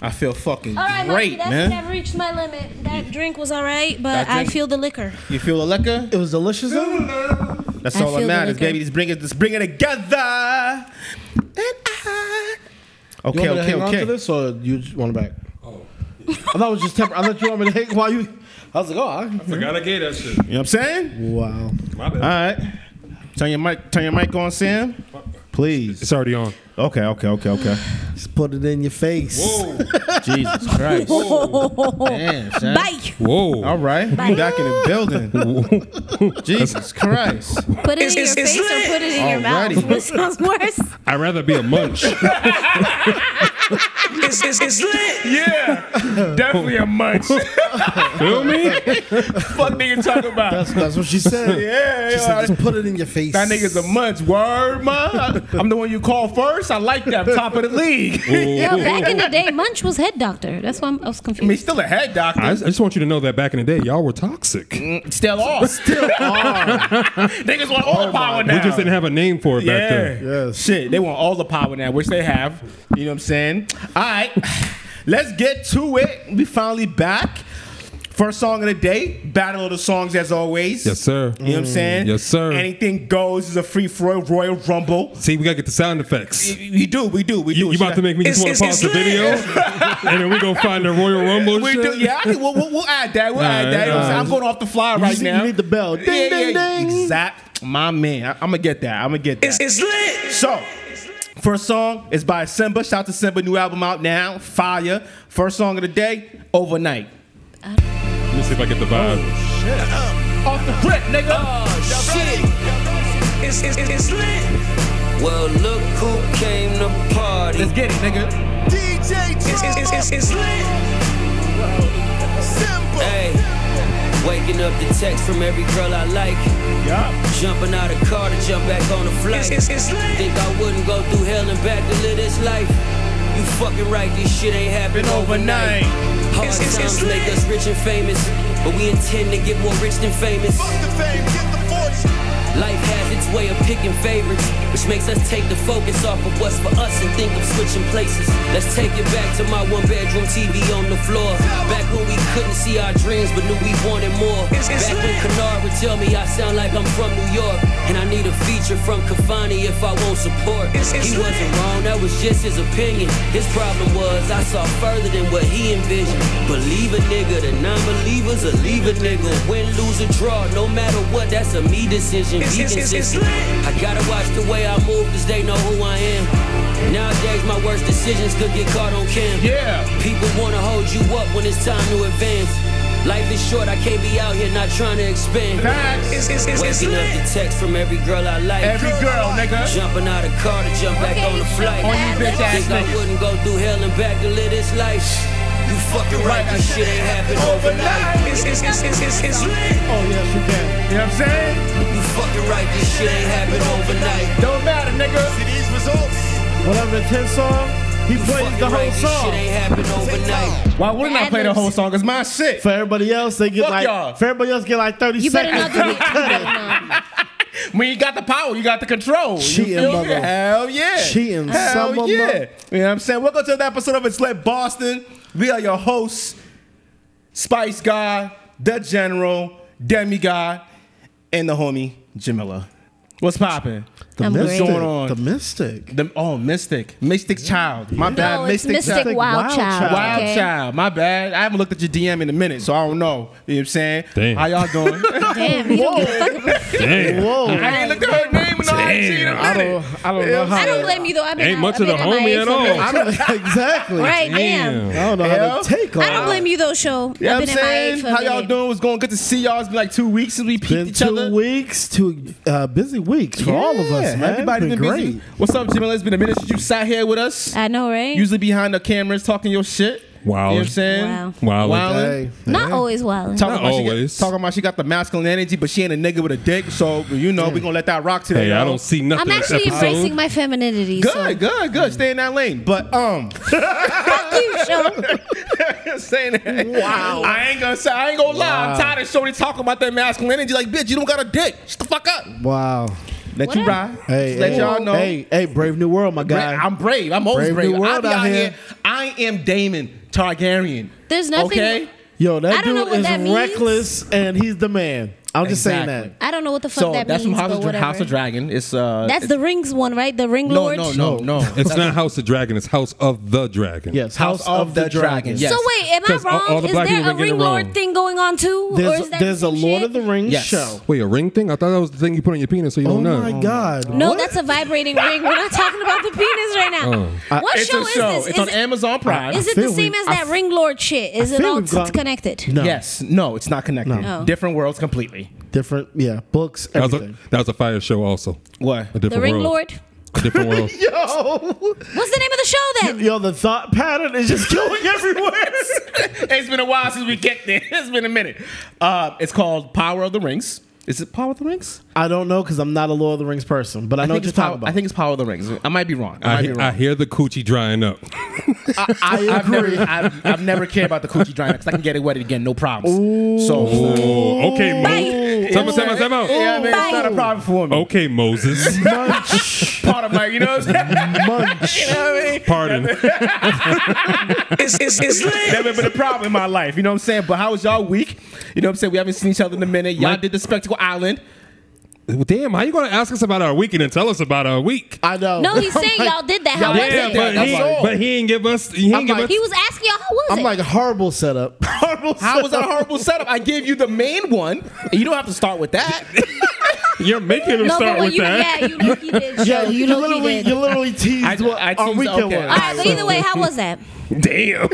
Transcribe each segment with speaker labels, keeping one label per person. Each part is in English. Speaker 1: I feel fucking
Speaker 2: All right,
Speaker 1: great,
Speaker 2: Mikey, that's
Speaker 1: man.
Speaker 2: that reached my limit. That drink was all right, but
Speaker 1: That
Speaker 2: I
Speaker 1: drink-
Speaker 2: feel the liquor.
Speaker 1: You feel the liquor?
Speaker 3: It was delicious though.
Speaker 1: That's
Speaker 2: I
Speaker 1: all
Speaker 2: feel
Speaker 1: that
Speaker 2: the
Speaker 1: matters,
Speaker 2: liquor.
Speaker 1: baby. Just bring it, just bring it together. And I-
Speaker 3: You
Speaker 1: Okay,
Speaker 3: want me to
Speaker 1: okay,
Speaker 3: hang on to
Speaker 1: okay.
Speaker 3: this or you just want it back? Oh. I thought it was just temporary. I thought you want me to hang while you. I was like, oh, I,
Speaker 4: Forgot I gave that shit.
Speaker 1: You know what I'm saying?
Speaker 3: wow.
Speaker 4: My
Speaker 1: All
Speaker 4: bad.
Speaker 1: right. Turn your mic, turn your mic on, Sam. Please.
Speaker 4: It's already on.
Speaker 1: Okay, okay, okay, okay.
Speaker 3: Just put it in your face.
Speaker 4: Whoa.
Speaker 1: Jesus Christ. Damn, Sam.
Speaker 2: Bye.
Speaker 4: Whoa.
Speaker 1: All right,
Speaker 2: Bye.
Speaker 1: back in the building. Jesus Christ.
Speaker 2: Put it in
Speaker 4: it's-
Speaker 2: your
Speaker 4: it's
Speaker 2: face or put it in your
Speaker 1: Alrighty.
Speaker 2: mouth. What sounds worse?
Speaker 4: I'd rather be a munch.
Speaker 5: It's, it's, it's lit.
Speaker 4: yeah. Definitely a munch. Feel me?
Speaker 5: Fuck nigga talk about.
Speaker 3: That's, that's what she said.
Speaker 5: yeah,
Speaker 3: She
Speaker 5: yo,
Speaker 3: said,
Speaker 5: I-
Speaker 3: just put it in your face.
Speaker 5: that nigga's a munch. Word, man. I'm the one you call first. I like that. I'm top of the league.
Speaker 2: Yo, back in the day, Munch was head doctor. That's why I'm, I was
Speaker 5: I mean,
Speaker 2: confused.
Speaker 5: still a head doctor.
Speaker 4: I just, I just want you to know that back in the day, y'all were toxic. We
Speaker 1: Mm,
Speaker 5: still are. Still are. Niggas want all the power now.
Speaker 4: just didn't have a name for it back
Speaker 5: yeah.
Speaker 4: then.
Speaker 3: Yes.
Speaker 5: Shit, they want all the power now, which they have.
Speaker 1: You know what I'm saying? All right, let's get to it. We finally back. First song of the day, battle of the songs as always.
Speaker 4: Yes, sir.
Speaker 1: You know what I'm saying?
Speaker 4: Yes, sir.
Speaker 1: Anything goes is a free for a Royal Rumble.
Speaker 4: See, we gotta get the sound effects.
Speaker 1: We do, we do, we do.
Speaker 4: You, you about to make me just want
Speaker 5: It's-
Speaker 4: to pause
Speaker 5: it's-
Speaker 4: the
Speaker 5: it's
Speaker 4: video, and then we go find the Royal Rumble. and
Speaker 1: We
Speaker 4: shit?
Speaker 1: do, yeah. I can, we'll, we'll, we'll add that. We'll
Speaker 4: All
Speaker 1: add that. You know what I'm,
Speaker 4: right,
Speaker 1: saying?
Speaker 4: all
Speaker 1: I'm going off the fly right
Speaker 3: just
Speaker 1: now.
Speaker 3: need the bell. Ding, ding, ding.
Speaker 1: Exact. My man. I, am gonna get that. I'm gonna get that.
Speaker 5: It's lit.
Speaker 1: So, first song is by Simba. Shout out to Simba, new album out now. Fire. First song of the day, Overnight.
Speaker 4: Let me see if I get the vibe.
Speaker 5: Off the grip, nigga.
Speaker 6: Shit. It's, it's, it's lit. Well, look who came to party.
Speaker 5: Let's get it, nigga.
Speaker 6: It's, it's, it's, it's, it's lit. Hey, waking up the text from every girl I like. Jumping out of car to jump back on the flight. Think I wouldn't go through hell and back to live this life. You fucking right, this shit ain't happen overnight. Hard times make us rich and famous, but we intend to get more rich than famous. Life has its way of picking favorites, which makes us take the focus off of what's for us and think of switching places. Let's take it back to my one bedroom TV on the floor. Back when we couldn't see our dreams but knew we wanted more. Back when Canard would tell me I sound like I'm from New York and I need a feature from Cavani if I want support. He wasn't wrong, that was just his opinion. His problem was I saw further than what he envisioned. Believe a nigga, the non believers will leave a nigga. Win, lose, or draw, no matter what, that's a me decision. Be consistent. I gotta watch the way I move, cause they know who I am. Nowadays, my worst decisions could get caught on cam.
Speaker 5: Yeah.
Speaker 6: People wanna hold you up when it's time to advance. Life is short, I can't be out here not trying to expand.
Speaker 5: Facts.
Speaker 6: Waking up the text from every girl I like.
Speaker 5: Every girl, nigga.
Speaker 6: Jumping out of car to jump back
Speaker 2: Okay,
Speaker 6: on the
Speaker 2: you
Speaker 6: flight.
Speaker 2: should've had
Speaker 6: Think
Speaker 2: that.
Speaker 6: I wouldn't go through hell and back to live this life. You fucking right, this shit ain't happen
Speaker 5: Overnight.
Speaker 6: overnight.
Speaker 3: Oh,
Speaker 6: You
Speaker 3: yes, you can.
Speaker 5: You know what I'm saying?
Speaker 6: fucking right, this shit ain't happen overnight.
Speaker 5: Don't matter, nigga.
Speaker 3: Whatever the 10th song, he
Speaker 6: You
Speaker 3: plays the
Speaker 6: fucking
Speaker 3: whole
Speaker 6: right, this shit
Speaker 3: song.
Speaker 6: ain't happen overnight.
Speaker 5: Why wouldn't I play the whole song? It's my shit.
Speaker 3: For everybody else, they get
Speaker 5: Fuck
Speaker 3: like.
Speaker 5: y'all.
Speaker 3: For everybody else, get like 30
Speaker 2: You better not
Speaker 3: seconds.
Speaker 2: do it. You better not.
Speaker 5: When you got the power, you got the control.
Speaker 3: Cheating,
Speaker 5: you feel me?
Speaker 3: mother.
Speaker 5: Hell yeah.
Speaker 3: Cheating,
Speaker 5: Hell
Speaker 3: son of a-
Speaker 5: yeah. You know what I'm saying? Welcome to the episode of It's Lit Boston. We are your hosts,
Speaker 1: Spice Guy, The General, Demigod, and the homie Jamila. What's popping?
Speaker 2: I'm great.
Speaker 3: Mystic.
Speaker 1: going on?
Speaker 3: The Mystic.
Speaker 1: The, oh, Mystic. Mystic Child. My bad.
Speaker 2: No, it's
Speaker 1: Mystic,
Speaker 2: Mystic
Speaker 1: Child.
Speaker 2: Wild,
Speaker 3: Wild
Speaker 2: Child.
Speaker 3: Child.
Speaker 1: Wild
Speaker 2: okay?
Speaker 1: Child. My bad. I haven't looked at your DM in a minute, so I don't know. You know what I'm saying?
Speaker 4: Damn.
Speaker 1: How y'all doing?
Speaker 2: Damn, you don't give a fuck about
Speaker 4: Damn.
Speaker 3: Whoa.
Speaker 5: I ain't looked at her name and all that shit in a
Speaker 3: I
Speaker 5: minute.
Speaker 3: don't, I don't know how.
Speaker 2: I don't blame you though. I've been
Speaker 4: Ain't
Speaker 2: out-
Speaker 4: much
Speaker 2: I've
Speaker 4: of the
Speaker 2: been MIA
Speaker 4: homie at
Speaker 2: for a
Speaker 4: all.
Speaker 2: minute.
Speaker 3: I don't exactly.
Speaker 2: Right, damn.
Speaker 4: Damn.
Speaker 3: I don't know how
Speaker 1: Hell.
Speaker 3: to take all
Speaker 2: I don't blame you though, show.
Speaker 1: You know
Speaker 2: I've
Speaker 1: what I'm
Speaker 2: been MIA
Speaker 1: saying?
Speaker 2: for a
Speaker 1: How y'all
Speaker 2: minute.
Speaker 1: doing? What's going? Good to see y'all. It's been like two weeks since we peeped
Speaker 3: Been
Speaker 1: each
Speaker 3: two
Speaker 1: other.
Speaker 3: weeks, two uh, busy weeks for all of us,
Speaker 1: Yeah,
Speaker 3: man.
Speaker 1: Everybody's
Speaker 3: It's
Speaker 1: been,
Speaker 3: been
Speaker 1: busy. What's up, Jamila? It's been a minute since you sat here with us.
Speaker 2: I know, right?
Speaker 1: Usually behind the cameras talking your shit. You know what I'm
Speaker 4: Wow.
Speaker 1: saying?
Speaker 2: Wow.
Speaker 4: Wow.
Speaker 1: Wildin'.
Speaker 3: Hey,
Speaker 2: Not
Speaker 3: yeah.
Speaker 2: always wild.
Speaker 1: Talking
Speaker 4: Not
Speaker 1: about, she got,
Speaker 4: always.
Speaker 1: talking about she got the masculine energy, but she ain't a nigga with a dick. So you know we gonna let that rock today.
Speaker 4: Hey, I
Speaker 1: yo.
Speaker 4: don't see nothing.
Speaker 2: I'm
Speaker 4: this
Speaker 2: actually
Speaker 4: episode.
Speaker 2: embracing my femininity.
Speaker 1: Good,
Speaker 2: so.
Speaker 1: good, good. Stay in that lane. But um,
Speaker 2: Fuck you, show.
Speaker 1: saying that. Wow. I ain't gonna say. I ain't gonna lie. I'm tired of Shorty talking about that masculine energy. Like, bitch, you don't got a dick. Shut the fuck up.
Speaker 3: Wow.
Speaker 1: Let you
Speaker 2: What up?
Speaker 1: ride.
Speaker 3: Hey,
Speaker 1: Just let
Speaker 3: hey,
Speaker 1: y'all know.
Speaker 3: hey, hey, brave new world, my
Speaker 1: Bra-
Speaker 3: guy.
Speaker 1: I'm brave. I'm always
Speaker 3: Brave
Speaker 1: brave.
Speaker 3: new
Speaker 1: I
Speaker 3: world
Speaker 1: be out
Speaker 3: out
Speaker 1: here.
Speaker 3: here.
Speaker 1: I am Damon Targaryen.
Speaker 2: There's nothing-
Speaker 1: Okay.
Speaker 3: Yo,
Speaker 2: I
Speaker 3: that
Speaker 2: don't know
Speaker 3: dude
Speaker 2: what
Speaker 3: is
Speaker 2: that means.
Speaker 3: reckless, and he's the man. I'm just saying
Speaker 1: Exactly.
Speaker 3: that.
Speaker 2: I don't know what the fuck
Speaker 1: So
Speaker 2: that
Speaker 1: that's
Speaker 2: means,
Speaker 1: from House
Speaker 2: but
Speaker 1: of, Dra-
Speaker 2: whatever.
Speaker 1: House of Dragon. It's uh.
Speaker 2: That's the rings one, right? The ring
Speaker 1: no,
Speaker 2: lord.
Speaker 1: no, no, no.
Speaker 4: It's not House of Dragon. It's House of the Dragon.
Speaker 3: Yes, House, of, the, Dragon.
Speaker 1: yes.
Speaker 2: So wait, am I
Speaker 4: 'Cause all-
Speaker 2: wrong?
Speaker 4: all the
Speaker 2: is
Speaker 4: black
Speaker 2: there
Speaker 4: people
Speaker 2: a
Speaker 4: been getting
Speaker 2: ring
Speaker 4: it
Speaker 2: lord
Speaker 4: wrong.
Speaker 2: thing going on too? or
Speaker 3: There's,
Speaker 2: is that
Speaker 3: there's a
Speaker 2: some
Speaker 3: Lord
Speaker 2: shit?
Speaker 3: of the Rings
Speaker 1: Yes.
Speaker 3: show.
Speaker 4: Wait, a ring thing? I thought that was the thing you put on your penis so you
Speaker 3: Oh
Speaker 4: don't know.
Speaker 3: my God!
Speaker 2: No,
Speaker 3: What? Oh.
Speaker 2: that's a vibrating ring. We're not talking about the penis right now. What
Speaker 1: Uh, It's
Speaker 2: show
Speaker 1: a
Speaker 2: is
Speaker 1: show.
Speaker 2: this?
Speaker 1: It's
Speaker 2: is
Speaker 1: on
Speaker 2: it,
Speaker 1: Amazon Prime.
Speaker 2: Is it
Speaker 3: I
Speaker 2: the
Speaker 3: feel
Speaker 2: same
Speaker 3: we-
Speaker 2: as that ring lord shit? Is
Speaker 3: I
Speaker 2: it
Speaker 3: feel
Speaker 2: all
Speaker 3: we've gone-
Speaker 2: t- connected?
Speaker 3: No,
Speaker 1: Yes. No, it's not connected.
Speaker 2: No. Oh.
Speaker 1: Different worlds completely.
Speaker 3: different. Yeah, books.
Speaker 4: That was,
Speaker 3: Everything.
Speaker 4: a, that was a fire show also.
Speaker 1: What?
Speaker 4: A different
Speaker 2: The ring
Speaker 4: world.
Speaker 2: lord.
Speaker 4: A different world.
Speaker 2: What's the name of the show then?
Speaker 3: Yo, the thought pattern is just going everywhere.
Speaker 1: it's been a while since we kicked it. It's been a minute. Uh, it's called Power of the Rings. Is it Power of the Rings?
Speaker 3: I don't know because I'm not a Lord of the Rings person, but I, know
Speaker 1: think
Speaker 3: what you're
Speaker 1: it's Power-
Speaker 3: talking about.
Speaker 1: I think it's Power of the Rings. I might be wrong. I,
Speaker 4: I,
Speaker 1: might
Speaker 4: he-
Speaker 1: be
Speaker 4: I
Speaker 1: wrong.
Speaker 4: hear the coochie drying up.
Speaker 3: I
Speaker 1: I've
Speaker 3: agree.
Speaker 1: never, I've, I've never cared about the coochie drying because I can get it wet again, no problems. So,
Speaker 4: Oh, okay,
Speaker 2: Bye.
Speaker 4: Moses. Time out, time out, time out.
Speaker 1: yeah, man, it's not a problem for me.
Speaker 4: Okay, Moses.
Speaker 1: Part of my, you know what I'm saying?
Speaker 3: Munch.
Speaker 1: You know what I mean?
Speaker 4: Pardon.
Speaker 1: Never been a problem in my life, you know what I'm saying? But how was y'all week? You know what I'm saying? We haven't seen each other in a minute. Y'all
Speaker 4: My-
Speaker 1: did the Spectacle Island.
Speaker 4: Damn, how you gonna ask us about our weekend and tell us about our week?
Speaker 3: I know.
Speaker 2: No, he's saying y'all did that. How was
Speaker 1: Yeah,
Speaker 2: it?
Speaker 1: but
Speaker 4: he,
Speaker 1: that's all.
Speaker 4: but he ain't give us. He ain't give
Speaker 3: like-
Speaker 4: us.
Speaker 2: He was asking y'all how was
Speaker 3: I'm
Speaker 2: it?
Speaker 3: like horrible setup. Horrible.
Speaker 1: How was that a
Speaker 3: setup.
Speaker 1: horrible setup? I gave you the main one. and You don't have to start with that.
Speaker 4: You're making him
Speaker 2: no,
Speaker 4: start
Speaker 2: but
Speaker 4: with
Speaker 2: you, yeah,
Speaker 4: that.
Speaker 2: you know he did. show.
Speaker 3: Yeah, you,
Speaker 2: you know
Speaker 3: literally,
Speaker 2: he
Speaker 3: you
Speaker 2: did.
Speaker 3: literally teased
Speaker 1: I-
Speaker 3: what
Speaker 1: I
Speaker 3: our
Speaker 1: teased-
Speaker 3: weekend
Speaker 1: okay.
Speaker 2: All
Speaker 3: was.
Speaker 2: right, but either way, how was that?
Speaker 4: Damn.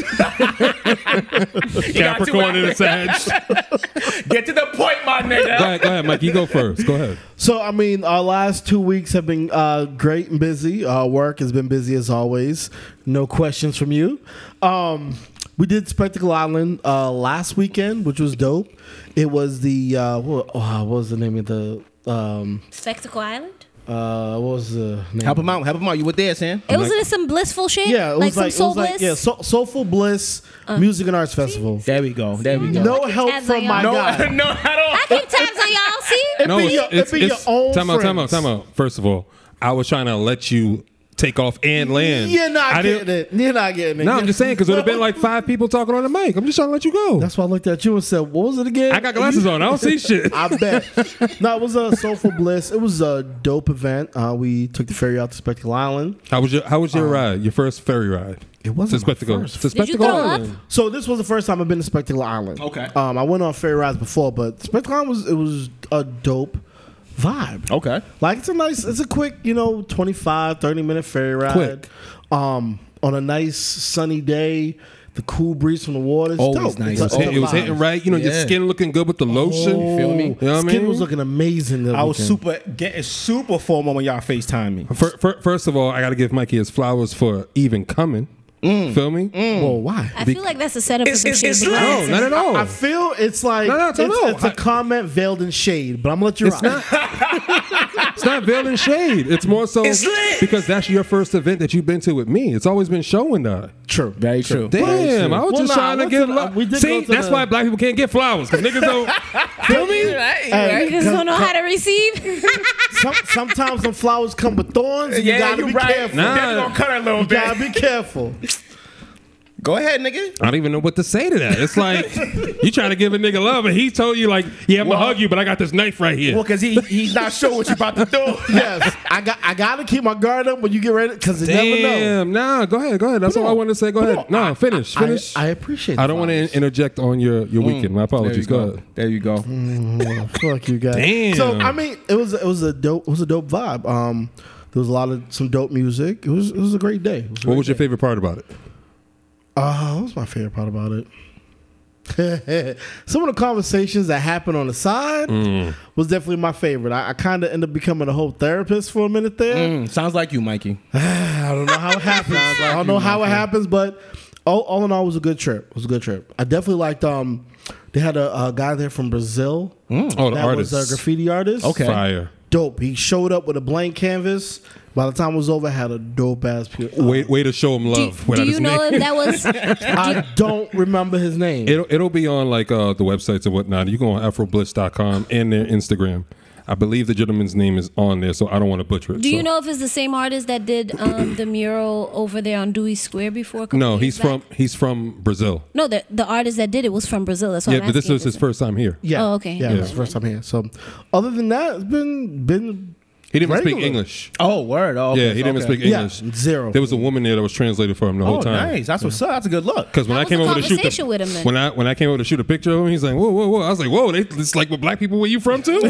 Speaker 4: Capricorn in the Sag.
Speaker 1: Get to the point, my nigga.
Speaker 4: Go ahead, go ahead, Mike. You go first. Go ahead.
Speaker 3: So I mean, our last two weeks have been uh, great and busy. Uh, work has been busy as always. No questions from you. Um, we did Spectacle Island uh, last weekend, which was dope. It was the uh, what, oh, what was the name of the um,
Speaker 2: Spectacle Island.
Speaker 3: uh, what was the name?
Speaker 1: Help him out. Help him out. You were there, Sam.
Speaker 2: It was in some blissful shit.
Speaker 3: Yeah, it
Speaker 2: like
Speaker 3: was
Speaker 2: some
Speaker 3: like, it
Speaker 2: soul
Speaker 3: was like
Speaker 2: bliss. Uh.
Speaker 3: yeah, Soul- Soulful Bliss Music and Arts Festival.
Speaker 1: There we go. There we go.
Speaker 2: No,
Speaker 3: No
Speaker 2: I keep
Speaker 3: help
Speaker 2: tabs
Speaker 3: from
Speaker 2: on
Speaker 3: my
Speaker 2: y'all.
Speaker 3: guy.
Speaker 1: no, I
Speaker 2: I
Speaker 1: don't.
Speaker 2: keep tabs on y'all. See,
Speaker 4: No,
Speaker 3: be your- it be your own
Speaker 4: Time out, time out,
Speaker 3: friends.
Speaker 4: time out. First of all, I was trying to let you take off and land.
Speaker 3: You're not
Speaker 4: I
Speaker 3: getting
Speaker 4: didn't-
Speaker 3: it. You're not getting it.
Speaker 4: No, I'm just saying because it would have been like five people talking on the mic. I'm just trying to let you go.
Speaker 3: That's why I looked at you and said, "What was it again?"
Speaker 4: I got glasses on. I don't see shit.
Speaker 3: I bet. no, it was a soulful bliss. It was a dope event. Uh, we took the ferry out to Spectacle Island.
Speaker 4: How was your How was your ride? Your first ferry ride?
Speaker 3: Um, It wasn't
Speaker 4: To
Speaker 3: my
Speaker 4: spectacle.
Speaker 3: first.
Speaker 4: To
Speaker 2: Did you
Speaker 4: spectacle
Speaker 2: throw up?
Speaker 4: Island.
Speaker 3: So this was the first time I've been to Spectacle Island.
Speaker 1: Okay.
Speaker 3: Um, I went on ferry rides before, but Spectacle Island was it was a dope vibe.
Speaker 1: Okay.
Speaker 3: Like it's a nice, it's a quick, you know, 25, 30 minute ferry ride.
Speaker 4: Quick.
Speaker 3: Um, on a nice sunny day, the cool breeze from the water. It's
Speaker 1: Always
Speaker 3: dope.
Speaker 1: nice.
Speaker 3: It's a- it's
Speaker 1: It was
Speaker 3: a
Speaker 4: It was
Speaker 3: vibe.
Speaker 4: hitting right. You know, your
Speaker 1: Yeah.
Speaker 4: skin looking good with the lotion.
Speaker 3: Oh,
Speaker 4: you feel me? You know what I
Speaker 3: Skin
Speaker 4: mean?
Speaker 3: was looking amazing. that
Speaker 1: I was
Speaker 3: weekend.
Speaker 1: super getting super formal when y'all FaceTime me.
Speaker 4: Fir- fir- First of all, I got to give Mikey his flowers for even coming.
Speaker 3: Mm.
Speaker 4: Feel me?
Speaker 3: Well, why?
Speaker 2: I feel like that's a setup for some shit. but go
Speaker 4: No,
Speaker 2: ahead.
Speaker 4: not at all.
Speaker 3: I feel it's like
Speaker 4: No, no,
Speaker 3: it's,
Speaker 4: time out.
Speaker 3: it's a comment veiled in shade, but I'm gonna let you
Speaker 4: It's
Speaker 3: rock.
Speaker 4: not. it's not veiled in shade. It's more so because that's your first event that you've been to with me. It's always been showing that.
Speaker 3: true. Very true.
Speaker 4: Damn, I was
Speaker 3: Well,
Speaker 4: just
Speaker 3: nah,
Speaker 4: trying to
Speaker 3: what's
Speaker 4: give.
Speaker 3: the- uh,
Speaker 4: Lo-
Speaker 3: we did
Speaker 4: See,
Speaker 3: go to
Speaker 4: that's
Speaker 3: the-
Speaker 4: why black people can't get flowers because niggas don't. feel me?
Speaker 3: Hey,
Speaker 2: Niggas don't know how to receive.
Speaker 3: some, sometimes them flowers come with thorns, and
Speaker 1: Yeah,
Speaker 3: you gotta
Speaker 1: you
Speaker 3: be
Speaker 1: right.
Speaker 3: careful.
Speaker 4: Nah.
Speaker 1: That's gonna cut a little
Speaker 3: You gotta
Speaker 1: bit.
Speaker 3: be careful.
Speaker 1: Go ahead, nigga.
Speaker 4: I don't even know what to say to that. It's like you trying to give a nigga love, and he told you like, "Yeah, I'm gonna hug you, but I got this knife right here."
Speaker 1: Well, cause he he's not sure what you about to do.
Speaker 3: yes, I got. I gotta keep my guard up when you get ready, because you never know.
Speaker 4: Damn, nah, go ahead, go ahead. That's all I wanted to say. Go ahead. No, finish,
Speaker 3: I,
Speaker 4: finish.
Speaker 3: I appreciate. Mm.
Speaker 4: I don't want to interject on your, your weekend. My apologies. Go, ahead. Mm-hmm.
Speaker 1: There Mm. you go.
Speaker 3: to. Oh, Fuck you guys.
Speaker 4: Damn.
Speaker 3: So I mean, it was it was a dope it was a dope vibe. Um, there was a lot of some dope music. It was it was a great day. It a
Speaker 4: What
Speaker 3: great
Speaker 4: was your
Speaker 3: day.
Speaker 4: favorite part about it?
Speaker 3: Uh, what was my favorite part about it? Some of the conversations that happened on the side
Speaker 4: Mm.
Speaker 3: was definitely my favorite. I, I kind of ended up becoming a whole therapist for a minute there.
Speaker 1: Mm, sounds like you, Mikey.
Speaker 3: I don't know how it happens. I don't know how it happens, but all, all in all, it was a good trip. It was a good trip. I definitely liked. Um, they had a, a guy there from Brazil.
Speaker 4: Oh, the
Speaker 3: that
Speaker 4: artist.
Speaker 3: was a graffiti artist.
Speaker 1: Okay.
Speaker 4: Fire.
Speaker 3: dope. He showed up with a blank canvas. By the time it was over, had a dope ass. pu-
Speaker 4: Way, way to show him
Speaker 2: Do,
Speaker 4: love.
Speaker 2: do
Speaker 4: without
Speaker 2: you
Speaker 4: his
Speaker 2: know
Speaker 4: name.
Speaker 2: if that was?
Speaker 3: I don't remember his name.
Speaker 4: It'll it'll be on like uh, the websites and whatnot. You go on AfroBliss.com and their Instagram. I believe the gentleman's name is on there, so I don't want to butcher it.
Speaker 2: Do you
Speaker 4: so-
Speaker 2: know if it's the same artist that did um, the mural over there on Dewey Square before? a couple
Speaker 4: No,
Speaker 2: years
Speaker 4: he's
Speaker 2: back?
Speaker 4: from he's from Brazil.
Speaker 2: No, the the artist that did it was from Brazil. That's why
Speaker 4: yeah,
Speaker 2: I'm
Speaker 4: but this
Speaker 2: asking,
Speaker 4: was his
Speaker 2: is it-
Speaker 4: first time here.
Speaker 3: Yeah.
Speaker 2: Oh, okay.
Speaker 3: Yeah,
Speaker 2: Yeah.
Speaker 3: it's the first time here. So, other than that, it's been been.
Speaker 4: He didn't even speak
Speaker 3: Regular.
Speaker 4: English.
Speaker 5: Oh, word. Oh,
Speaker 4: yeah, he didn't even
Speaker 5: okay.
Speaker 4: speak English.
Speaker 3: Yeah, zero.
Speaker 4: There was a woman there that was translated for him the
Speaker 5: Oh,
Speaker 4: whole time.
Speaker 5: nice. That's what's up. That's a good look.
Speaker 4: Because when
Speaker 2: That
Speaker 4: I
Speaker 2: was
Speaker 4: came
Speaker 2: a
Speaker 4: over to shoot the,
Speaker 2: conversation with him then.
Speaker 4: when I when I came over to shoot a picture of him, he's like, whoa, whoa, whoa. I was like, whoa, they, it's like with black people where you from too.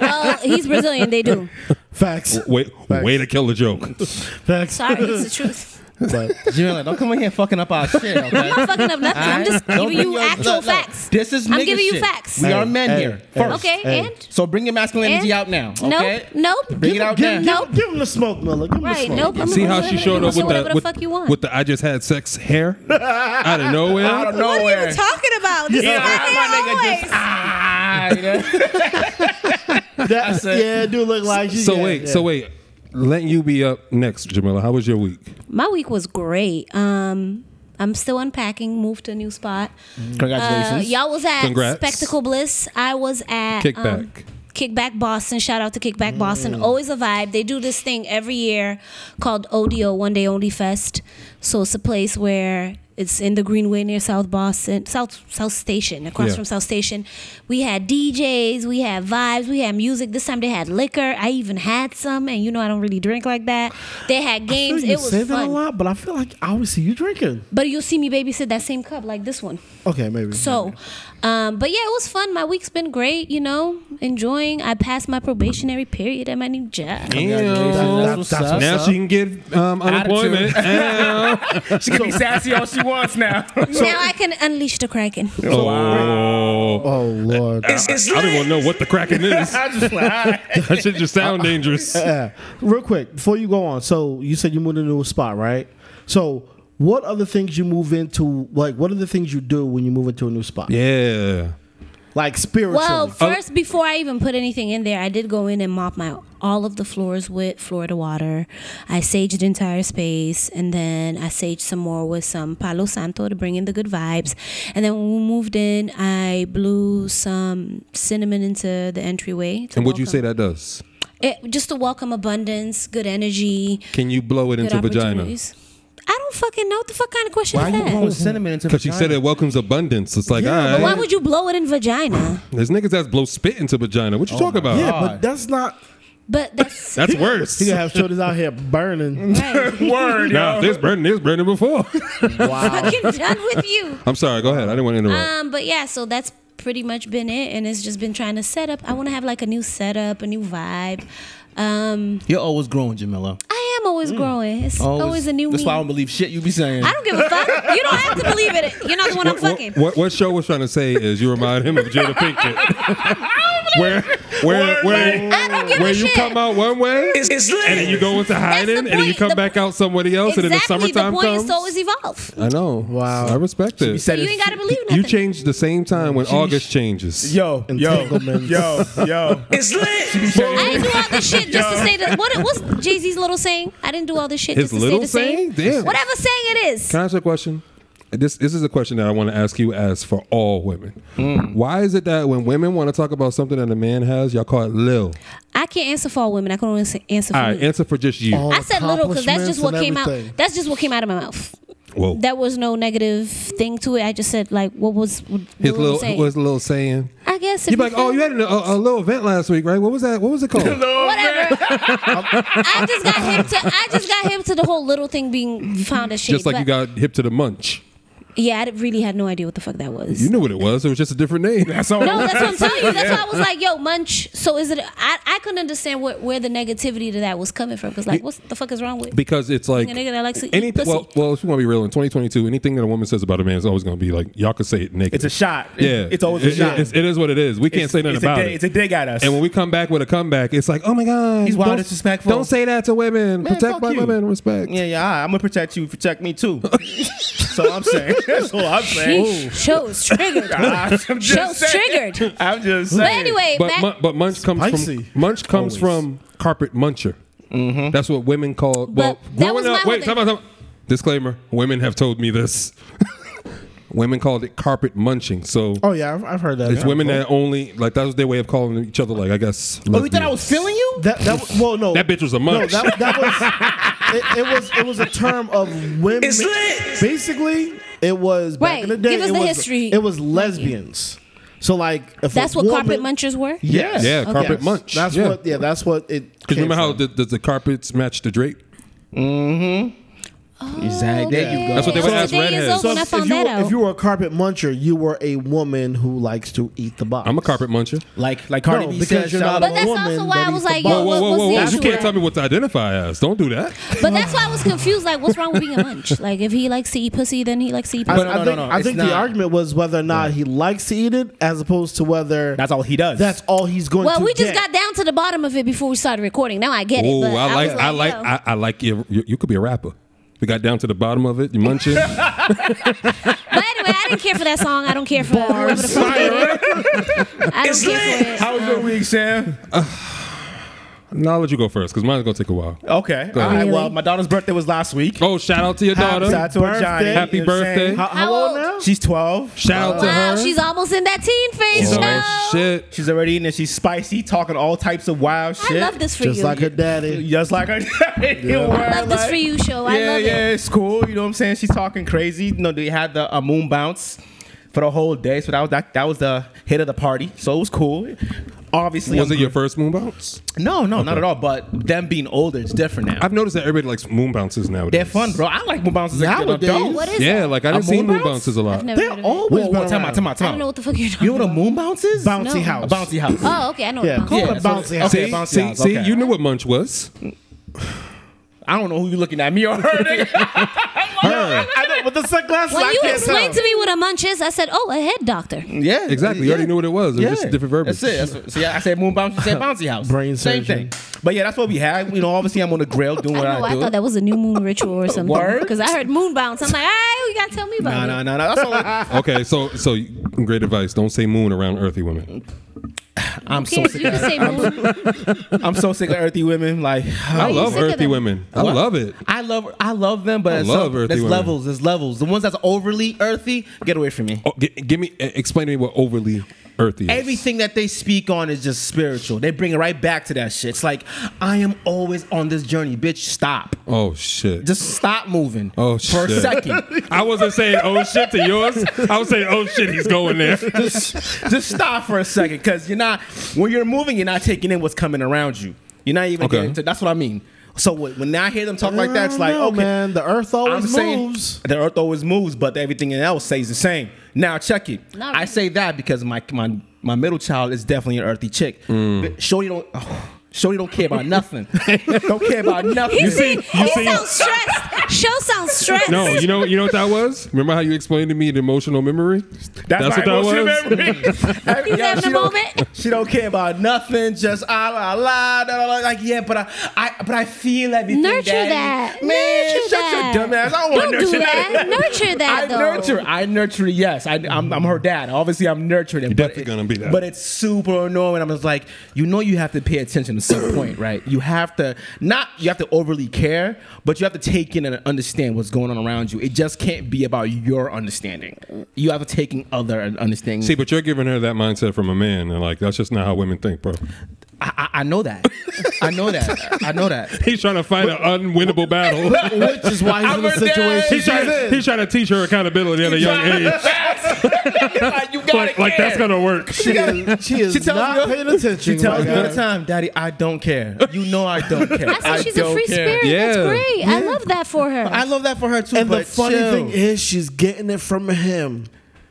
Speaker 2: Well, he's Brazilian. They do.
Speaker 3: Facts.
Speaker 4: Wait, way to kill the joke.
Speaker 3: Facts.
Speaker 2: Sorry, it's the truth.
Speaker 3: But
Speaker 5: Jalen, don't come in here fucking up our shit.
Speaker 2: I'm
Speaker 5: Okay?
Speaker 2: not fucking up nothing. I'm just
Speaker 5: Don't
Speaker 2: giving
Speaker 5: bring
Speaker 2: you
Speaker 5: your-
Speaker 2: actual
Speaker 5: look, look,
Speaker 2: facts.
Speaker 5: This is
Speaker 2: I'm
Speaker 5: nigga
Speaker 2: giving you
Speaker 5: shit.
Speaker 2: facts.
Speaker 5: We
Speaker 3: Hey,
Speaker 5: are men
Speaker 3: hey,
Speaker 5: here
Speaker 3: hey.
Speaker 5: first.
Speaker 2: Okay,
Speaker 3: Hey.
Speaker 2: and
Speaker 5: So bring your masculinity
Speaker 2: And-
Speaker 5: out now. Okay?
Speaker 2: nope, nope.
Speaker 5: Bring it out now.
Speaker 3: give,
Speaker 2: Nope.
Speaker 3: give him the smoke, Miller. Give him
Speaker 2: Right,
Speaker 3: the
Speaker 2: nope.
Speaker 3: smoke.
Speaker 2: I'm
Speaker 4: See
Speaker 2: gonna
Speaker 4: how
Speaker 2: do
Speaker 4: she
Speaker 2: whatever-
Speaker 4: showed
Speaker 2: you
Speaker 4: up
Speaker 2: can say
Speaker 4: with
Speaker 2: whatever
Speaker 4: that
Speaker 2: the
Speaker 4: with,
Speaker 2: fuck you want.
Speaker 4: with the I just had sex hair out of nowhere.
Speaker 5: Out of
Speaker 7: What are
Speaker 5: nowhere.
Speaker 7: you talking about? This
Speaker 5: Yeah,
Speaker 7: is
Speaker 5: my
Speaker 7: my
Speaker 5: nigga
Speaker 7: always.
Speaker 5: just ah. you know?
Speaker 3: That,
Speaker 5: it.
Speaker 3: yeah, it do look like you.
Speaker 4: so
Speaker 3: yeah,
Speaker 4: wait,
Speaker 3: yeah.
Speaker 4: so wait. Let you be up next, Jamila. How was your week?
Speaker 2: My week was great. Um, I'm still unpacking. Moved to a new spot. Uh,
Speaker 5: Congratulations.
Speaker 2: y'all was at
Speaker 4: Congrats.
Speaker 2: Spectacle Bliss. I was at
Speaker 4: Kickback.
Speaker 2: um, Kickback Boston. Shout out to
Speaker 3: Mm.
Speaker 2: Kickback Boston. Always a vibe. They do this thing every year called ODO One Day Only Fest. So it's a place where it's in the Greenway near South Boston, South South Station, across
Speaker 4: Yeah.
Speaker 2: from South Station. We had DJs, we had vibes, we had music. This time they had liquor. I even had some, and you know I don't really drink like that. They had
Speaker 3: I feel
Speaker 2: games.
Speaker 3: you
Speaker 2: It was
Speaker 3: say that a
Speaker 2: fun.
Speaker 3: lot, but I feel like I always see you drinking.
Speaker 2: But you'll see me babysit that same cup like this one.
Speaker 3: Okay, maybe.
Speaker 2: So, um, but yeah, it was fun. My week's been great, you know, enjoying. I passed my probationary period at my new job.
Speaker 3: That's
Speaker 4: Now
Speaker 3: what's
Speaker 5: That's
Speaker 3: up.
Speaker 5: what's
Speaker 4: she can get um, unemployment. And-
Speaker 5: She can be sassy all she wants now.
Speaker 2: now I can unleash the Kraken.
Speaker 4: oh,
Speaker 3: Oh lord.
Speaker 4: I don't even know what the cracking is.
Speaker 5: I just like, all right.
Speaker 4: that shit just sound dangerous.
Speaker 3: Uh, Yeah. Real quick, before you go on, so you said you moved into a spot, right? So what other things you move into? Like, what are the things you do when you move into a new spot?
Speaker 4: Yeah.
Speaker 3: Like spiritually.
Speaker 2: Well, first, before I even put anything in there, I did go in and mop my all of the floors with Florida water. I saged the entire space, and then I saged some more with some Palo Santo to bring in the good vibes. And then when we moved in, I blew some cinnamon into the entryway. to
Speaker 4: And would you
Speaker 2: welcome-
Speaker 4: say that does?
Speaker 2: It, just to welcome abundance, good energy,
Speaker 4: Can you blow it
Speaker 2: good
Speaker 4: into vagina?
Speaker 2: opportunities. I don't fucking know what the fuck kind of question
Speaker 5: Why
Speaker 2: is
Speaker 5: you
Speaker 2: that.
Speaker 5: going with cinnamon into
Speaker 4: Because she said
Speaker 5: vagina?
Speaker 4: it welcomes abundance. It's like,
Speaker 3: Yeah,
Speaker 4: all
Speaker 2: Why
Speaker 4: right.
Speaker 2: would you blow it in vagina?
Speaker 4: There's niggas that blow spit into vagina. What you talking about?
Speaker 3: Oh yeah, but that's not.
Speaker 2: But that's
Speaker 4: That's worse.
Speaker 3: You have shoulders out here burning.
Speaker 2: right.
Speaker 5: word.
Speaker 4: Nah,
Speaker 5: yo.
Speaker 4: there's burning, there's burning before.
Speaker 2: fucking done with you.
Speaker 4: I'm sorry, go ahead. I didn't want to interrupt.
Speaker 2: Um, but yeah, so that's pretty much been it, and it's just been trying to set up. I want to have like a new setup, a new vibe. Um,
Speaker 5: You're always growing, Jamila.
Speaker 2: I am always growing. It's always, a new
Speaker 5: Mm. That's
Speaker 2: me.
Speaker 5: why I don't believe shit you be saying.
Speaker 2: I don't give a fuck. You don't have to believe it. You're not the one I'm
Speaker 4: what,
Speaker 2: fucking.
Speaker 4: what, what, what show was trying to say is you remind him of Jada Pinkett. where where where,
Speaker 2: I don't give
Speaker 4: where
Speaker 2: a
Speaker 4: you
Speaker 2: shit.
Speaker 4: come out one way and then you go into hiding and then you
Speaker 2: point.
Speaker 4: come
Speaker 2: The-
Speaker 4: back out somebody else
Speaker 2: exactly.
Speaker 4: and then the summertime
Speaker 2: the point
Speaker 4: comes.
Speaker 2: is to always evolve.
Speaker 4: I know.
Speaker 3: Wow.
Speaker 4: I respect it.
Speaker 5: said
Speaker 2: you
Speaker 5: it's-
Speaker 2: ain't gotta believe nothing.
Speaker 4: You change the same time when August changes.
Speaker 5: Yo, yo,
Speaker 3: Entanglements.
Speaker 5: yo, yo.
Speaker 6: It's lit.
Speaker 2: I didn't do all this shit just to say that. What what's Jay Z's little saying? I didn't do all this shit
Speaker 4: His
Speaker 2: just to
Speaker 4: little
Speaker 2: say the
Speaker 4: saying?
Speaker 2: same.
Speaker 4: Damn.
Speaker 2: Whatever saying it is.
Speaker 4: Can I ask you a question? This this is a question that I want to ask you as for all women.
Speaker 5: Hmm.
Speaker 4: Why is it that when women want to talk about something that a man has, y'all call it lil?
Speaker 2: I can't answer for all women. I can only answer- answer for
Speaker 4: All right,
Speaker 2: me.
Speaker 4: answer for just you.
Speaker 3: Oh.
Speaker 2: I said little because that's just what
Speaker 3: Accomplishments
Speaker 2: came
Speaker 3: and
Speaker 2: out.
Speaker 3: everything.
Speaker 2: That's just what came out of my mouth.
Speaker 4: Whoa.
Speaker 2: That was no negative thing to it. I just said like, what was what
Speaker 4: his
Speaker 2: was
Speaker 4: little
Speaker 2: saying?
Speaker 4: his little saying.
Speaker 2: I guess if
Speaker 4: You're like, oh, you had a, a, a little event last week, right? What was that? What was it called?
Speaker 2: whatever. I just got hip to. I just got hip to the whole little thing being found as shit.
Speaker 4: just like you got hip to the munch.
Speaker 2: Yeah, I really had no idea what the fuck that was.
Speaker 4: You knew what it was. It was just a different name. That's all.
Speaker 2: No, that's what I'm telling you. That's why I was like, yo, munch. So is it? I, I couldn't understand where, where the negativity to that was coming from. Because like, what the fuck is wrong with?
Speaker 4: Because it's like
Speaker 2: Being a nigga that likes to eat
Speaker 4: anything.
Speaker 2: pussy.
Speaker 4: Well, well, if you want to be real, in 2022, anything that a woman says about a man is always going to be like, y'all can say it naked.
Speaker 1: It's a shot. It-
Speaker 4: Yeah,
Speaker 1: it's always a
Speaker 4: It-
Speaker 1: shot.
Speaker 4: it's- it is what it is. We can't say nothing
Speaker 1: it's
Speaker 4: about
Speaker 1: a dig,
Speaker 4: it.
Speaker 1: It's a dig at us.
Speaker 4: and when we come back with a comeback, it's like, oh my god,
Speaker 5: He's wild
Speaker 4: don't-
Speaker 5: disrespectful.
Speaker 4: Don't say that to women.
Speaker 5: Man,
Speaker 4: Protect
Speaker 5: fuck
Speaker 4: black
Speaker 5: you.
Speaker 4: women. Respect.
Speaker 5: Yeah, yeah, all right. I'm gonna protect you. Protect me too. so I'm saying. That's all I'm saying.
Speaker 2: Sheesh, Show's triggered.
Speaker 5: I'm
Speaker 2: Show's
Speaker 5: saying.
Speaker 2: triggered.
Speaker 5: I'm just saying.
Speaker 2: But anyway,
Speaker 4: But
Speaker 2: back,
Speaker 4: mun- but munch comes
Speaker 3: Spicy.
Speaker 4: from munch comes
Speaker 3: Always.
Speaker 4: from carpet muncher.
Speaker 3: Mm-hmm.
Speaker 4: That's what women call. Well,
Speaker 2: that
Speaker 4: growing
Speaker 2: was my
Speaker 4: up.
Speaker 2: whole
Speaker 4: Wait,
Speaker 2: thing.
Speaker 4: time out, time out. disclaimer. Women have told me this. Women called it carpet munching. So
Speaker 3: Oh yeah, I've, I've heard that.
Speaker 4: it's
Speaker 3: Yeah. Oh.
Speaker 4: women that only like that was their way of calling each other like I guess.
Speaker 1: Oh, you thought I was feeling you?
Speaker 3: That, that well no
Speaker 4: That bitch was a munch.
Speaker 3: No, that, that was it, it was it was a term of women.
Speaker 6: It's lit.
Speaker 3: Basically, it was back
Speaker 2: Wait,
Speaker 3: in the day.
Speaker 2: give us
Speaker 3: it
Speaker 2: the
Speaker 3: was,
Speaker 2: history.
Speaker 3: It was lesbians. So like if
Speaker 2: That's
Speaker 3: a
Speaker 2: what
Speaker 3: woman-
Speaker 2: carpet munchers were.
Speaker 3: Yes.
Speaker 4: Yeah,
Speaker 3: Okay.
Speaker 4: carpet
Speaker 3: Yes.
Speaker 4: munch.
Speaker 3: That's
Speaker 4: Yeah.
Speaker 3: what. Yeah, that's what it.
Speaker 4: Because
Speaker 3: came
Speaker 4: remember how
Speaker 3: from.
Speaker 4: the, the, the carpets match the drape?
Speaker 3: Mm-hmm.
Speaker 2: Oh,
Speaker 1: Exactly. There you go.
Speaker 4: That's what they
Speaker 2: I
Speaker 4: would
Speaker 2: was
Speaker 4: ask
Speaker 2: today years old
Speaker 4: redheads.
Speaker 2: when I
Speaker 3: if, if
Speaker 2: found
Speaker 3: you
Speaker 2: that
Speaker 3: were, if
Speaker 2: out.
Speaker 3: you were a carpet muncher, you were a woman who likes to eat the box.
Speaker 4: I'm a carpet muncher.
Speaker 1: Like, like
Speaker 3: No,
Speaker 1: Cardi B
Speaker 3: because
Speaker 1: says,
Speaker 3: you're not
Speaker 1: shout
Speaker 3: a
Speaker 1: out-
Speaker 2: But that's
Speaker 3: woman
Speaker 2: also why
Speaker 3: that
Speaker 2: I was
Speaker 3: eats the
Speaker 2: like,
Speaker 3: bun.
Speaker 2: yo,
Speaker 4: Whoa,
Speaker 2: what,
Speaker 4: whoa, whoa, whoa!
Speaker 2: what's
Speaker 4: You
Speaker 2: the issue?
Speaker 4: can't tell
Speaker 2: with
Speaker 4: me what to identify as. Don't do that.
Speaker 2: that? But that's why I was confused. Like, what's wrong with being a munch? Like, if he likes to eat pussy, then he likes to eat
Speaker 3: I,
Speaker 2: pussy.
Speaker 3: I
Speaker 1: no, no,
Speaker 3: think,
Speaker 1: no,
Speaker 3: I
Speaker 1: it's
Speaker 3: think the
Speaker 1: not.
Speaker 3: argument was whether or not he likes to eat it, as opposed to whether
Speaker 1: That's all he does.
Speaker 3: that's all he's going to.
Speaker 2: Well, we just got
Speaker 3: get.
Speaker 2: down to the bottom of it before we started recording. Now I get it.
Speaker 4: Oh,
Speaker 2: but
Speaker 4: I like,
Speaker 2: was
Speaker 4: I like,
Speaker 2: yo.
Speaker 4: I, I like you. you. You could be a rapper. We got down to the bottom of it. You munching.
Speaker 2: But anyway, I didn't care for that song. I don't care for whoever the fuck did it. I don't care for it.
Speaker 1: How was your week, Sam?
Speaker 4: now I'll let you go first because mine's gonna take a while.
Speaker 1: Okay. All right. Well, my daughter's birthday was last week.
Speaker 4: Oh, shout out to your
Speaker 3: Happy
Speaker 4: daughter.
Speaker 1: Shout out to her, Johnny.
Speaker 3: birthday.
Speaker 4: Happy
Speaker 1: You know what I'm saying?
Speaker 4: birthday.
Speaker 3: How, how old now?
Speaker 1: She's 12.
Speaker 4: Shout out to
Speaker 2: Wow,
Speaker 4: her.
Speaker 2: she's almost in that teen phase.
Speaker 4: oh
Speaker 2: now.
Speaker 4: shit!
Speaker 1: She's already in there. She's spicy, talking all types of wild
Speaker 2: I
Speaker 1: shit.
Speaker 2: love this for
Speaker 3: Just
Speaker 2: you.
Speaker 3: like her daddy.
Speaker 1: Just like her. You were
Speaker 2: I love this
Speaker 1: like-
Speaker 2: for you show. Oh, I
Speaker 1: yeah,
Speaker 2: love
Speaker 1: yeah,
Speaker 2: it.
Speaker 1: it's cool. You know what I'm saying? She's talking crazy. You know, they had the uh, moon bounce for the whole day, so that was that, that was the hit of the party. So it was cool. Obviously,
Speaker 4: Was
Speaker 1: I'm-
Speaker 4: it your first moon bounce?
Speaker 1: No, no, not at all. But them being older, it's different now.
Speaker 4: I've noticed that everybody likes moon bounces nowadays.
Speaker 1: They're fun, bro. I like moon bounces. as a kid.
Speaker 3: Nowadays,
Speaker 1: Adult.
Speaker 2: What is
Speaker 4: Yeah,
Speaker 2: that?
Speaker 4: like I didn't see moon bounces a lot.
Speaker 2: I've never heard of
Speaker 3: They're
Speaker 2: it.
Speaker 3: always
Speaker 1: Whoa, whoa,
Speaker 3: been
Speaker 1: time out,
Speaker 3: around.
Speaker 1: time out,
Speaker 2: I
Speaker 1: time
Speaker 2: don't
Speaker 1: out.
Speaker 2: know what the fuck you're talking
Speaker 1: You know what a
Speaker 2: about.
Speaker 1: moon bounce is?
Speaker 3: Bouncy
Speaker 2: No.
Speaker 3: house.
Speaker 1: A bouncy house.
Speaker 2: Oh, okay, I know
Speaker 3: Yeah,
Speaker 2: what
Speaker 3: call
Speaker 2: bounce
Speaker 3: it
Speaker 2: is.
Speaker 3: a bouncy house.
Speaker 1: Okay,
Speaker 4: See,
Speaker 1: bounce
Speaker 4: see,
Speaker 1: house,
Speaker 4: see,
Speaker 1: okay.
Speaker 4: you knew what munch was.
Speaker 1: I don't know who you looking at, me or her. nigga.
Speaker 4: Her.
Speaker 3: I know, with the sunglasses,
Speaker 2: When
Speaker 3: I
Speaker 2: you
Speaker 3: can't
Speaker 2: explained to
Speaker 3: tell.
Speaker 2: me what a munch is, I said, "Oh, a head doctor."
Speaker 1: yeah,
Speaker 4: Exactly. You already knew what it was. It was just different verbiage.
Speaker 1: That's it. That's what, see, I said moon bounce. You said bouncy house.
Speaker 3: Brain
Speaker 1: Same
Speaker 3: surgery.
Speaker 1: thing. But yeah, that's what we had. You know, obviously I'm on the grill doing
Speaker 2: I
Speaker 1: what
Speaker 2: don't
Speaker 1: I,
Speaker 2: know. I,
Speaker 1: do.
Speaker 2: thought that was a new moon ritual or something.
Speaker 1: Word?
Speaker 2: Because I heard moon bounce. I'm like, "All right, you gotta tell me about
Speaker 1: Nah,
Speaker 2: it."
Speaker 1: nah, nah, nah. That's all.
Speaker 4: Okay, so so great advice. Don't say moon around earthy women.
Speaker 1: I'm so
Speaker 2: Kids,
Speaker 1: sick.
Speaker 2: you can say moon.
Speaker 1: I'm so sick of earthy women. Like
Speaker 4: I
Speaker 2: you
Speaker 4: love
Speaker 2: sick of
Speaker 4: earthy
Speaker 2: them?
Speaker 4: women. I love it.
Speaker 1: I love I love them, but
Speaker 4: I
Speaker 1: it's
Speaker 4: love
Speaker 1: some-
Speaker 4: earthy
Speaker 1: there's
Speaker 4: women.
Speaker 1: levels. There's levels. The ones that's overly earthy, get away from me.
Speaker 4: Oh, gi- give me e- explain to me what overly earthy is.
Speaker 1: Everything that they speak on is just spiritual. They bring it right back to that shit. It's like I am always on this journey, bitch. Stop.
Speaker 4: Oh shit.
Speaker 1: Just stop moving.
Speaker 4: Oh,
Speaker 1: For a
Speaker 4: shit.
Speaker 1: second.
Speaker 4: I wasn't saying oh shit to yours. I was saying oh shit he's going there.
Speaker 1: just, just stop for a second, because you're not. When you're moving, you're not taking in what's coming around you. You're not even
Speaker 4: Okay.
Speaker 1: getting to. That's what I mean. So when when I hear them talk like that, it's like,
Speaker 3: oh
Speaker 1: okay,
Speaker 3: man, the earth
Speaker 1: I'm
Speaker 3: always
Speaker 1: saying
Speaker 3: moves.
Speaker 1: the earth always moves, but everything else stays the same. Now check it.
Speaker 2: Not
Speaker 1: I
Speaker 2: really.
Speaker 1: say that because my my my middle child is definitely an earthy chick. But Shorty don't. Oh, Shorty don't care about nothing. don't care about nothing.
Speaker 2: He, see,
Speaker 4: you
Speaker 2: he
Speaker 4: see-
Speaker 2: sounds stressed. Show sounds stressed.
Speaker 4: No, you know you know what that was? Remember how you explained to me the emotional memory?
Speaker 1: That's,
Speaker 4: what that was.
Speaker 1: that
Speaker 2: He's having a moment.
Speaker 1: She don't care about nothing. Just ah la la da, da, da. like yeah, but I, I but I feel everything.
Speaker 2: Nurture
Speaker 1: Daddy.
Speaker 2: that.
Speaker 1: man.
Speaker 2: Nurture
Speaker 1: shut
Speaker 2: that.
Speaker 1: your dumb ass. I don't, want
Speaker 2: Don't
Speaker 1: to
Speaker 2: do
Speaker 1: nurture
Speaker 2: that. Nurture that,
Speaker 1: I
Speaker 2: though.
Speaker 1: nurture. I nurture. Yes, I, I'm, I'm her dad. Obviously, I'm nurturing. You're
Speaker 4: definitely gonna be that.
Speaker 1: But it's super annoying. I'm just like, you know, you have to pay attention at some point, right? You have to not. You have to overly care, but you have to take in and understand what's going on around you. It just can't be about your understanding. You have to take in other understanding.
Speaker 4: See, but you're giving her that mindset from a man, and like that's just not how women think, bro.
Speaker 1: I, I, I know that. I know that. I know that.
Speaker 4: He's trying to fight an unwinnable battle.
Speaker 3: Which is why he's in the
Speaker 1: I'm a dad.
Speaker 3: situation
Speaker 4: He's
Speaker 3: he's
Speaker 4: trying,
Speaker 3: in.
Speaker 4: he's trying to teach her accountability at a young age.
Speaker 1: like, you gotta
Speaker 4: Like, like that's
Speaker 1: care.
Speaker 4: gonna work.
Speaker 3: She is, she is
Speaker 1: She tells
Speaker 3: not
Speaker 1: me-
Speaker 3: paying attention.
Speaker 1: She tells
Speaker 3: right
Speaker 1: me all the
Speaker 3: now.
Speaker 1: time, Daddy, I don't care. You know I don't care.
Speaker 2: I said she's a
Speaker 1: don't
Speaker 2: free
Speaker 1: care.
Speaker 2: spirit. That's
Speaker 4: Yeah.
Speaker 2: great. I love that for her.
Speaker 1: I love that for her too.
Speaker 3: And the
Speaker 1: but
Speaker 3: funny
Speaker 1: chill.
Speaker 3: thing is, she's getting it from him.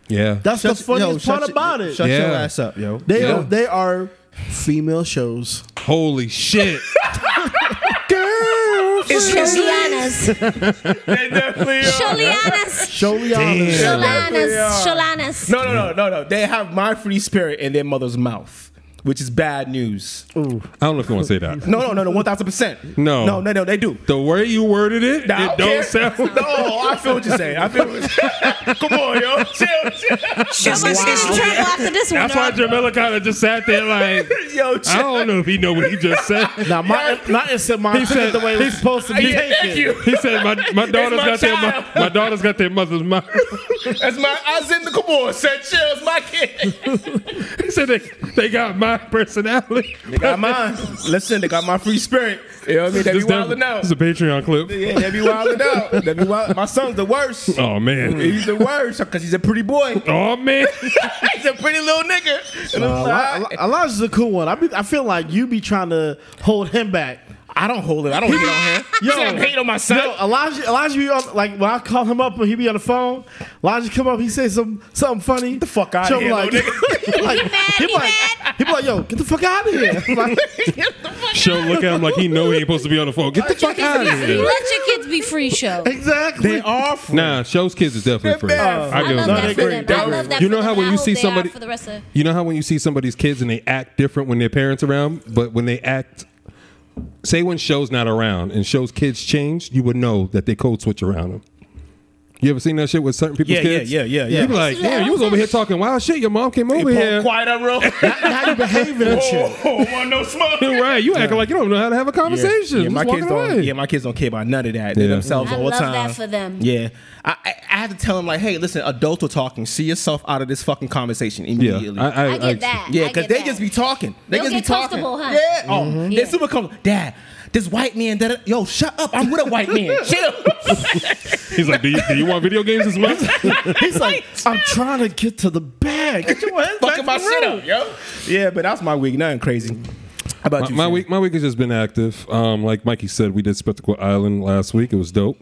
Speaker 4: Yeah.
Speaker 3: That's
Speaker 1: Shut
Speaker 3: the
Speaker 1: your- yo,
Speaker 3: funniest
Speaker 1: shut
Speaker 3: part
Speaker 1: your-
Speaker 3: about it.
Speaker 1: Shut your
Speaker 4: Yeah.
Speaker 1: ass up, yo.
Speaker 3: They
Speaker 4: Yeah.
Speaker 3: are they are female shows.
Speaker 4: Holy shit.
Speaker 2: Sholianas. Sholianas.
Speaker 3: Show me all this.
Speaker 2: Sholanas. Sholanas.
Speaker 1: No, no, no, no, no. They have my free spirit in their mother's mouth. which is bad news.
Speaker 4: I don't know if you want to say that.
Speaker 1: No, no, no, no, one thousand percent.
Speaker 4: No.
Speaker 1: no, no, no, they do.
Speaker 4: The way you worded it,
Speaker 1: Nah, I
Speaker 4: it don't
Speaker 1: care.
Speaker 4: sound.
Speaker 1: No, I feel what you're saying. I feel. What Come on, yo, chill, chill.
Speaker 2: Show my niggas in trouble after this one.
Speaker 4: That's why
Speaker 2: dog.
Speaker 4: Jamela kind of just sat there like,
Speaker 1: Yo,
Speaker 4: I
Speaker 1: chill.
Speaker 4: don't know if he know what he just said.
Speaker 3: Now, my, not instant mom
Speaker 4: He
Speaker 3: took it
Speaker 4: said-
Speaker 3: the way it was supposed to be
Speaker 1: Yeah,
Speaker 3: taken.
Speaker 1: thank you.
Speaker 4: He said, "My my daughter's
Speaker 1: my
Speaker 4: got their
Speaker 1: child.
Speaker 4: mo- my daughter's got their mother's mind."
Speaker 1: That's my. I was in the come on, said chill. It's my kid.
Speaker 4: He said they, they got my personality.
Speaker 1: They got mine. Listen, they got my free spirit. You know what I mean? They be
Speaker 4: This down-
Speaker 1: wilding out.
Speaker 4: this is a Patreon clip.
Speaker 1: Yeah, they be wilding out. They be wild. My son's the worst.
Speaker 4: Oh man.
Speaker 1: He's the worst because he's a pretty boy.
Speaker 4: Oh man.
Speaker 1: he's a pretty little nigga. And I'm
Speaker 3: Uh,
Speaker 1: like,
Speaker 3: Eli- Eli- Elijah's a cool one. I be, I feel like you be trying to hold him back.
Speaker 1: I don't hold it. I don't hate on him.
Speaker 3: Yo,
Speaker 1: I'm hating on my son.
Speaker 3: Yo, Elijah, Elijah be on like when I call him up and he be on the phone. Elijah come up, he say some something funny. Get the
Speaker 1: fuck outta here,
Speaker 3: Like,
Speaker 1: little
Speaker 3: he like, he be like, he be like, yo, get the fuck out of here. Like,
Speaker 4: Show look at him like he know he ain't supposed to be on the phone. Get the fuck out of
Speaker 2: You
Speaker 4: here.
Speaker 2: let your kids be free, show.
Speaker 3: exactly.
Speaker 1: they are free.
Speaker 4: Nah, show's kids is definitely free.
Speaker 1: bad.
Speaker 4: I
Speaker 2: I
Speaker 4: give
Speaker 2: love
Speaker 4: them
Speaker 2: that
Speaker 4: that.
Speaker 2: for them. I love that
Speaker 4: You
Speaker 2: for
Speaker 4: know
Speaker 2: them.
Speaker 4: how when
Speaker 2: I
Speaker 4: you
Speaker 2: hope
Speaker 4: see
Speaker 2: they are
Speaker 4: somebody-
Speaker 2: for the rest of
Speaker 4: You know how when you see somebody's kids and they act different when their parents around, but when they act, say when show's not around and show's kids change, you would know that they code switch around them. You ever seen that shit with certain people's
Speaker 1: Yeah, yeah,
Speaker 4: kids?
Speaker 1: yeah, yeah, yeah.
Speaker 4: You be like, damn, you was over here talking wild shit. Your mom came over here.
Speaker 1: Quiet up, real.
Speaker 3: how you behaving and shit.
Speaker 1: Oh, want no smoke?
Speaker 4: right, you acting like you don't know how to have a conversation.
Speaker 1: Yeah, my
Speaker 4: Just
Speaker 1: kids
Speaker 4: walking
Speaker 1: don't.
Speaker 4: away.
Speaker 1: Yeah, my kids don't care about none of that. They
Speaker 4: Yeah.
Speaker 1: themselves
Speaker 2: I
Speaker 1: all the
Speaker 2: love
Speaker 1: time.
Speaker 2: that for them.
Speaker 1: Yeah, I, I, I have to tell them like, hey, listen, adults are talking. See yourself out of this fucking conversation immediately.
Speaker 4: yeah. I, I,
Speaker 2: I
Speaker 4: I-
Speaker 2: get that.
Speaker 1: Yeah,
Speaker 2: I
Speaker 1: because
Speaker 2: get
Speaker 1: they
Speaker 2: that.
Speaker 1: just be talking. They
Speaker 2: They'll
Speaker 1: just be
Speaker 2: get
Speaker 1: talking.
Speaker 2: comfortable, huh? Mm-hmm.
Speaker 1: Yeah. Oh,
Speaker 2: Yeah.
Speaker 1: they're super comfortable. Dad, this white man. That yo, shut up. I'm with a white man. Chill.
Speaker 4: He's like, do you, do you want video games this month?
Speaker 3: He's like, I'm trying to get to the bag. Get your hands
Speaker 1: Fucking my
Speaker 3: back
Speaker 1: shit
Speaker 3: in the
Speaker 1: up, yo. Yeah, but that's my week. Nothing crazy. How about
Speaker 4: my,
Speaker 1: you?
Speaker 4: my
Speaker 1: Sam?
Speaker 4: week, my week has just been active. Um, like Mikey said, we did Spectacle Island last week. It was dope.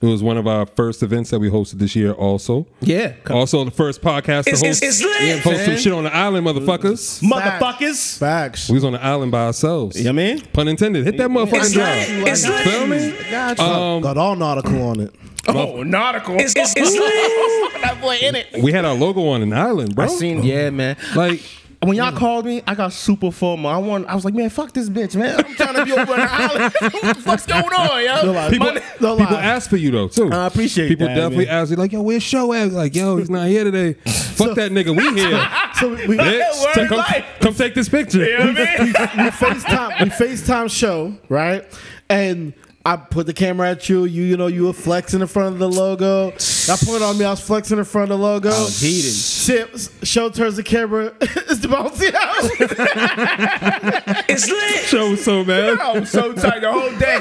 Speaker 4: It was one of our first events that we hosted this year. Also,
Speaker 1: Yeah.
Speaker 4: Also, the first podcast to host,
Speaker 1: it's lit.
Speaker 4: Yeah, host some
Speaker 1: man.
Speaker 4: shit on the island, motherfuckers.
Speaker 1: Motherfuckers.
Speaker 3: Facts.
Speaker 4: We was on the island by ourselves.
Speaker 1: You know what I mean?
Speaker 4: Pun intended. Hit that motherfucking drop.
Speaker 1: It's lit.
Speaker 4: Feel me? Um,
Speaker 3: Got all nautical on it.
Speaker 1: Oh, nautical. It's, that boy in it.
Speaker 4: We had our logo on an island, bro.
Speaker 1: I seen. Yeah, man.
Speaker 4: Like,
Speaker 1: When y'all called me, I got super formal. I want. I was like, man, fuck this bitch, man. I'm trying to be over on the island. what the fuck's going on, yo?
Speaker 3: like,
Speaker 1: My-
Speaker 4: people,
Speaker 3: no
Speaker 4: people
Speaker 3: lie.
Speaker 4: ask for you though too.
Speaker 1: I appreciate
Speaker 4: people
Speaker 1: that,
Speaker 4: definitely
Speaker 1: man.
Speaker 4: ask you like, "Yo, where's show at?" Like, "Yo, he's not here today." Fuck that nigga. We here.
Speaker 3: So we, we,
Speaker 4: Bitch,
Speaker 1: Word
Speaker 4: come,
Speaker 1: life.
Speaker 4: come take this picture.
Speaker 3: we FaceTime we FaceTime show, right? And I put the camera at you. You you know you were flexing in front of the logo. I put it on me. I was flexing in front of the logo. Oh,
Speaker 1: heated.
Speaker 3: Shit, show turns the camera. it's the bouncy house.
Speaker 4: Show was so mad.
Speaker 1: I was so tired the whole day.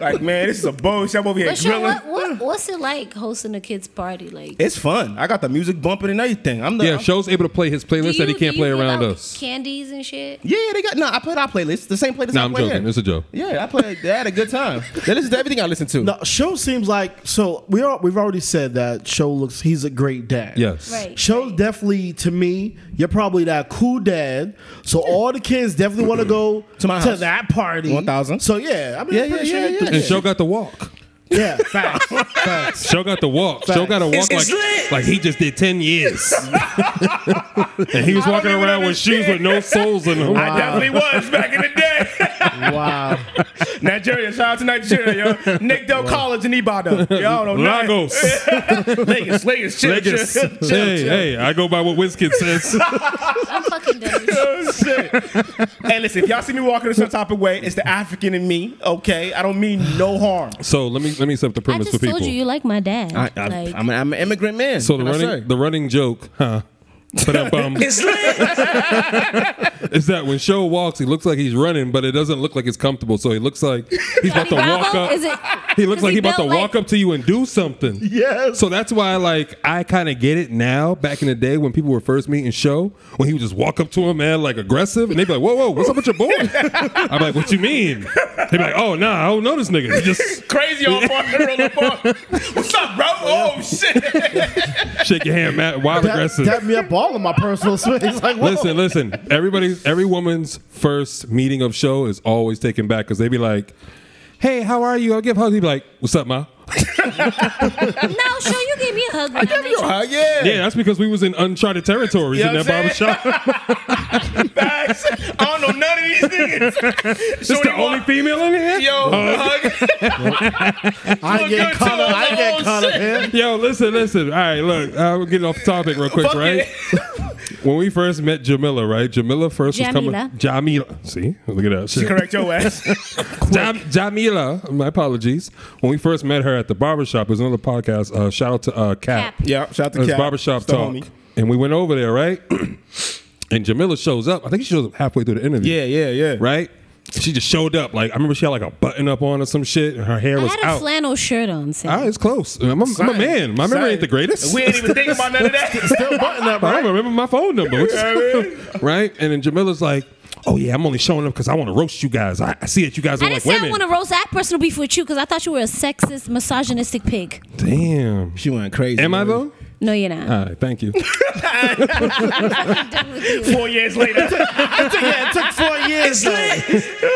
Speaker 1: Like, man, this is a bullshit. I'm over here
Speaker 2: But show,
Speaker 1: grilling.
Speaker 2: what, what, what's it like hosting a kids party? Like,
Speaker 1: It's fun. I got the music bumping and everything. I'm the
Speaker 4: Yeah,
Speaker 1: I'm-
Speaker 4: show's able to play his
Speaker 2: do
Speaker 4: playlist that he
Speaker 2: you-
Speaker 4: can't
Speaker 2: do you
Speaker 4: play
Speaker 2: give
Speaker 4: around
Speaker 2: out
Speaker 4: us.
Speaker 2: Candies and shit.
Speaker 1: Yeah, they got no. I played our playlist, the same playlist.
Speaker 4: Nah,
Speaker 1: I
Speaker 4: I'm
Speaker 1: play
Speaker 4: joking.
Speaker 1: here.
Speaker 4: It's a joke.
Speaker 1: Yeah, I played. They had a good time. They listen to everything I listen to.
Speaker 3: no, show seems like so we are. We've already said that show looks. He's a great dad.
Speaker 4: Yes.
Speaker 2: Right.
Speaker 3: Show's definitely to me. You're probably that cool dad. So all the kids definitely want to go
Speaker 1: To my house.
Speaker 3: that party.
Speaker 1: 1000.
Speaker 3: So yeah, I mean,
Speaker 1: Yeah,
Speaker 3: I'm
Speaker 1: yeah,
Speaker 3: pretty sure
Speaker 1: yeah,
Speaker 3: you
Speaker 1: yeah.
Speaker 3: do
Speaker 4: And
Speaker 3: that.
Speaker 4: show got the walk.
Speaker 3: yeah, facts, facts.
Speaker 4: Show got the walk. Show got to walk like, like he just did 10 years. and he was walking around with shoes with no soles in them.
Speaker 5: I definitely was back in the day.
Speaker 3: Wow.
Speaker 5: Nigeria, shout out to Nigeria, yo. Nick Del College in Ibadan. Y'all don't know.
Speaker 4: Lagos.
Speaker 5: Lagos, Lagos, chill,
Speaker 4: Legas.
Speaker 5: chill, chill,
Speaker 4: hey, hey, I go by what Wizkid says.
Speaker 2: I'm fucking done. with you.
Speaker 5: Oh, shit. hey, listen, if y'all see me walking in some type of way, it's the African in me, okay? I don't mean no harm.
Speaker 4: so let me let me set the
Speaker 2: I
Speaker 4: premise for
Speaker 2: just
Speaker 4: people.
Speaker 2: told you you like my dad.
Speaker 1: I, I,
Speaker 2: like,
Speaker 1: I'm, an, I'm an immigrant man.
Speaker 4: so the
Speaker 1: What can I
Speaker 4: running
Speaker 1: say?
Speaker 4: the running joke, huh? Ba-dum-bum, is that when Show walks, he looks like he's running, but it doesn't look like it's comfortable. So he looks like he's about to
Speaker 2: Johnny
Speaker 4: walk
Speaker 2: Bravo?
Speaker 4: up.
Speaker 2: Is it-
Speaker 4: he looks
Speaker 2: is
Speaker 4: like
Speaker 2: he
Speaker 4: he's about to
Speaker 2: built like-
Speaker 4: walk up to you and do something.
Speaker 3: Yes.
Speaker 4: So that's why, like, I kind of get it now. Back in the day, when people were first meeting Show, when he would just walk up to him, man, like aggressive, and they'd be like, "Whoa, whoa, what's up with your boy?" I'm like, "What you mean?" They'd be like, "Oh, nah, I don't know this nigga. He just
Speaker 5: Crazy on partner on the bar. What's up, bro? Oh, shit.
Speaker 4: shake your hand, Matt, wild
Speaker 3: Tap,
Speaker 4: aggressive."
Speaker 3: tap me up all in my personal space. Like, whoa.
Speaker 4: Listen, listen. Everybody's every woman's first meeting of show is always taken back because they be like, "Hey, how are you?" I'll give hugs. He be like, "What's up, ma?"
Speaker 2: no, sure, you gave me a hug. when I
Speaker 5: Give
Speaker 2: met
Speaker 5: you a hug, Uh, yeah.
Speaker 4: Yeah, that's because we was in uncharted territories
Speaker 5: You know
Speaker 4: in that
Speaker 5: what I'm saying?
Speaker 4: barbershop.
Speaker 5: Facts. I don't know none of these niggas.
Speaker 4: It's the only female in here. Oh,
Speaker 5: Yo, hug.
Speaker 3: I ain't getting
Speaker 5: good
Speaker 3: caught
Speaker 5: too.
Speaker 3: up. I ain't getting
Speaker 5: Oh,
Speaker 3: caught up here.
Speaker 5: shit.
Speaker 4: Yo, listen, listen. All right, look, uh, we're getting off topic real quick,
Speaker 5: Fuck
Speaker 4: right? when we first met Jamila, right? Jamila first
Speaker 2: Jamila.
Speaker 4: was coming. Jamila. See? Look at that. Shit.
Speaker 5: Correct your ass.
Speaker 4: Jam- Jamila, my apologies. When we first met her at the barbershop, it was another podcast. Uh, shout out to uh, Cap.
Speaker 2: Cap.
Speaker 5: Yeah, shout out to
Speaker 4: It was
Speaker 5: Cap.
Speaker 4: barbershop
Speaker 5: It's the
Speaker 4: talk.
Speaker 5: homie.
Speaker 4: And we went over there, right? and Jamila shows up. I think she shows up halfway through the interview.
Speaker 1: Yeah, yeah, yeah.
Speaker 4: Right? She just showed up. Like, I remember she had like a button up on or some shit, and her hair
Speaker 2: you. I
Speaker 4: was
Speaker 2: had a
Speaker 4: out.
Speaker 2: flannel shirt on. So.
Speaker 4: Ah, it's close. I'm a, I'm a man. My memory ain't the greatest.
Speaker 5: We ain't even thinking about none of that.
Speaker 3: Still button up,
Speaker 4: I
Speaker 3: right?
Speaker 4: don't remember my phone number. Which is, right? And then Jamila's like, oh, yeah, I'm only showing up because I want to roast you guys. I, I see that you guys
Speaker 2: I
Speaker 4: are
Speaker 2: didn't
Speaker 4: like
Speaker 2: say I
Speaker 4: women.
Speaker 2: want to roast that personal beef with you because I thought you were a sexist, misogynistic pig.
Speaker 4: Damn.
Speaker 1: She went crazy.
Speaker 4: Am I,
Speaker 1: man.
Speaker 4: though?
Speaker 2: No, you're not.
Speaker 4: All right, thank you.
Speaker 2: I'm done with you.
Speaker 5: Four years later.
Speaker 3: Yeah, it took four years. though.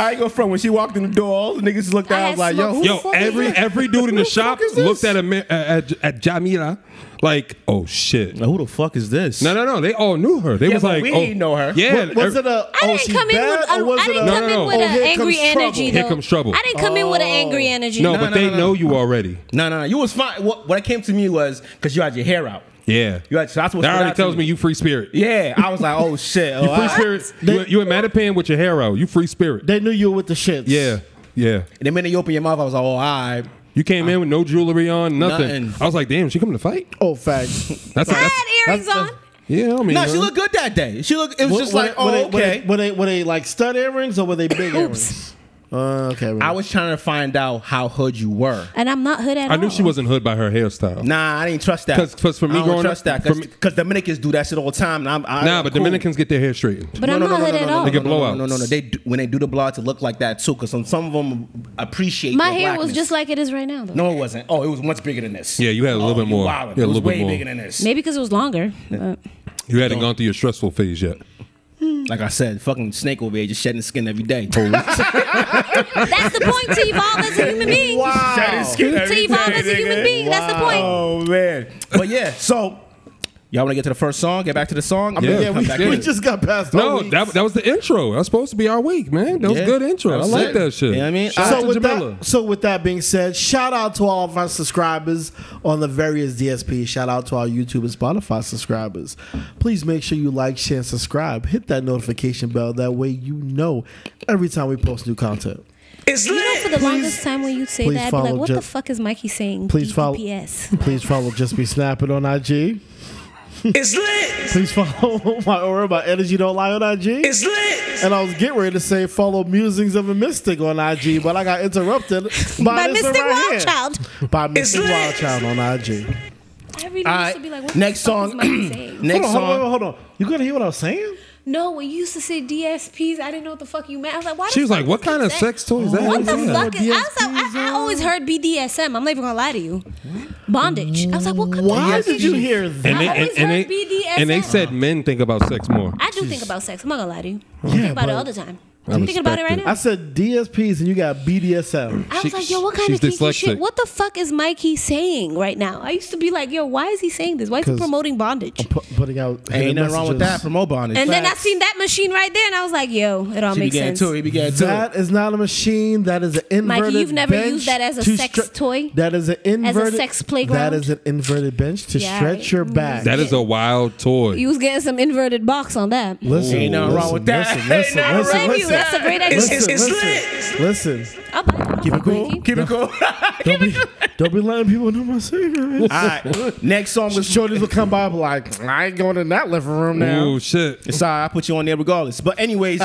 Speaker 5: I ain't go front. When she walked in the door, all the niggas looked
Speaker 2: I
Speaker 5: at. I was
Speaker 2: had
Speaker 5: like, yo,
Speaker 2: smoke
Speaker 5: who
Speaker 4: Yo,
Speaker 5: the fuck is
Speaker 4: every
Speaker 5: that?
Speaker 4: every dude in the,
Speaker 5: Who the
Speaker 4: shop
Speaker 5: fuck is
Speaker 4: looked
Speaker 5: this?
Speaker 4: at a ma- at, at, at Jamila like, oh shit.
Speaker 1: Who the fuck is this?
Speaker 4: No, no, no. They all knew her. They
Speaker 5: Yeah,
Speaker 4: was
Speaker 5: but
Speaker 4: like,
Speaker 5: we
Speaker 4: oh,
Speaker 5: didn't know her.
Speaker 4: Yeah,
Speaker 3: Wa- was
Speaker 4: every-
Speaker 3: it a?
Speaker 2: I
Speaker 3: oh,
Speaker 2: didn't
Speaker 3: she
Speaker 2: come in
Speaker 3: bad,
Speaker 2: with
Speaker 3: or
Speaker 2: a,
Speaker 3: was
Speaker 2: I
Speaker 3: it
Speaker 2: didn't
Speaker 3: a-
Speaker 2: come
Speaker 4: no, no.
Speaker 2: in with
Speaker 4: Oh,
Speaker 2: an
Speaker 3: here
Speaker 2: angry
Speaker 3: comes trouble.
Speaker 2: energy
Speaker 4: Here
Speaker 2: though.
Speaker 4: comes trouble. Oh.
Speaker 2: I didn't come in with an angry energy.
Speaker 4: no,
Speaker 1: No,
Speaker 4: but
Speaker 1: no,
Speaker 4: they
Speaker 1: no, no.
Speaker 4: know you already.
Speaker 1: No, no, no. You was fine. What, what came to me was because you had your hair out.
Speaker 4: Yeah,
Speaker 1: You had, so that's what
Speaker 4: that
Speaker 1: stood
Speaker 4: already
Speaker 1: out to
Speaker 4: tells me you free spirit.
Speaker 1: Yeah, I was like, oh shit. Oh,
Speaker 4: Free
Speaker 1: I-
Speaker 4: spirit. You, you in Mattapan with your hair out. You free spirit.
Speaker 3: They knew you were with the shits.
Speaker 4: Yeah, yeah.
Speaker 1: and the minute you open your mouth, I was like, oh, I.
Speaker 4: You came in with no jewelry on, nothing.
Speaker 1: Nothing.
Speaker 4: I was like, damn, she coming to fight?
Speaker 3: Oh, fact.
Speaker 4: That's,
Speaker 2: I
Speaker 4: that's
Speaker 2: had earrings
Speaker 3: that's
Speaker 2: on.
Speaker 3: the-
Speaker 4: yeah. I mean, uh,
Speaker 1: No,
Speaker 4: huh?
Speaker 1: she looked good that day. She looked. It was
Speaker 3: Wa-
Speaker 1: just
Speaker 3: were
Speaker 1: like,
Speaker 3: they- were they-
Speaker 1: oh,
Speaker 3: were they-
Speaker 1: okay.
Speaker 3: Were they, were they like stud earrings or were they big earrings? Uh, okay.
Speaker 1: I was trying to find out how hood you were.
Speaker 2: And I'm not hood at
Speaker 4: I
Speaker 2: all.
Speaker 4: knew she wasn't hood by her hairstyle.
Speaker 1: Nah, I didn't trust that.
Speaker 4: 'Cause- 'cause for me
Speaker 1: I don't
Speaker 4: growing
Speaker 1: trust
Speaker 4: up-
Speaker 1: that
Speaker 4: for me-
Speaker 1: because Dominicans do that shit all the time. And I'm, I,
Speaker 4: nah, but
Speaker 1: cool.
Speaker 4: Dominicans get their hair straightened.
Speaker 2: But I'm not hood at all.
Speaker 4: They get
Speaker 1: no, no,
Speaker 4: blowouts.
Speaker 1: no, no, no. They do, when they do the blowout to look like that too, because some some of them appreciate.
Speaker 2: My
Speaker 1: their
Speaker 2: hair was
Speaker 1: blackness.
Speaker 2: just like it is right now though.
Speaker 1: No, it wasn't. Oh, it was much bigger than this.
Speaker 4: Yeah, you had a little
Speaker 1: Oh,
Speaker 4: bit more.
Speaker 1: wildin'.
Speaker 4: You had a
Speaker 1: it was
Speaker 4: little bit
Speaker 1: way
Speaker 4: more.
Speaker 1: bigger than this.
Speaker 2: Maybe because it was longer. but-
Speaker 4: You hadn't gone through your stressful phase yet.
Speaker 1: Like I said, fucking snake over here just shedding skin every day.
Speaker 2: That's the point to evolve as a human being. To evolve as a human being. That's the point.
Speaker 5: Oh man.
Speaker 1: but yeah,
Speaker 5: So
Speaker 1: y'all want to get to the first song? Get back to the song. I'm
Speaker 4: Yeah.
Speaker 1: gonna
Speaker 3: Yeah,
Speaker 1: come
Speaker 3: we,
Speaker 1: back
Speaker 4: Yeah.
Speaker 1: in.
Speaker 3: we just got past.
Speaker 4: No,
Speaker 3: all weeks.
Speaker 4: that, that was the intro. That was supposed to be our week, man. That was
Speaker 1: Yeah.
Speaker 4: good intro.
Speaker 1: That's
Speaker 4: I like
Speaker 1: it.
Speaker 4: that shit.
Speaker 1: You know what I mean?
Speaker 4: Shout
Speaker 1: So
Speaker 4: out to
Speaker 3: with
Speaker 4: Jamila.
Speaker 3: that, so with that being said, shout out to all of our subscribers on the various DSPs. Shout out to our YouTube and Spotify subscribers. Please make sure you like, share, and subscribe. Hit that notification bell. That way you know every time we post new content.
Speaker 2: You know, for the longest time when you say
Speaker 3: please
Speaker 2: that, I'd be like,
Speaker 3: follow
Speaker 2: what
Speaker 3: Ju-
Speaker 2: the fuck is Mikey saying? E
Speaker 3: Please follow.
Speaker 2: BPS.
Speaker 3: Please follow Just Be Snapping on IG.
Speaker 7: It's lit.
Speaker 3: Please follow my aura, my energy don't lie on IG.
Speaker 7: It's lit.
Speaker 3: And I was getting ready to say follow musings of a mystic on IG, but I got interrupted by,
Speaker 2: By
Speaker 3: this one
Speaker 2: Mr.
Speaker 3: right here.
Speaker 2: Wildchild.
Speaker 3: By Mr.
Speaker 7: lit.
Speaker 3: Wildchild on IG.
Speaker 2: I really
Speaker 1: All
Speaker 2: used to be like, what
Speaker 1: right,
Speaker 2: the
Speaker 1: next
Speaker 2: fuck is
Speaker 1: song.
Speaker 2: Mikey saying?
Speaker 1: Next
Speaker 3: hold on, hold on,
Speaker 1: song.
Speaker 3: hold on. You gonna hear what I was saying?
Speaker 2: No, when you used to say DSPs, I didn't know what the fuck you meant. I was like, why the
Speaker 4: She was
Speaker 2: fuck
Speaker 4: like, "What
Speaker 2: is
Speaker 4: kind of
Speaker 2: that?"
Speaker 4: sex toy is that?"
Speaker 2: What the
Speaker 4: Yeah.
Speaker 2: fuck? Is, I was like, I, I always
Speaker 4: uh?
Speaker 2: heard BDSM. I'm not even gonna lie to you. Bondage. I was like, what? kind of
Speaker 3: Why
Speaker 2: fuck
Speaker 3: did
Speaker 2: is
Speaker 3: you
Speaker 2: it?
Speaker 3: hear that?
Speaker 4: And they,
Speaker 2: I
Speaker 4: and,
Speaker 2: always
Speaker 4: and
Speaker 2: heard
Speaker 4: they,
Speaker 2: BDSM.
Speaker 4: and they said men think about sex more.
Speaker 2: I do think about sex. I'm not gonna lie to you. I
Speaker 3: Yeah,
Speaker 2: think about it
Speaker 3: but-
Speaker 2: all the time. I'm thinking about it right
Speaker 4: respect
Speaker 2: now.
Speaker 3: I said DSPs and you got BDSM.
Speaker 2: I was
Speaker 4: She-
Speaker 2: like, yo, what kind
Speaker 4: she's
Speaker 2: of kinky
Speaker 4: dyslexic.
Speaker 2: shit? What the fuck is Mikey saying right now? I used to be like, yo, why is he saying this? Why is he
Speaker 3: 'Cause-
Speaker 2: promoting bondage?
Speaker 3: Pu- putting out hidden
Speaker 1: Ain't nothing wrong with that.
Speaker 3: messages.
Speaker 1: Promo bondage.
Speaker 2: And then I
Speaker 1: Facts.
Speaker 2: seen that machine right there, and I was like, yo, it all
Speaker 1: He
Speaker 2: makes
Speaker 1: began
Speaker 2: sense.
Speaker 1: to. He began to.
Speaker 3: That is not a machine. That is an inverted.
Speaker 2: you've never
Speaker 3: bench
Speaker 2: used that as a
Speaker 3: to
Speaker 2: sex toy?
Speaker 3: That is an inverted
Speaker 2: sex playground?
Speaker 3: That is an inverted bench to
Speaker 2: Yeah,
Speaker 3: stretch your
Speaker 2: right. Mm-hmm.
Speaker 3: back.
Speaker 4: That is a wild toy.
Speaker 2: You was getting some inverted box on that.
Speaker 3: listen,
Speaker 1: Ain't nothing wrong
Speaker 3: listen,
Speaker 1: with that.
Speaker 3: Listen,
Speaker 1: Ain't
Speaker 3: listen,
Speaker 1: nothing
Speaker 3: listen,
Speaker 2: Thank you.
Speaker 3: listen,
Speaker 2: That's a great idea.
Speaker 7: It's- it's
Speaker 3: listen, listen.
Speaker 2: I'll buy it. I'll
Speaker 1: Keep it
Speaker 2: buy
Speaker 1: cool. Keep it cool.
Speaker 3: Don't be, don't be letting people know my secrets.
Speaker 1: All right. Next song was
Speaker 3: Shorties will come by, and be like, I ain't going in that living room now.
Speaker 4: oh shit!
Speaker 1: It's all right. I put you on there regardless. But anyways,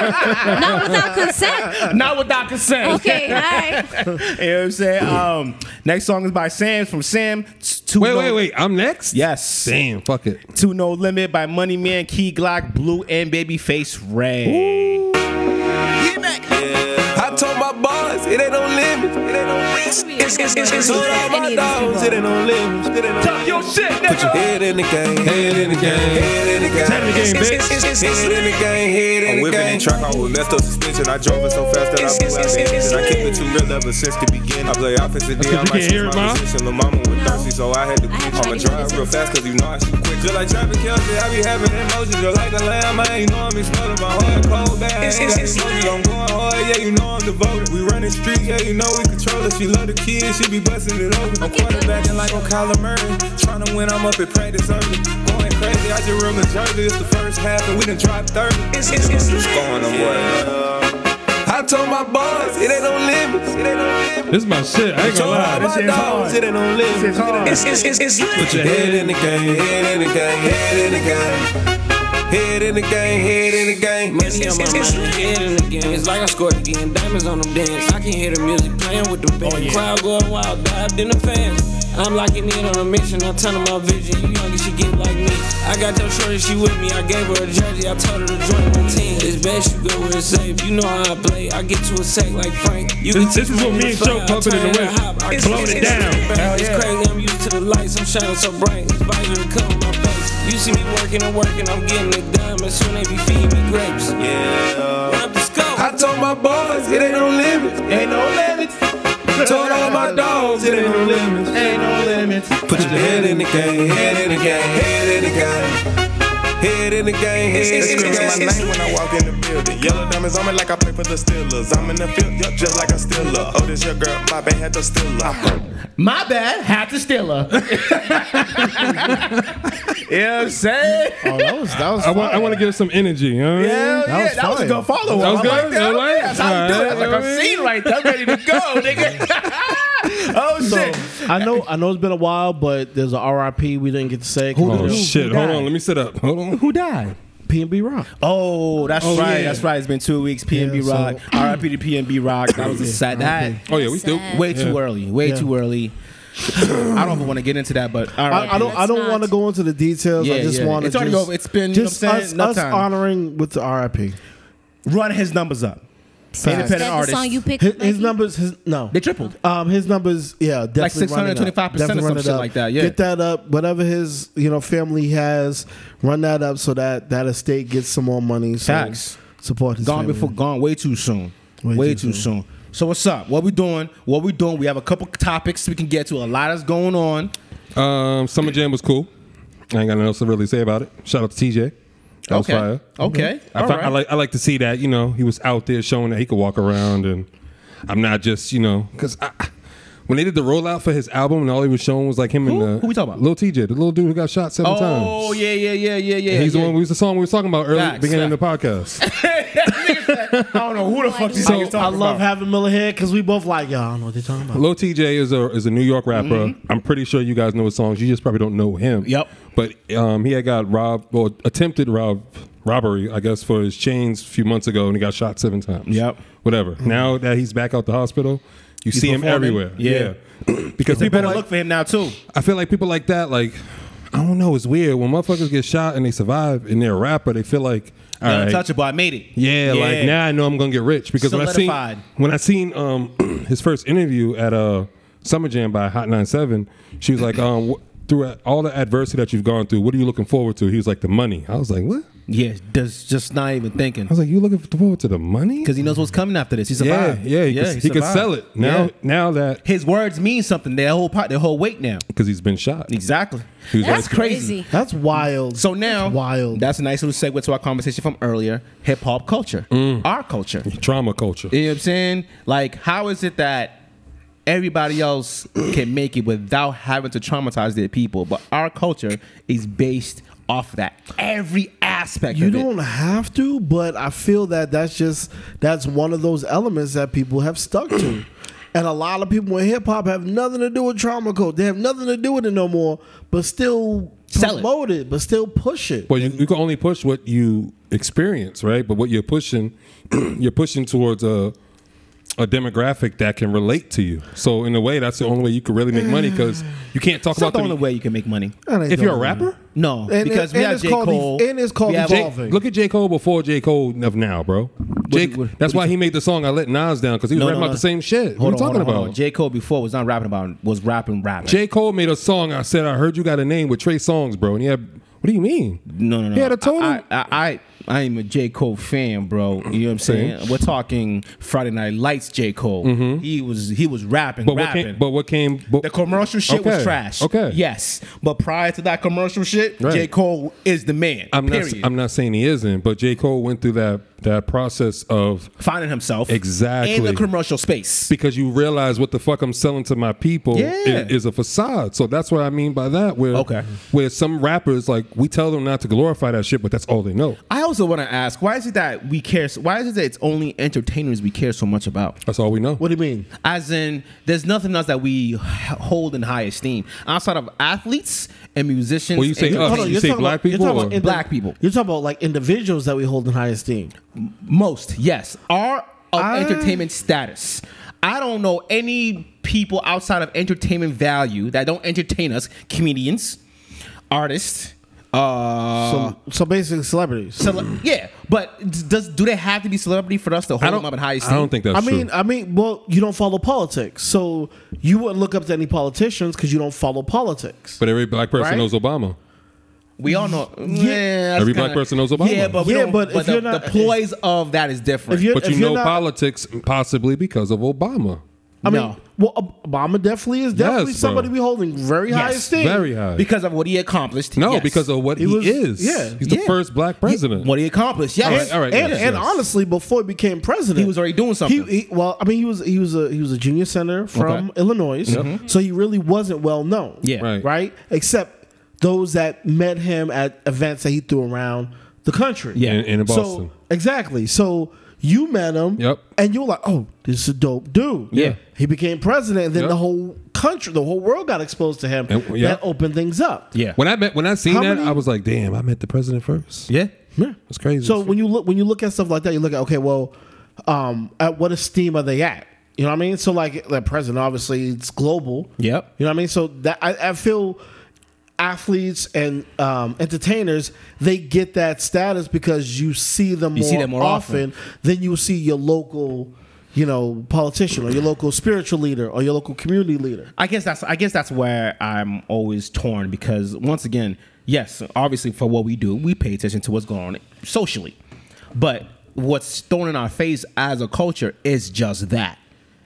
Speaker 2: Not without consent.
Speaker 1: not without consent.
Speaker 2: Okay, all right.
Speaker 1: you know what I'm saying? Um, next song is by Sam from Sam. It's Two
Speaker 4: Wait,
Speaker 1: No-
Speaker 4: wait, wait! I'm next.
Speaker 1: Yes.
Speaker 4: Damn. Fuck it.
Speaker 1: To No Limit by Money Man, Key Glock, Blue, and Babyface Ray.
Speaker 7: I told my boss, it ain't no limit. It ain't no limits. It's, it's, it's, it's all about my dogs. It ain't no limits. It ain't no limits. shit, nigga. Put your head in the game.
Speaker 4: Head in the game.
Speaker 7: Head in the game.
Speaker 4: Head in the
Speaker 7: It's-
Speaker 4: game, bitch.
Speaker 7: it's- it's- it's- it's Head in the game. Head in
Speaker 8: I'm
Speaker 7: the
Speaker 8: whipping
Speaker 7: game.
Speaker 8: and track, I with messed up suspension. I drove it so fast that I blew out the engine. I kept it too real ever since the beginning. I play offense and then I
Speaker 4: You
Speaker 8: might
Speaker 4: can't hear
Speaker 8: shoot
Speaker 4: it, Ma?
Speaker 8: my position. Lil' mama was thirsty, so I had to
Speaker 2: I had to
Speaker 8: quit. I'ma
Speaker 2: try to
Speaker 8: drive
Speaker 2: do
Speaker 8: real
Speaker 2: this.
Speaker 8: fast, cause you know I shoot quick. Just like traffic Kelsey, I be having emotions. Just like the lamb, I ain't know I'm exploding. My heart cold, bad. I ain't got emotions. I'm going hard, yeah, you know I'm devoted. We running street, yeah, you know we control it. She love the kids, she be busting it open. I'm quarterbacking like I'm Kyler Murray. Trying to win, I'm up at practice early. Going crazy, I just ruined jersey. It's the first half, and we done dropped 30. It's, it's, it's, it's going on,
Speaker 7: I told my boys, it ain't no limits. It ain't no limits.
Speaker 4: This is my shit. I ain't gonna
Speaker 7: Told
Speaker 4: lie.
Speaker 7: all
Speaker 4: This
Speaker 7: my
Speaker 5: shit's
Speaker 7: dogs,
Speaker 5: hard.
Speaker 7: it ain't no limits.
Speaker 5: This shit's hard.
Speaker 7: It's, it's, it's, it's lit.
Speaker 4: your head in
Speaker 7: the game. Head in the game. Head in the game. Head in the game. Head in the game.
Speaker 6: Money on my mind, head in the game. It's like I scored again. Diamonds on them dance. I can hear the music playing with the band. Crowd going wild, dived in the fan. I'm locking in on a mission. I'm turning my vision. You young as she get like me. I got your shorty, she with me. I gave her a jersey. I told her to join my team. It's best you go where it's safe. You know how I play. I get to a sack like Frank. You
Speaker 4: This- this is what me and Joe pumping
Speaker 6: pumping
Speaker 4: in the whip. Blowing it down. Hell
Speaker 6: It's
Speaker 4: yeah.
Speaker 6: crazy. I'm used to the lights. I'm shining so bright. It's visor to cover my face. You see me working and working. I'm getting it done. As soon they be feeding me grapes. Up the scope.
Speaker 7: I told my boys, it ain't no limits. Ain't no limits. Told all my dogs, it ain't no limits. Ain't no limits. Put your head in the game. Head in the game. Head in the game. Head in the game. Head in the
Speaker 8: Screaming my
Speaker 7: game.
Speaker 8: name when I walk in the building. Yellow diamonds on me like I play for the Steelers. I'm in the field, yup, just like a Steeler. Oh, this your girl, my bad, had to steal her.
Speaker 1: My bad, had to steal her. you know what I'm saying?
Speaker 3: Oh, that was that was.
Speaker 4: I want, I
Speaker 3: fire.
Speaker 4: want to give some energy. Huh?
Speaker 1: Hell
Speaker 3: That
Speaker 1: yeah,
Speaker 3: was
Speaker 1: that was a
Speaker 3: fire.
Speaker 1: good follow up.
Speaker 4: That was good?
Speaker 1: Like that.
Speaker 4: You like it?
Speaker 1: That's how you do it. That's
Speaker 4: Alright.
Speaker 1: like a scene right there. I'm ready to go, nigga. oh shit.
Speaker 3: So, I know I know it's been a while, but there's a RIP we didn't get to say.
Speaker 4: Oh shit! Hold
Speaker 1: died?
Speaker 4: on, let me set up. Hold on.
Speaker 1: Who died?
Speaker 3: P and B Rock.
Speaker 1: Oh, that's right.
Speaker 4: yeah.
Speaker 1: That's right. It's been two weeks. PNB
Speaker 3: Yeah,
Speaker 1: Rock. RIP to PNB Rock. That was a sad. That
Speaker 4: Oh yeah, we do.
Speaker 1: way too
Speaker 4: Yeah.
Speaker 1: early. Way
Speaker 3: Yeah.
Speaker 1: too early. I don't even want to get into that, but
Speaker 3: I, I don't. I
Speaker 2: let's
Speaker 3: don't
Speaker 2: not.
Speaker 3: want to go into the details. I
Speaker 1: Yeah,
Speaker 3: just
Speaker 1: yeah.
Speaker 3: want to.
Speaker 1: It's already
Speaker 3: just,
Speaker 1: over. It's been, you know
Speaker 3: just
Speaker 1: what I'm saying,
Speaker 3: us,
Speaker 1: enough
Speaker 3: us
Speaker 1: time.
Speaker 3: honoring with the RIP.
Speaker 1: run his numbers up.
Speaker 2: Is that
Speaker 1: Independent
Speaker 2: the
Speaker 1: artist.
Speaker 2: song you picked?
Speaker 3: His, his
Speaker 2: Mikey?
Speaker 3: numbers. His no.
Speaker 1: They tripled.
Speaker 3: Um, his numbers, yeah, definitely
Speaker 1: Like 625%
Speaker 3: run it up.
Speaker 1: or some
Speaker 3: Definitely run it
Speaker 1: shit
Speaker 3: up.
Speaker 1: like that, yeah.
Speaker 3: get that up. Whatever his you know family has, run that up so that that estate gets some more money. So
Speaker 1: Facts.
Speaker 3: Support his
Speaker 1: Gone
Speaker 3: family.
Speaker 1: before gone. Way too soon. Way,
Speaker 3: Way
Speaker 1: too,
Speaker 3: too
Speaker 1: soon. So what's up? What we doing? What we doing? We have a couple topics we can get to. A lot is going on.
Speaker 4: Um, Summer Jam was cool. I ain't got nothing else to really say about it. Shout out to TJ. That was
Speaker 1: okay.
Speaker 4: fire.
Speaker 1: Okay.
Speaker 4: I,
Speaker 1: All
Speaker 4: fi-
Speaker 1: right.
Speaker 4: I like I like to see that you know he was out there showing that he could walk around and I'm not just you know because when they did the rollout for his album and all he was showing was like him
Speaker 1: Who?
Speaker 4: and the
Speaker 1: Who we talking about?
Speaker 4: little TJ the little dude who got shot seven times
Speaker 1: Oh yeah, yeah, yeah, yeah, yeah.
Speaker 4: he's
Speaker 1: yeah.
Speaker 4: the one we was the song we was talking about early
Speaker 1: Facts,
Speaker 4: beginning of the podcast
Speaker 1: I don't know
Speaker 2: Oh,
Speaker 1: who the fuck this
Speaker 4: So,
Speaker 1: nigga's
Speaker 3: I
Speaker 1: talking
Speaker 3: love
Speaker 1: about.
Speaker 3: having Miller here because we both like y'all. I don't know what they're talking about.
Speaker 4: Lil TJ is a is a New York rapper
Speaker 1: Mm-hmm.
Speaker 4: I'm pretty sure you guys know his songs you just probably don't know him
Speaker 1: Yep.
Speaker 4: but um, he had got robbed or attempted rob robbery I guess for his chains a few months ago and he got shot seven times
Speaker 1: Yep.
Speaker 4: whatever now that he's back out the hospital you see him
Speaker 1: Mm-hmm. performing.
Speaker 4: everywhere
Speaker 1: Yeah.
Speaker 4: because
Speaker 1: We
Speaker 4: people
Speaker 1: better
Speaker 4: like-
Speaker 1: look for him now too.
Speaker 4: I feel like people like that, like, I don't know, it's weird. When motherfuckers get shot and they survive and they're a rapper, they feel like, all right,
Speaker 1: Untouchable. I made it.
Speaker 4: yeah, like now I know I'm gonna get rich because when I seen
Speaker 1: Solidified.
Speaker 4: when I seen um his first interview at uh Summer Jam by Hot 97, she was like, um, wh- through all the adversity that you've gone through, what are you looking forward to? He was like, the money. I was like, what? I
Speaker 1: Yeah, does just not even thinking
Speaker 4: was like, you looking forward to the money?
Speaker 1: because he knows what's coming after this. He
Speaker 4: yeah,
Speaker 1: survived.
Speaker 4: yeah, he, could, he could
Speaker 1: survived.
Speaker 4: sell it now.
Speaker 1: Yeah.
Speaker 4: Now that
Speaker 1: His words mean something. Their whole pot, their whole weight now.
Speaker 4: because he's been shot.
Speaker 1: Exactly.
Speaker 4: He was
Speaker 2: That's
Speaker 4: like-
Speaker 2: crazy.
Speaker 3: That's wild.
Speaker 1: So now,
Speaker 3: That's wild.
Speaker 1: That's a nice little segue to our conversation from earlier: hip hop culture, our culture.
Speaker 4: Mm. Trauma culture.
Speaker 1: You know what I'm saying? Like, how is it that everybody else can make it without having to traumatize their people? But our culture is based off that. Every aspect
Speaker 3: You
Speaker 1: of it.
Speaker 3: don't have to, but I feel that that's just that's one of those elements that people have stuck to. And a lot of people in hip hop have nothing to do with trauma code. They have nothing to do with it no more, but still
Speaker 1: Sell it.
Speaker 3: promote it. but still push it.
Speaker 4: Well, you, you can only push what you experience, right? But what you're pushing, you're pushing towards a a demographic that can relate to you. So in a way, that's the only way you can really make money because you can't talk
Speaker 1: It's not
Speaker 4: about
Speaker 1: the
Speaker 4: the
Speaker 1: only way you can make money.
Speaker 4: If you're a rapper,
Speaker 1: No,
Speaker 3: And-
Speaker 1: because we
Speaker 3: and
Speaker 1: have
Speaker 3: it's
Speaker 1: J
Speaker 3: called
Speaker 1: Cole.
Speaker 3: ev- and it's called
Speaker 1: we have-
Speaker 3: evolving.
Speaker 4: Jake, look at J Cole before J Cole of now, bro. Jake,
Speaker 1: what-
Speaker 4: that's why he made the song "I Let Nas Down" because he was
Speaker 1: No,
Speaker 4: rapping
Speaker 1: no,
Speaker 4: about
Speaker 1: no.
Speaker 4: the same shit. what are
Speaker 1: Hold
Speaker 4: you
Speaker 1: on, hold
Speaker 4: talking
Speaker 1: on, hold on.
Speaker 4: about?
Speaker 1: J Cole before was not rapping about was rapping rapping.
Speaker 4: J Cole made a song. I said I heard you got a name with Trey Songs, bro. And he had, what do you mean?
Speaker 1: No, no, no.
Speaker 4: He had a total.
Speaker 1: Uh, I, I, I, I am a J. Cole fan, bro. You know what I'm saying? We're talking Friday Night Lights, J. Cole. He was he was
Speaker 4: Mm-hmm.
Speaker 1: rapping,
Speaker 4: but what
Speaker 1: rapping.
Speaker 4: came? But what came? But,
Speaker 1: the commercial shit was
Speaker 4: Okay,
Speaker 1: trash.
Speaker 4: okay.
Speaker 1: Yes, but prior to that commercial shit,
Speaker 4: Right.
Speaker 1: J. Cole is the man.
Speaker 4: I'm
Speaker 1: period.
Speaker 4: not. I'm not saying he isn't. But J Cole went through that that process of
Speaker 1: finding himself
Speaker 4: Exactly.
Speaker 1: in the commercial space.
Speaker 4: because you realize what the fuck I'm selling to my people
Speaker 1: Yeah.
Speaker 4: i- is, a facade. So that's what I mean by that. Where
Speaker 1: Okay.
Speaker 4: where some rappers like we tell them not to glorify that shit, but that's all they know.
Speaker 1: I also want to ask, why is it that we care? so- Why is it that it's only entertainers we care so much about?
Speaker 4: That's all we know.
Speaker 3: What do you mean?
Speaker 1: As in, there's nothing else that we h- hold in high esteem outside of athletes and musicians.
Speaker 4: Well, you say
Speaker 1: and
Speaker 4: us,
Speaker 1: entertainers.
Speaker 4: you say black people
Speaker 3: You're talking
Speaker 4: or-
Speaker 3: about
Speaker 1: Black people.
Speaker 3: You're talking about like individuals that we hold in high esteem.
Speaker 1: Most, yes, are of entertainment status. I don't know any people outside of entertainment value that don't entertain us. Comedians, artists, uh,
Speaker 3: So, so basically, celebrities.
Speaker 1: cele- yeah. But d- does do they have to be celebrity for us to hold
Speaker 4: I don't.
Speaker 1: them up in high esteem?
Speaker 4: I don't think that's
Speaker 3: I mean,
Speaker 4: true.
Speaker 3: I mean, well, you don't follow politics, so you wouldn't look up to any politicians because you don't follow politics.
Speaker 4: But every black person
Speaker 1: Right?
Speaker 4: knows Obama.
Speaker 1: we all know. Yeah,
Speaker 4: Every
Speaker 1: uh, that's
Speaker 4: black
Speaker 1: kinda-
Speaker 4: person knows Obama.
Speaker 1: Yeah, but we
Speaker 3: Yeah,
Speaker 1: don't,
Speaker 3: but
Speaker 1: but,
Speaker 3: if
Speaker 1: the,
Speaker 3: you're not-
Speaker 1: the ploys of that is different.
Speaker 3: If you're-
Speaker 4: But you
Speaker 3: you're
Speaker 4: know
Speaker 3: not-
Speaker 4: politics possibly because of Obama.
Speaker 3: I mean,
Speaker 1: No.
Speaker 3: well, Ob- Obama definitely is definitely
Speaker 4: Yes, bro.
Speaker 3: somebody we holding very high
Speaker 1: Yes,
Speaker 3: esteem.
Speaker 4: Very high.
Speaker 1: because of what he accomplished.
Speaker 4: no,
Speaker 1: yes.
Speaker 4: because of what he,
Speaker 3: was-
Speaker 4: is.
Speaker 3: yeah.
Speaker 4: He's the
Speaker 1: Yeah.
Speaker 4: first black president.
Speaker 1: what he accomplished. Yes,
Speaker 4: All right, all right.
Speaker 3: and,
Speaker 4: yes,
Speaker 3: and
Speaker 4: yes.
Speaker 3: honestly, before he became president,
Speaker 1: He was already doing something.
Speaker 3: He, he- well, I mean, he was he was a he was a junior senator from Illinois, so he really wasn't well known.
Speaker 1: Yeah.
Speaker 4: Right.
Speaker 3: right. Except those that met him at events that he threw around the country.
Speaker 1: Yeah.
Speaker 4: And, and in Boston.
Speaker 3: So exactly. So you met him.
Speaker 4: Yep.
Speaker 3: And you were like, oh, this is a dope dude.
Speaker 1: Yeah.
Speaker 3: He became president, and then
Speaker 4: Yep.
Speaker 3: the whole country, the whole world got exposed to him.
Speaker 4: And- yeah.
Speaker 3: That opened things up.
Speaker 1: Yeah.
Speaker 4: when I met, when I seen
Speaker 3: How
Speaker 4: that,
Speaker 3: many-
Speaker 4: I was like, damn, I met the president first.
Speaker 1: yeah.
Speaker 3: Yeah.
Speaker 4: That's crazy.
Speaker 3: So when you look when you look at stuff like that, you look at okay, well, um, at what esteem are they at? You know what I mean? So like the president, obviously, it's global.
Speaker 1: Yep.
Speaker 3: You know what I mean? So that I, I feel athletes and um, entertainers they get that status because you see them
Speaker 1: You
Speaker 3: more,
Speaker 1: see them more
Speaker 3: often, than you see your local, you know, politician or your local spiritual leader or your local community leader.
Speaker 1: I guess that's I guess that's where I'm always torn because once again, yes, obviously for what we do, we pay attention to what's going on socially. But what's thrown in our face as a culture is just that.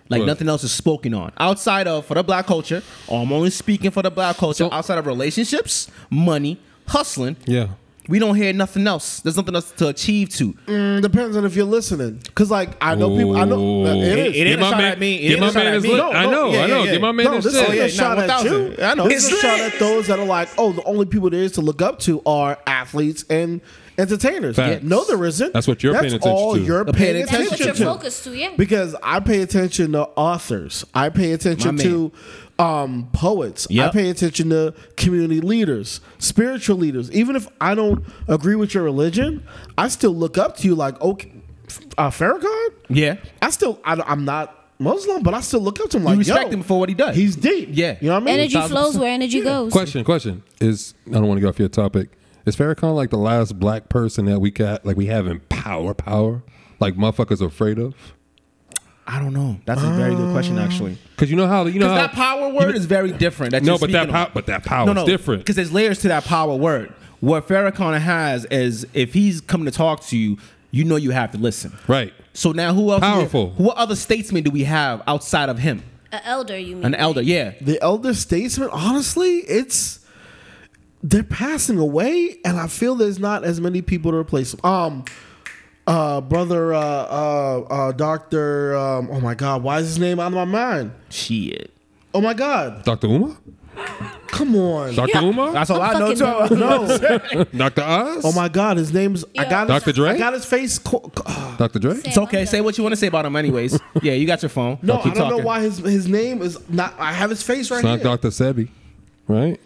Speaker 1: Like
Speaker 4: Right.
Speaker 1: nothing else is spoken on. Outside of for the black culture, or I'm only speaking for the black culture, outside of relationships, money, hustling.
Speaker 4: yeah.
Speaker 1: We don't hear nothing else. There's nothing else to achieve to.
Speaker 3: Mm, depends on if you're listening, because like I know people. I know
Speaker 4: Ooh.
Speaker 3: it is.
Speaker 1: It- it
Speaker 4: Give
Speaker 1: ain't a
Speaker 4: my
Speaker 1: shot
Speaker 4: man-
Speaker 1: at me. It
Speaker 4: give
Speaker 1: ain't
Speaker 4: my
Speaker 1: a shot
Speaker 4: man
Speaker 1: at
Speaker 4: his
Speaker 1: me.
Speaker 4: look.
Speaker 1: No,
Speaker 4: I
Speaker 1: no,
Speaker 4: know,
Speaker 1: yeah,
Speaker 4: I know.
Speaker 1: yeah,
Speaker 4: Give my man
Speaker 3: No,
Speaker 4: his
Speaker 3: this
Speaker 4: shit.
Speaker 3: is a
Speaker 1: yeah,
Speaker 3: shot
Speaker 1: nah,
Speaker 3: at you.
Speaker 1: 1000. I know.
Speaker 3: This is a shot at those that are like, oh, the only people there is to look up to are athletes and entertainers.
Speaker 4: Facts.
Speaker 3: No, there isn't.
Speaker 4: That's what you're
Speaker 3: That's
Speaker 4: paying attention
Speaker 3: all
Speaker 4: to.
Speaker 3: You're
Speaker 1: You're
Speaker 3: paying
Speaker 1: paying
Speaker 2: That's
Speaker 3: attention
Speaker 2: what you're
Speaker 3: to.
Speaker 2: focused to, yeah.
Speaker 3: Because I pay attention to authors. I pay attention
Speaker 1: My
Speaker 3: to um, poets. I
Speaker 1: Yep.
Speaker 3: pay attention to community leaders, spiritual leaders. Even if I don't agree with your religion, I still look up to you like, okay, uh, Farrakhan?
Speaker 1: Yeah.
Speaker 3: I still, I, am not Muslim, but I still look up to him like,
Speaker 1: You respect
Speaker 3: yo,
Speaker 1: him for what he does.
Speaker 3: He's deep.
Speaker 1: Yeah.
Speaker 3: You know what I mean?
Speaker 2: Energy
Speaker 1: thousand
Speaker 2: flows
Speaker 1: percent.
Speaker 2: where energy goes.
Speaker 4: Question, question is I don't want to get off your topic. Is Farrakhan like the last black person that we got like we have in power, power, like motherfuckers afraid of?
Speaker 1: I don't know. That's a very good question, actually.
Speaker 4: Because you know how Ah. you know
Speaker 1: Because
Speaker 4: how,
Speaker 1: that power word is very different. That
Speaker 4: No,
Speaker 1: you're
Speaker 4: but that
Speaker 1: speaking
Speaker 4: pow-
Speaker 1: on.
Speaker 4: but that power
Speaker 1: no,
Speaker 4: is
Speaker 1: no,
Speaker 4: different.
Speaker 1: Because there's layers to that power word. What Farrakhan has is if he's coming to talk to you, you know you have to listen.
Speaker 4: right.
Speaker 1: So now who else?
Speaker 4: Powerful.
Speaker 1: Who, what other statesmen do we have outside of him?
Speaker 2: An elder, you mean?
Speaker 1: An elder, yeah.
Speaker 3: the elder statesmen, honestly, it's they're passing away, and I feel there's not as many people to replace them. Um, uh, brother, uh, uh, uh doctor, um, oh my god, why is his name out of my mind?
Speaker 1: Shit.
Speaker 3: Oh my god,
Speaker 4: Dr. Uma?
Speaker 3: come on,
Speaker 4: Dr. Uma?
Speaker 1: That's all
Speaker 2: I'm
Speaker 1: i know.
Speaker 2: fucking
Speaker 1: Too.
Speaker 3: no,
Speaker 4: Dr. Oz?
Speaker 3: oh my god, his name's I
Speaker 2: Yo.
Speaker 3: got
Speaker 4: Dr.
Speaker 3: His,
Speaker 4: Dre?
Speaker 3: I got his face. Co- uh,
Speaker 4: Dr. Dre?
Speaker 1: It's okay. Say what you want to say about him, anyways. yeah, you got your phone.
Speaker 3: no, I
Speaker 1: keep
Speaker 3: don't know
Speaker 1: talking.
Speaker 3: why his his name is not. I have his face right
Speaker 4: It's not
Speaker 3: here.
Speaker 4: Dr. Sebi, right?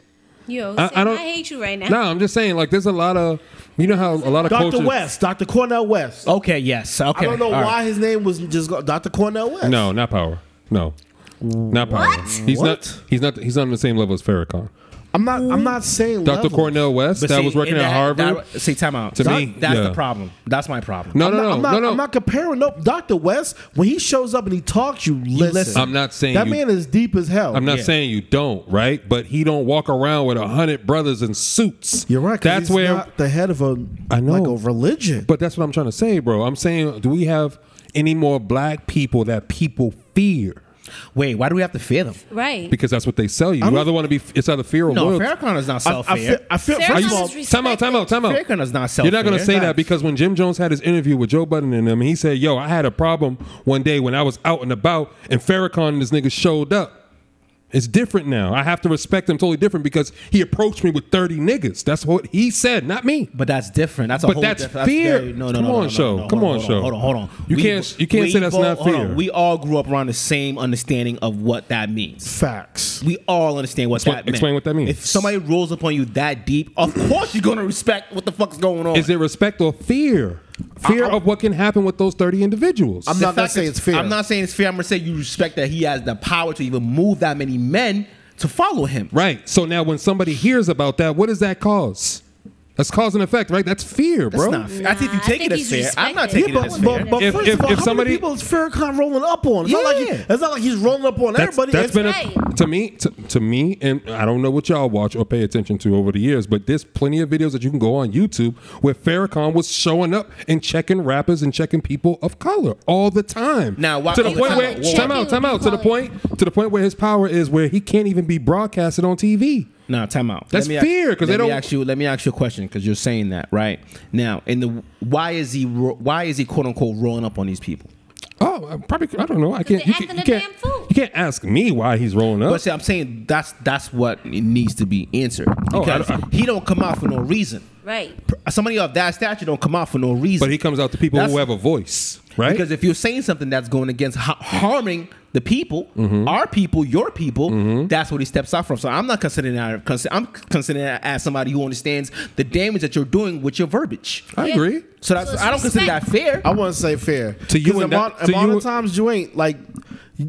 Speaker 2: Yo,
Speaker 4: I, I
Speaker 2: Sam,
Speaker 4: don't.
Speaker 2: I hate you right now.
Speaker 4: No, I'm just saying. Like, there's a lot of, you know how a lot of
Speaker 3: Dr.
Speaker 4: cultures-
Speaker 3: West, Dr. Cornell West.
Speaker 1: Okay, yes. Okay.
Speaker 3: I don't know
Speaker 4: all right.
Speaker 3: why his name was just go- Dr. Cornell West.
Speaker 4: No, not power. No, not power. He's not. He's not. He's not on the same level as Farrakhan.
Speaker 3: I'm not. I'm not saying
Speaker 4: Dr.
Speaker 3: level.
Speaker 4: Cornell West
Speaker 1: But
Speaker 4: that
Speaker 1: see,
Speaker 4: was working
Speaker 1: and
Speaker 4: at
Speaker 1: that-
Speaker 4: Harvard.
Speaker 1: that- see, time out.
Speaker 4: To
Speaker 1: That-
Speaker 4: me,
Speaker 1: Uh, that's
Speaker 4: yeah.
Speaker 1: the problem. That's my problem.
Speaker 4: no,
Speaker 3: I'm
Speaker 4: no,
Speaker 3: not,
Speaker 4: no,
Speaker 3: I'm not,
Speaker 4: no, no.
Speaker 3: I'm not comparing. Nope. Dr. West, when he shows up and he talks, you listen.
Speaker 1: listen.
Speaker 4: I'm not saying
Speaker 3: that
Speaker 4: you-
Speaker 3: man is deep as hell.
Speaker 4: I'm not
Speaker 1: Yeah.
Speaker 4: saying you don't, right? But he don't walk around with a hundred brothers in suits.
Speaker 3: You're right. 'cause
Speaker 4: That's
Speaker 3: he's
Speaker 4: where.
Speaker 3: not the head of a
Speaker 4: I know.
Speaker 3: like a religion.
Speaker 4: But that's what I'm trying to say, bro. I'm saying, do we have any more black people that people fear?
Speaker 1: Wait, why do we have to fear them?
Speaker 2: Right.
Speaker 4: Because that's what they sell you. You
Speaker 3: I'm-
Speaker 4: either want to be. It's either fear or
Speaker 1: No,
Speaker 4: loyalty.
Speaker 1: Farrakhan is not
Speaker 3: I,
Speaker 1: self
Speaker 3: I feel.
Speaker 1: fear.
Speaker 3: I feel
Speaker 2: Fair
Speaker 4: Are
Speaker 3: first
Speaker 4: you
Speaker 3: of all,
Speaker 2: enough.
Speaker 4: time out? Time out? Time out?
Speaker 1: Farrakhan is not self.
Speaker 4: You're not gonna say that because when Jim Jones had his interview with Joe Budden and them, he said, "Yo, I had a problem one day when I was out and about, and Farrakhan and this nigga showed up." It's different now. I have to respect him totally different because he approached me with 30 niggas. That's what he said, not me.
Speaker 1: But that's different. That's a
Speaker 4: But
Speaker 1: whole
Speaker 4: that's
Speaker 1: diff-
Speaker 4: fear.
Speaker 1: very- no, no,
Speaker 4: Come
Speaker 1: no, no,
Speaker 4: on,
Speaker 1: no, no,
Speaker 4: Show.
Speaker 1: no,
Speaker 4: Come
Speaker 1: hold
Speaker 4: on,
Speaker 1: hold
Speaker 4: Show.
Speaker 1: Hold on, hold on.
Speaker 4: You can't- you can't
Speaker 1: we
Speaker 4: say that's
Speaker 1: both-
Speaker 4: not
Speaker 1: hold on.
Speaker 4: fear.
Speaker 1: We all grew up around the same understanding of what that means.
Speaker 3: facts.
Speaker 1: We all understand what
Speaker 4: Explain-
Speaker 1: that meant.
Speaker 4: explain what that means.
Speaker 1: If somebody rolls upon you that deep, of course you're gonna respect what the fuck's going on.
Speaker 4: Is it respect or fear? Fear of what can happen with those 30 individuals.
Speaker 3: I'm
Speaker 1: The
Speaker 3: not gonna
Speaker 1: fact
Speaker 3: say
Speaker 1: is-
Speaker 3: it's fair.
Speaker 1: I'm not saying it's fair. I'm gonna say you respect that he has the power to even move that many men to follow him.
Speaker 4: right. So now when somebody hears about that, what does that cause? That's cause and effect, right? That's fear,
Speaker 1: That's
Speaker 4: bro.
Speaker 1: not fair. I think if you
Speaker 2: Nah, I
Speaker 1: take it
Speaker 2: think
Speaker 1: as
Speaker 2: he's
Speaker 1: fair, I'm not
Speaker 2: respected.
Speaker 1: taking
Speaker 3: Yeah,
Speaker 1: it as
Speaker 3: but,
Speaker 1: fair.
Speaker 3: but, but
Speaker 4: If-
Speaker 3: first
Speaker 4: if-
Speaker 3: of all,
Speaker 4: if
Speaker 3: how
Speaker 4: somebody-
Speaker 3: many people is Farrakhan rolling up on? It's not like he,
Speaker 1: Yeah.
Speaker 3: it's not like he's rolling up on
Speaker 4: That's-
Speaker 3: everybody.
Speaker 4: that's
Speaker 3: It's-
Speaker 4: been a,
Speaker 2: right.
Speaker 4: to me to, to me and i don't know what y'all watch or pay attention to over the years but there's plenty of videos that you can go on youtube where Farrakhan was showing up and checking rappers and checking people of color all the time
Speaker 1: Now, why-
Speaker 4: to the
Speaker 1: He
Speaker 4: point
Speaker 1: was
Speaker 4: where
Speaker 1: out
Speaker 4: time out
Speaker 2: checking
Speaker 4: time out to the
Speaker 2: people of
Speaker 4: point to the point where his power is where he can't even be broadcasted on tv
Speaker 1: No, time out.
Speaker 4: That's
Speaker 1: Let me ask-
Speaker 4: fear, 'cause they
Speaker 1: let me
Speaker 4: don't-
Speaker 1: Ask you, let me ask you a question because you're saying that right now. In the why is he ro- why is he quote unquote rolling up on these people?
Speaker 4: oh i probably i don't know i can't
Speaker 2: they
Speaker 4: you,
Speaker 2: acting
Speaker 4: can, you,
Speaker 2: a
Speaker 4: can't,
Speaker 2: damn fool.
Speaker 4: you can't ask me why he's rolling up
Speaker 1: But see, I'm saying that's that's what needs to be answered
Speaker 4: Oh, I
Speaker 1: because
Speaker 4: don't-
Speaker 1: he don't come out for no reason.
Speaker 2: Right.
Speaker 1: Somebody of that stature don't come out for no reason.
Speaker 4: But he comes out to people who
Speaker 1: That's-
Speaker 4: have a voice right
Speaker 1: Because if you're saying something that's going against ha- harming the people,
Speaker 4: Mm-hmm.
Speaker 1: our people, your people, that's what he steps out from. So I'm not considering that. consi- I'm considering that as somebody who understands the damage that you're doing with your verbiage.
Speaker 4: i agree
Speaker 1: So that's
Speaker 2: So it's
Speaker 1: I don't consider that
Speaker 2: respect.
Speaker 1: fair.
Speaker 3: I wouldn't say fair
Speaker 4: To you
Speaker 3: 'Cause
Speaker 4: and
Speaker 3: amount,
Speaker 4: that- to
Speaker 3: amount
Speaker 4: you-
Speaker 3: of times you ain't like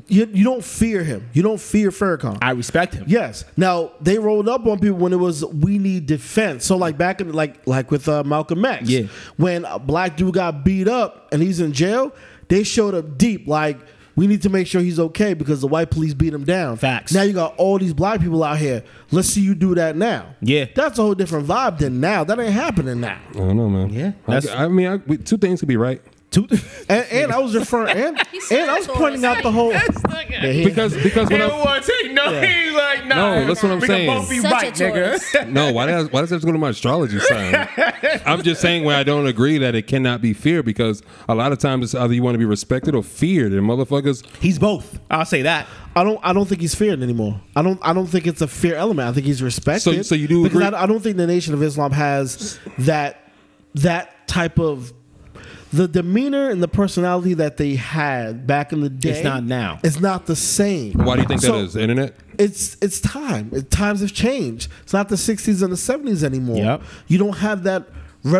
Speaker 3: you, you don't fear him. You don't fear Farrakhan.
Speaker 1: I respect him.
Speaker 3: Yes. Now they rolled up on people when it was we need defense. So like back in like like with uh, Malcolm X.
Speaker 1: Yeah.
Speaker 3: When a black dude got beat up and he's in jail, they showed up deep like. We need to make sure he's okay because the white police beat him down.
Speaker 1: Facts.
Speaker 3: Now you got all these black people out here. Let's see you do that now.
Speaker 1: Yeah.
Speaker 3: That's a whole different vibe than now. That ain't happening now.
Speaker 4: i don't know man
Speaker 1: Yeah,
Speaker 4: I-
Speaker 1: that's-
Speaker 4: I, mean I, we- two things could be right
Speaker 1: Two-
Speaker 3: And, and I was referring and, and I was pointing out the whole
Speaker 4: because because when I'm,
Speaker 5: want to take no. He's like,
Speaker 4: No, that's what I'm
Speaker 5: we
Speaker 4: saying.
Speaker 5: Can both be
Speaker 2: Such
Speaker 5: right,
Speaker 2: a
Speaker 5: nigga.
Speaker 2: tourist.
Speaker 4: No, why does why does that have to go to my astrology sign? I'm just saying where I don't agree that it cannot be fear because a lot of times it's either you want to be respected or feared, and motherfuckers.
Speaker 1: he's both. I'll say that.
Speaker 3: I don't. I don't think he's feared anymore. I don't. I don't think it's a fear element. I think he's respected.
Speaker 4: So- so you do
Speaker 3: because
Speaker 4: agree-
Speaker 3: I, I don't think the Nation of Islam has that that type of the demeanor and the personality that they had back in the day.
Speaker 1: It's not now.
Speaker 3: It's not the same.
Speaker 4: Why do you think
Speaker 3: So,
Speaker 4: that is? The internet?
Speaker 3: It's it's time. It- times have changed. It's not the '60s and the '70s anymore.
Speaker 1: Yep.
Speaker 3: You don't have that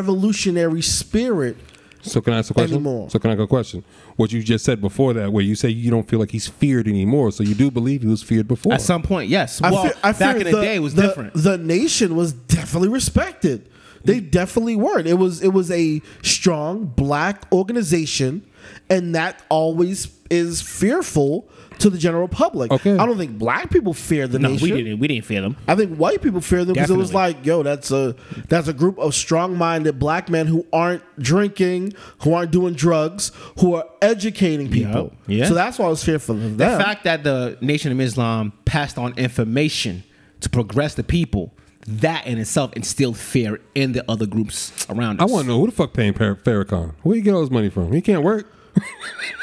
Speaker 3: revolutionary spirit.
Speaker 4: So can I ask a question?
Speaker 3: Anymore.
Speaker 4: So can I ask a question? What you just said before that, where you say you don't feel like he's feared anymore, so you do believe he was feared before.
Speaker 1: At some point, yes. well,
Speaker 3: fear- I
Speaker 1: back
Speaker 3: fear
Speaker 1: in the, day, it was different. Mm.
Speaker 3: The nation was definitely respected. They definitely weren't. It was it was a strong black organization, and that always is fearful to the general public.
Speaker 4: Okay.
Speaker 3: I don't think black people fear the
Speaker 1: no,
Speaker 3: nation.
Speaker 1: we didn't. We didn't fear them.
Speaker 3: I think white people fear them because it was
Speaker 1: Definitely.
Speaker 3: like, yo, that's a that's a group of strong-minded black men who aren't drinking, who aren't doing drugs, who are educating people.
Speaker 1: Yeah.
Speaker 3: So that's why I was fearful of
Speaker 1: The
Speaker 3: them.
Speaker 1: fact that the Nation of Islam passed on information to progress the people, that in itself instilled fear in the other groups around
Speaker 4: I
Speaker 1: us.
Speaker 4: want to know who the fuck paying Par- Farrakhan? Where he get all his money from? He can't work.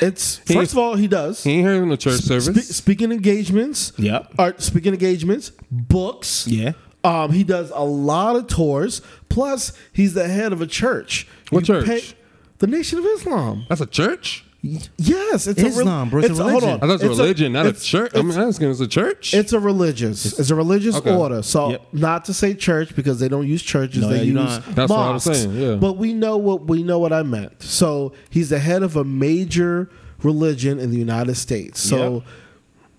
Speaker 3: it's first of all, he does.
Speaker 4: He ain't heard in the church
Speaker 3: Spe-
Speaker 4: service.
Speaker 3: speaking engagements.
Speaker 1: Yep.
Speaker 3: Or speaking engagements, books.
Speaker 1: Yeah.
Speaker 3: Um, he does a lot of tours. Plus, he's the head of a church.
Speaker 4: What
Speaker 3: You
Speaker 4: church?
Speaker 3: the Nation of Islam.
Speaker 4: That's a church.
Speaker 3: Yes, it's a
Speaker 1: Islam,
Speaker 3: re-
Speaker 1: bro, it's a
Speaker 3: hold
Speaker 1: religion.
Speaker 3: on.
Speaker 4: I thought it was
Speaker 3: It's
Speaker 4: religion, not a
Speaker 3: it's-
Speaker 4: church. I'm asking, it's a church?
Speaker 3: It's a religious. It's, a religious
Speaker 4: Okay.
Speaker 3: order. So
Speaker 1: Yep.
Speaker 3: not to say church because they don't use churches.
Speaker 1: No,
Speaker 3: they
Speaker 1: yeah,
Speaker 3: use
Speaker 1: you're
Speaker 3: mosques.
Speaker 1: not.
Speaker 4: That's what I was saying, yeah.
Speaker 3: But we know what we know what I meant. So he's the head of a major religion in the United States. So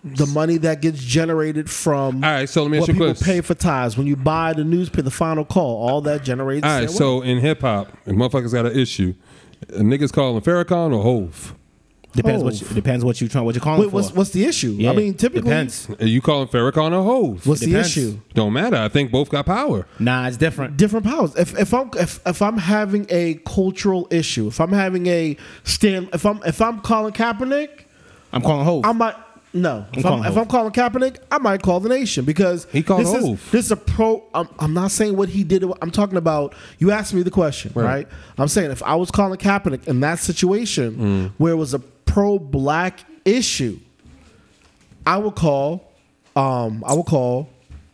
Speaker 3: the money that gets generated from
Speaker 4: All right, so let me ask
Speaker 3: what
Speaker 4: you a
Speaker 3: people
Speaker 4: question.
Speaker 3: pay for ties when you buy the newspaper, the final call, all that generates.
Speaker 4: All right,
Speaker 3: that
Speaker 4: so in hip hop, if motherfuckers got an issue, a niggas calling Farrakhan or Hove?
Speaker 1: Depends
Speaker 3: Oh.
Speaker 1: what you, depends what you trying what you're calling
Speaker 3: Wait,
Speaker 1: for.
Speaker 3: what's what's the issue? I
Speaker 1: Yeah,
Speaker 3: mean, typically,
Speaker 1: depends.
Speaker 4: Are you calling Farrakhan or Hove?
Speaker 3: what's
Speaker 1: Depends.
Speaker 3: the issue?
Speaker 4: Don't matter. I think both got power.
Speaker 1: Nah, it's different.
Speaker 3: Different powers. If if I'm if, if I'm having a cultural issue, if I'm having a stand, if I'm if I'm calling Kaepernick,
Speaker 1: I'm calling Hove.
Speaker 3: I might no. if, I'm,
Speaker 1: calling
Speaker 3: if
Speaker 1: Hove.
Speaker 3: I'm calling Kaepernick, I might call the nation because
Speaker 4: He called
Speaker 3: this
Speaker 4: Hove.
Speaker 3: is this is a pro. I'm, I'm not saying what he did. I'm talking about. You asked me the question, right? I'm saying if I was calling Kaepernick in that situation where it was a pro-black issue, I would call. Um, I would call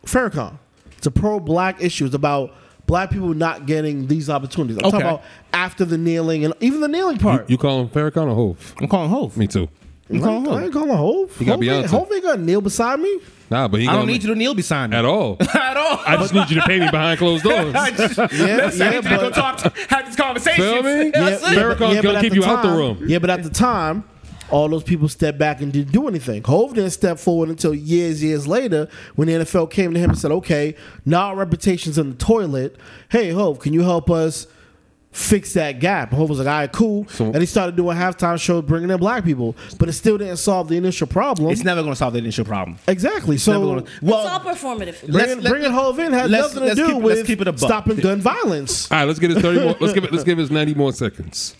Speaker 3: Farrakhan. It's a pro-black issue. It's about. Black people not getting these opportunities. I'm talking
Speaker 1: Okay.
Speaker 3: about after the kneeling and even the kneeling part.
Speaker 4: You calling Farrakhan or Hove?
Speaker 1: I'm calling Hove.
Speaker 4: Me too.
Speaker 1: I'm calling
Speaker 3: I
Speaker 1: Hove.
Speaker 3: ain't calling Hove.
Speaker 4: You got
Speaker 3: Hove ain't-
Speaker 4: Beyonce.
Speaker 3: Hove ain't gonna kneel beside me.
Speaker 4: Nah, but he
Speaker 1: I don't
Speaker 4: gonna-
Speaker 1: need you to kneel beside me
Speaker 4: at all.
Speaker 1: At all.
Speaker 4: I just need you to pay me behind closed doors.
Speaker 3: Yeah,
Speaker 5: Listen, I
Speaker 3: yeah,
Speaker 5: need you to go
Speaker 3: but-
Speaker 5: talk, to, have these conversations.
Speaker 4: Feel me?
Speaker 5: That's
Speaker 4: Yeah,
Speaker 5: it.
Speaker 4: Farrakhan's
Speaker 3: but-
Speaker 4: gonna
Speaker 3: but at
Speaker 4: keep you out the
Speaker 3: time-
Speaker 4: room.
Speaker 3: Yeah, but at the time, all those people stepped back and didn't do anything. Hove didn't step forward until years, years later when the NFL came to him and said, "Okay, now our reputation's in the toilet. Hey, Hove, can you help us?" Fix that gap. Hove was like, all right, cool.
Speaker 4: So-
Speaker 3: and he started doing halftime shows, bringing in black people, but it still didn't solve the initial problem.
Speaker 1: It's never gonna solve the initial problem.
Speaker 3: exactly.
Speaker 1: Never
Speaker 3: So,
Speaker 1: gonna- well,
Speaker 2: it's all performative.
Speaker 1: let's-
Speaker 3: bringing,
Speaker 1: let-
Speaker 3: bringing Hove in had
Speaker 1: let's-
Speaker 3: nothing to
Speaker 1: let's
Speaker 3: do
Speaker 1: keep- let's
Speaker 3: with
Speaker 1: keep it a buck.
Speaker 3: stopping gun violence.
Speaker 4: All right, let's get his thirty more. Let's give it. Let's give his ninety more seconds.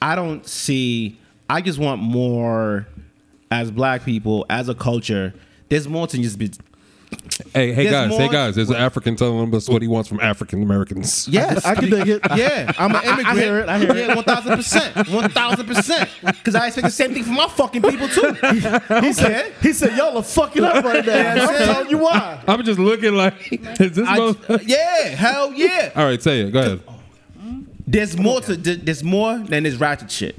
Speaker 1: I don't see. I just want more as black people, as a culture. There's more to just be.
Speaker 4: Hey, hey
Speaker 1: There's
Speaker 4: guys, hey
Speaker 1: more-
Speaker 4: guys. There's an African telling us what he wants from African Americans.
Speaker 1: Yes,
Speaker 3: I can dig it.
Speaker 1: Yeah, I'm an immigrant.
Speaker 3: I hear it, I hear it.
Speaker 1: yeah, one thousand percent, one thousand percent. Because I expect the same thing from my fucking people too.
Speaker 3: He said, he said, y'all are fucking up right now.
Speaker 1: Yeah,
Speaker 3: I'm
Speaker 1: that's it.
Speaker 3: telling you why.
Speaker 4: I'm just looking like is this.
Speaker 1: I-
Speaker 4: most-
Speaker 1: yeah, hell yeah.
Speaker 4: All right, say it. Go ahead.
Speaker 1: There's more to th- there's more than this ratchet shit.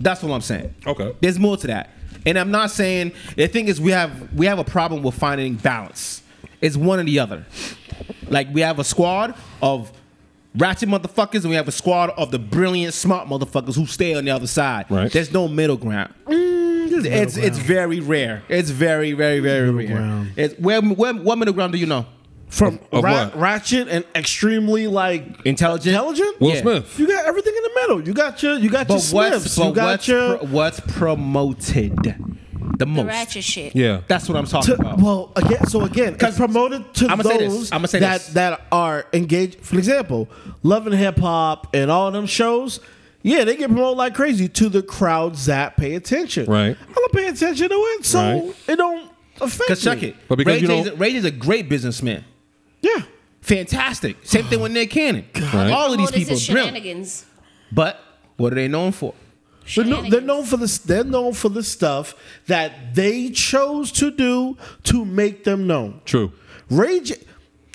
Speaker 1: That's what I'm saying.
Speaker 4: Okay.
Speaker 1: There's more to that. And I'm not saying the thing is we have we have a problem with finding balance. It's one or the other. Like we have a squad of ratchet motherfuckers and we have a squad of the brilliant smart motherfuckers who stay on the other side.
Speaker 4: Right.
Speaker 1: There's no middle ground. it's it's very rare. It's very very very rare.
Speaker 3: ground.
Speaker 1: It's where, where what middle ground do you know?
Speaker 3: From
Speaker 4: Of
Speaker 3: ra-
Speaker 4: what?
Speaker 3: ratchet and extremely like
Speaker 1: Intelligent.
Speaker 3: intelligent.
Speaker 4: Will
Speaker 1: Yeah.
Speaker 4: Smith.
Speaker 3: You got everything in the middle. You got your, you got your
Speaker 1: But what's
Speaker 3: snips.
Speaker 1: but
Speaker 3: You got
Speaker 1: what's,
Speaker 3: your.
Speaker 1: pro- what's promoted the
Speaker 2: The
Speaker 1: most?
Speaker 2: ratchet shit.
Speaker 4: Yeah.
Speaker 1: That's what I'm talking
Speaker 3: to-
Speaker 1: about.
Speaker 3: well, again, so again, it's promoted to
Speaker 1: I'ma say this.
Speaker 3: those
Speaker 1: I'ma say
Speaker 3: that
Speaker 1: this.
Speaker 3: that are engaged. For example, Love and Hip Hop and all them shows. Yeah, they get promoted like crazy to the crowds that pay attention.
Speaker 4: Right.
Speaker 3: I'm gonna pay attention to it, so
Speaker 4: Right.
Speaker 3: it don't affect.
Speaker 1: Cause check
Speaker 3: me.
Speaker 1: it.
Speaker 4: But because
Speaker 1: Ray,
Speaker 4: you
Speaker 1: J's,
Speaker 4: don't-
Speaker 1: Ray J's a great businessman.
Speaker 3: Yeah.
Speaker 1: Fantastic. Same thing with Nick Cannon. All of these
Speaker 2: Oh, this
Speaker 1: people
Speaker 2: is
Speaker 1: are brilliant.
Speaker 2: shenanigans.
Speaker 1: But what are they known for?
Speaker 3: They're, kno- they're
Speaker 2: Shenanigans.
Speaker 3: known for this. They're known for the stuff that they chose to do to make them known.
Speaker 4: True.
Speaker 3: Ray J.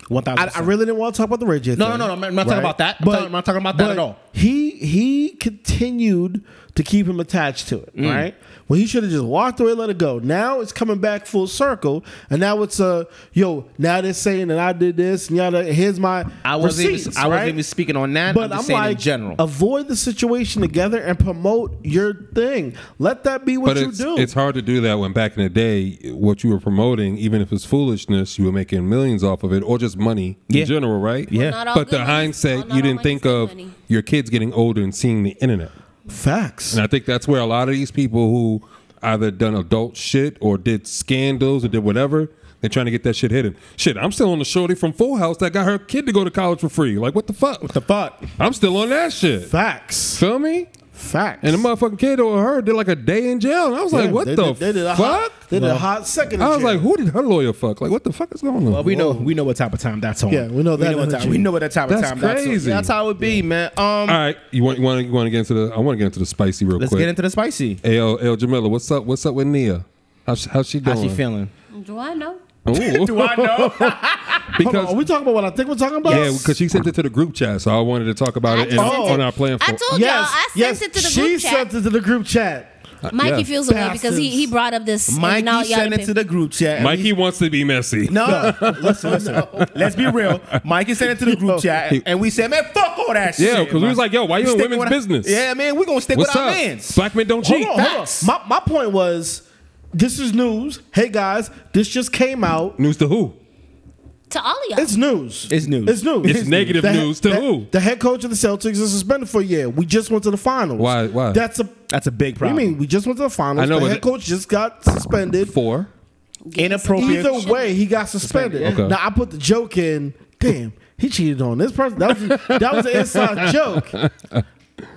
Speaker 1: One thousand.
Speaker 3: I, I really didn't want to talk about the Ray J.
Speaker 1: No, no,
Speaker 3: thing,
Speaker 1: no, no, I'm not- I'm not talking about that. I'm talking- I'm not talking about that
Speaker 3: but
Speaker 1: at all.
Speaker 3: He he continued to keep him attached to it,
Speaker 1: Mm.
Speaker 3: right? Well, he should have just walked away, let it go. Now it's coming back full circle, and now it's a yo. Now they're saying that I did this, and yada. Here's my
Speaker 1: I wasn't even-
Speaker 3: receipts,
Speaker 1: I wasn't
Speaker 3: right?
Speaker 1: even speaking on that. I'm just saying in general.
Speaker 3: avoid the situation together and promote your thing. Let that be what
Speaker 4: But
Speaker 3: you
Speaker 4: it's,
Speaker 3: do.
Speaker 4: it's hard to do that when back in the day, what you were promoting, even if it's foolishness, you were making millions off of it or just money
Speaker 1: Yeah.
Speaker 4: in general, right?
Speaker 1: Yeah.
Speaker 2: not all
Speaker 4: But
Speaker 2: good
Speaker 4: the
Speaker 2: money.
Speaker 4: hindsight,
Speaker 2: Not- not
Speaker 4: you
Speaker 2: all
Speaker 4: didn't
Speaker 2: money's
Speaker 4: think
Speaker 2: good
Speaker 4: of
Speaker 2: money.
Speaker 4: your kids getting older and seeing the internet.
Speaker 3: Facts.
Speaker 4: And I think that's where a lot of these people who either done adult shit or did scandals or did whatever, they're trying to get that shit hidden. Shit, I'm still on the shorty from Full House that got her kid to go to college for free. Like, what the fuck?
Speaker 1: The fuck.
Speaker 4: I'm still on that shit.
Speaker 3: Facts.
Speaker 4: Feel me?
Speaker 3: Facts.
Speaker 4: And the motherfucking kid or her did like a day in jail. And I was
Speaker 3: Yeah,
Speaker 4: like, what
Speaker 3: they
Speaker 4: the
Speaker 3: did- they did a
Speaker 4: fuck?
Speaker 3: Hot, they did a hot second. in
Speaker 4: I was
Speaker 3: jail.
Speaker 4: like, who did her lawyer fuck? Like, what the fuck is going on?
Speaker 1: Well, we know we know what type of time that's on.
Speaker 3: Yeah, we know that
Speaker 1: We know what,
Speaker 3: energy.
Speaker 1: time, we know what that type of
Speaker 4: That's
Speaker 1: time that's
Speaker 4: crazy.
Speaker 1: on. Yeah, that's how it be, man. Um,
Speaker 4: All right, you want you want to, you want to get into the? I want to get into the spicy real
Speaker 1: let's
Speaker 4: quick.
Speaker 1: get into the spicy.
Speaker 4: Hey, yo, El Jamila, what's up? What's up with Nia? How's how's she doing?
Speaker 1: How's she feeling?
Speaker 2: Do I know?
Speaker 4: Ooh.
Speaker 5: Do I know?
Speaker 3: Hold on,
Speaker 4: because
Speaker 3: are we talking about what I think we're talking about?
Speaker 4: Yeah, because she sent it to the group chat, so I wanted to talk about
Speaker 2: I
Speaker 4: it
Speaker 2: just
Speaker 4: in-
Speaker 2: sent
Speaker 4: on
Speaker 2: it-
Speaker 4: our plan.
Speaker 2: I
Speaker 4: for-
Speaker 2: told y'all I sent it to the
Speaker 3: she
Speaker 2: group
Speaker 3: sent
Speaker 2: chat.
Speaker 3: it to the group chat.
Speaker 4: Uh,
Speaker 1: Uh,
Speaker 2: Mikey feels away because he, he
Speaker 3: Bastards.
Speaker 2: brought up this. and now
Speaker 5: Mikey
Speaker 2: y'all
Speaker 5: sent it
Speaker 2: didn't
Speaker 5: to
Speaker 2: pay-
Speaker 5: the group chat. and
Speaker 4: Mikey wants to be messy.
Speaker 5: No, listen, listen. Let's be real. Mikey sent it to the group chat, and we said, "Man, fuck all that shit."
Speaker 4: Yeah, 'cause we was like, yo, why you in
Speaker 5: stick
Speaker 4: women's
Speaker 5: with our-
Speaker 4: business?
Speaker 5: Yeah, man, we gonna stick
Speaker 4: What's
Speaker 5: with our
Speaker 4: up?
Speaker 5: mans.
Speaker 4: Black men don't
Speaker 3: Hold
Speaker 4: cheat.
Speaker 3: on, hold on.
Speaker 5: facts.
Speaker 3: My, my point was, this is news. Hey guys, this just came out.
Speaker 4: News to who?
Speaker 2: to all of y'all.
Speaker 3: It's news.
Speaker 1: It's news.
Speaker 3: It's news.
Speaker 4: It's negative
Speaker 3: The he-
Speaker 4: news to
Speaker 3: the-
Speaker 4: who?
Speaker 3: The head coach of the Celtics is suspended for a year. We just went to the finals.
Speaker 4: Why- why?
Speaker 3: That's a.
Speaker 1: That's a big
Speaker 3: What do
Speaker 1: problem.
Speaker 3: you mean? We just went to the finals.
Speaker 4: I know,
Speaker 3: the
Speaker 4: but
Speaker 3: head
Speaker 4: it-
Speaker 3: coach just got suspended.
Speaker 4: Four.
Speaker 1: Inappropriate.
Speaker 3: Either way, he got suspended.
Speaker 4: Okay.
Speaker 3: Now I put the joke in. Damn, he cheated on this person. That was that was an inside joke.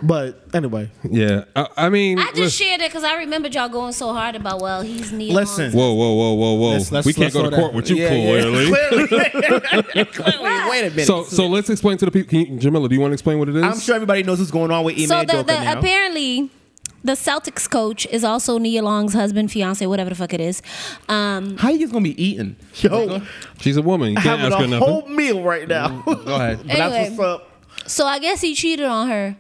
Speaker 3: But anyway,
Speaker 4: Yeah. I, I mean,
Speaker 2: I just
Speaker 4: listen-
Speaker 2: shared it because I remembered y'all going so hard about well he's knee.
Speaker 5: Listen.
Speaker 2: long.
Speaker 4: whoa, whoa, whoa, whoa, whoa.
Speaker 1: let's-
Speaker 4: we can't
Speaker 1: let's
Speaker 4: go to
Speaker 1: slow
Speaker 4: court
Speaker 1: down.
Speaker 4: with you,
Speaker 1: Yeah, yeah.
Speaker 4: clearly.
Speaker 1: Wait, wait a minute.
Speaker 4: So, so let's explain to the people. Can you, Jamila, do you want to explain what it is?
Speaker 5: I'm sure everybody knows what's going on with
Speaker 2: So
Speaker 5: Ime
Speaker 2: the,
Speaker 5: Joker
Speaker 2: the
Speaker 5: now.
Speaker 2: apparently the Celtics coach is also Nia Long's husband, fiance, whatever the fuck it is. Um,
Speaker 1: how you guys gonna be eating?
Speaker 3: yo,
Speaker 4: She's a woman. You can't
Speaker 3: having
Speaker 4: ask her
Speaker 3: a
Speaker 4: nothing.
Speaker 3: whole meal right now.
Speaker 1: Go ahead.
Speaker 3: But that's
Speaker 2: Anyway.
Speaker 3: what's up.
Speaker 2: so I guess he cheated on her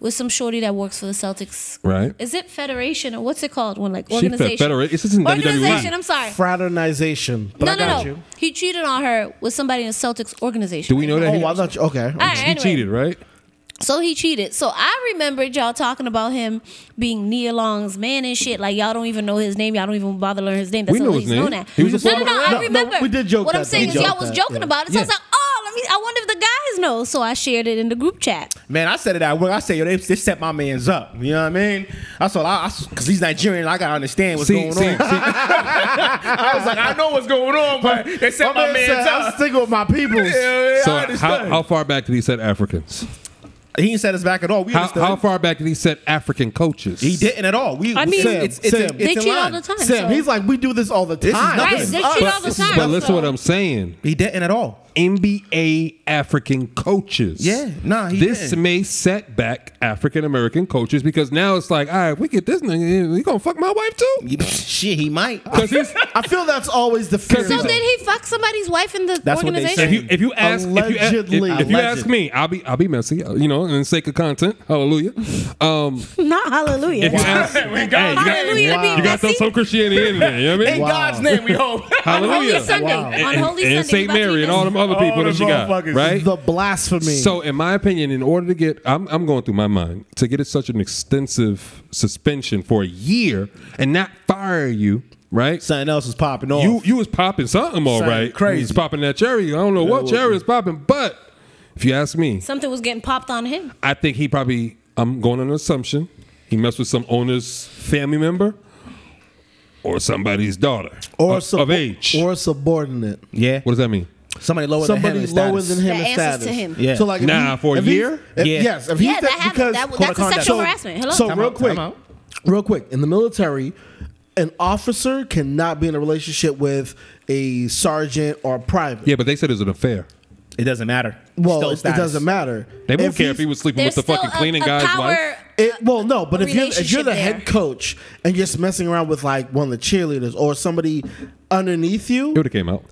Speaker 2: with some shorty that works for the Celtics.
Speaker 4: Right.
Speaker 2: Is it federation or what's it called when like
Speaker 4: She fe-
Speaker 2: organization?
Speaker 4: federa- it's just in WWE.
Speaker 2: organization. I'm sorry.
Speaker 3: Fraternization. But
Speaker 2: no,
Speaker 3: I got
Speaker 2: no, no.
Speaker 3: you.
Speaker 2: He cheated on her with somebody in the Celtics organization.
Speaker 4: Do we know that he,
Speaker 3: Oh, I thought you. Okay.
Speaker 2: All right,
Speaker 4: he
Speaker 2: anyway.
Speaker 4: cheated, right?
Speaker 2: So he cheated. So I remembered y'all talking about him being Nia Long's man and shit. Like y'all don't even know his name. Y'all don't even bother learn his name. That's
Speaker 4: We
Speaker 2: how
Speaker 4: know
Speaker 2: he's
Speaker 4: his name.
Speaker 2: known at.
Speaker 4: He was a
Speaker 2: no, no,
Speaker 4: former-
Speaker 2: no,
Speaker 3: No,
Speaker 2: I
Speaker 3: no,
Speaker 2: remember.
Speaker 3: we did joke
Speaker 2: What I'm
Speaker 3: that,
Speaker 2: saying
Speaker 3: though.
Speaker 2: is
Speaker 3: We
Speaker 2: y'all
Speaker 3: joked
Speaker 2: was
Speaker 3: that,
Speaker 2: joking
Speaker 3: yeah.
Speaker 2: about it. So I was like, oh, let me. I wonder if the guys know. So I shared it in the group chat.
Speaker 5: Man, I said it out. When I say yo, they, they set my man's up. You know what I mean? That's all. I because he's Nigerian. I gotta understand what's going on. I was like, I know what's going on, but they set my,
Speaker 3: man
Speaker 5: man's
Speaker 3: said,
Speaker 5: up.
Speaker 3: I'm sticking with my people.
Speaker 5: Yeah, yeah, I
Speaker 4: so how,
Speaker 5: understand.
Speaker 4: how far back did he set Africans?
Speaker 5: he didn't set us back at all. We
Speaker 4: How,
Speaker 5: understood.
Speaker 4: how far back did he set African coaches?
Speaker 5: He didn't at all. We.
Speaker 2: I mean,
Speaker 5: Sam, it's, it's,
Speaker 3: Sam,
Speaker 5: it's,
Speaker 3: they
Speaker 2: They
Speaker 5: in
Speaker 2: cheat all
Speaker 5: line.
Speaker 2: the time. so.
Speaker 3: Sam, he's like, we do this all the
Speaker 5: is
Speaker 3: time.
Speaker 5: not-
Speaker 2: right.
Speaker 5: this
Speaker 2: They
Speaker 5: is
Speaker 2: cheat
Speaker 5: us.
Speaker 2: all the
Speaker 5: This
Speaker 4: This
Speaker 5: is-
Speaker 4: is-
Speaker 2: time.
Speaker 4: but
Speaker 2: so.
Speaker 4: listen to what I'm saying.
Speaker 5: He didn't at all.
Speaker 4: NBA African coaches.
Speaker 5: Yeah, nah, he
Speaker 4: this
Speaker 5: didn't.
Speaker 4: may set back African American coaches because now it's like, all right, we get this nigga, he gonna fuck my wife too.
Speaker 5: Shit, he might.
Speaker 4: Because he's
Speaker 3: I feel that's always the fear.
Speaker 2: So
Speaker 3: though.
Speaker 2: did he fuck somebody's wife in the
Speaker 5: That's what they
Speaker 2: organization?
Speaker 4: if you if you ask if you, ask- if,
Speaker 3: Allegedly.
Speaker 4: if you ask
Speaker 5: Alleged.
Speaker 4: me, I'll be I'll be messy, you know, in the sake of content. Hallelujah. Um,
Speaker 2: Not hallelujah.
Speaker 4: if you ask, hey, you got,
Speaker 2: Hallelujah to be
Speaker 4: you got
Speaker 2: messy.
Speaker 4: throw some Christianity in there. You know what I mean?
Speaker 5: In God's name, we hope.
Speaker 2: Holy
Speaker 4: Hallelujah.
Speaker 2: Sunday. On Holy Sunday.
Speaker 4: and St.
Speaker 2: we about to
Speaker 4: Mary
Speaker 2: eat
Speaker 4: and all
Speaker 2: this.
Speaker 4: them other people
Speaker 5: them
Speaker 4: that she got,
Speaker 5: motherfuckers.
Speaker 4: right?
Speaker 3: the blasphemy?
Speaker 4: So, in my opinion, in order to get, I'm, I'm going through my mind to get such an extensive suspension for a year and not fire you, right?
Speaker 5: Something else was popping off.
Speaker 4: You you was popping something, all right.
Speaker 5: Something crazy.
Speaker 4: You was popping that cherry. I don't know what cherry was popping, but if you ask me,
Speaker 2: Something was getting popped on him.
Speaker 4: I think he probably. I'm going on an assumption. He messed with some owner's family member or somebody's daughter
Speaker 3: or
Speaker 4: of,
Speaker 3: sub-
Speaker 4: of age.
Speaker 3: or subordinate.
Speaker 5: yeah.
Speaker 4: what does that mean?
Speaker 1: Somebody lower
Speaker 3: Somebody
Speaker 1: than him. in
Speaker 3: lower
Speaker 1: status.
Speaker 3: than him
Speaker 2: That
Speaker 3: in
Speaker 2: answers
Speaker 3: status.
Speaker 2: to him.
Speaker 1: Yeah.
Speaker 3: So like if
Speaker 4: Nah,
Speaker 3: he-
Speaker 4: for a
Speaker 3: if he-
Speaker 4: year?
Speaker 3: if-
Speaker 1: Yeah.
Speaker 3: Yes. If he
Speaker 2: Yeah,
Speaker 3: said-
Speaker 2: that happens.
Speaker 3: because-
Speaker 2: That, that's a
Speaker 1: of
Speaker 2: sexual
Speaker 1: conduct.
Speaker 2: harassment. Hello.
Speaker 3: So
Speaker 1: Time
Speaker 3: real
Speaker 1: out,
Speaker 3: quick,
Speaker 1: time out.
Speaker 3: real quick, in the military, an officer cannot be in a relationship with a sergeant or a private.
Speaker 4: Yeah, but they said it was an affair.
Speaker 5: It doesn't matter.
Speaker 3: Well,
Speaker 5: Still
Speaker 3: it, it
Speaker 5: status.
Speaker 3: doesn't matter.
Speaker 4: They won't
Speaker 3: If
Speaker 4: care if he
Speaker 3: he's-
Speaker 4: was sleeping
Speaker 2: There's
Speaker 4: with the
Speaker 2: still
Speaker 4: fucking
Speaker 2: a-
Speaker 4: cleaning
Speaker 2: a
Speaker 4: guy's
Speaker 2: power,
Speaker 4: wife.
Speaker 3: It, well, no, but if you're if you're
Speaker 2: relationship
Speaker 3: the
Speaker 2: there.
Speaker 3: head coach and you're messing around with like one of the cheerleaders or somebody underneath
Speaker 4: It
Speaker 3: you,
Speaker 4: would have came out.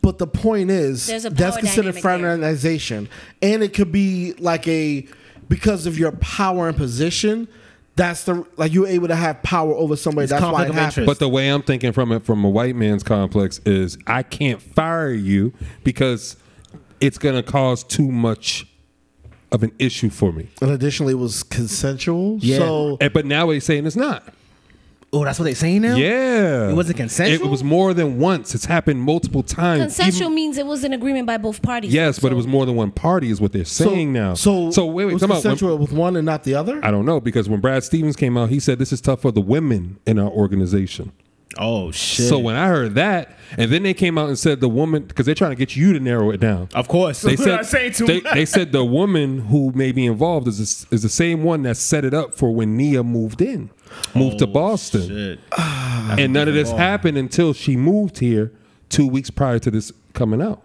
Speaker 3: but the point is
Speaker 2: There's a
Speaker 3: that's
Speaker 2: power
Speaker 3: considered
Speaker 2: dynamic
Speaker 3: fraternization, and it could be like a because of your power and position. That's the like you're able to have power over somebody. that's why
Speaker 1: conflict
Speaker 3: it
Speaker 1: of
Speaker 3: happens.
Speaker 1: interest.
Speaker 4: But the way I'm thinking from it, from a white man's complex, is I can't fire you because it's gonna cause too much of an issue for me.
Speaker 3: And additionally, it was consensual.
Speaker 1: Yeah.
Speaker 3: So
Speaker 4: And- But now they're saying it's not.
Speaker 1: Oh, that's what they're saying now.
Speaker 4: Yeah,
Speaker 1: It wasn't
Speaker 4: It
Speaker 1: consensual?
Speaker 4: was more than once. It's happened multiple times.
Speaker 2: Consensual
Speaker 4: Even-
Speaker 2: means it was an agreement by both parties.
Speaker 4: yes, but it
Speaker 2: So-
Speaker 4: was more than one party, is what they're saying now.
Speaker 3: So
Speaker 4: so wait,
Speaker 3: it
Speaker 4: wait,
Speaker 3: was
Speaker 4: come on.
Speaker 3: consensual with one and not the other.
Speaker 4: I don't know because when Brad Stevens came out, he said this is tough for the women in our organization.
Speaker 1: Oh shit.
Speaker 4: So when I heard that, and then they came out and said the woman because they're trying to get you to narrow it down.
Speaker 1: of course.
Speaker 4: They
Speaker 5: We're not
Speaker 4: said
Speaker 5: saying too
Speaker 4: they,
Speaker 5: much.
Speaker 4: they said the woman who may be involved is the, is the same one that set it up for when Nia moved in, moved to Boston,
Speaker 1: Oh, Shit.
Speaker 4: and none of this happened until she moved here two weeks prior to this coming out.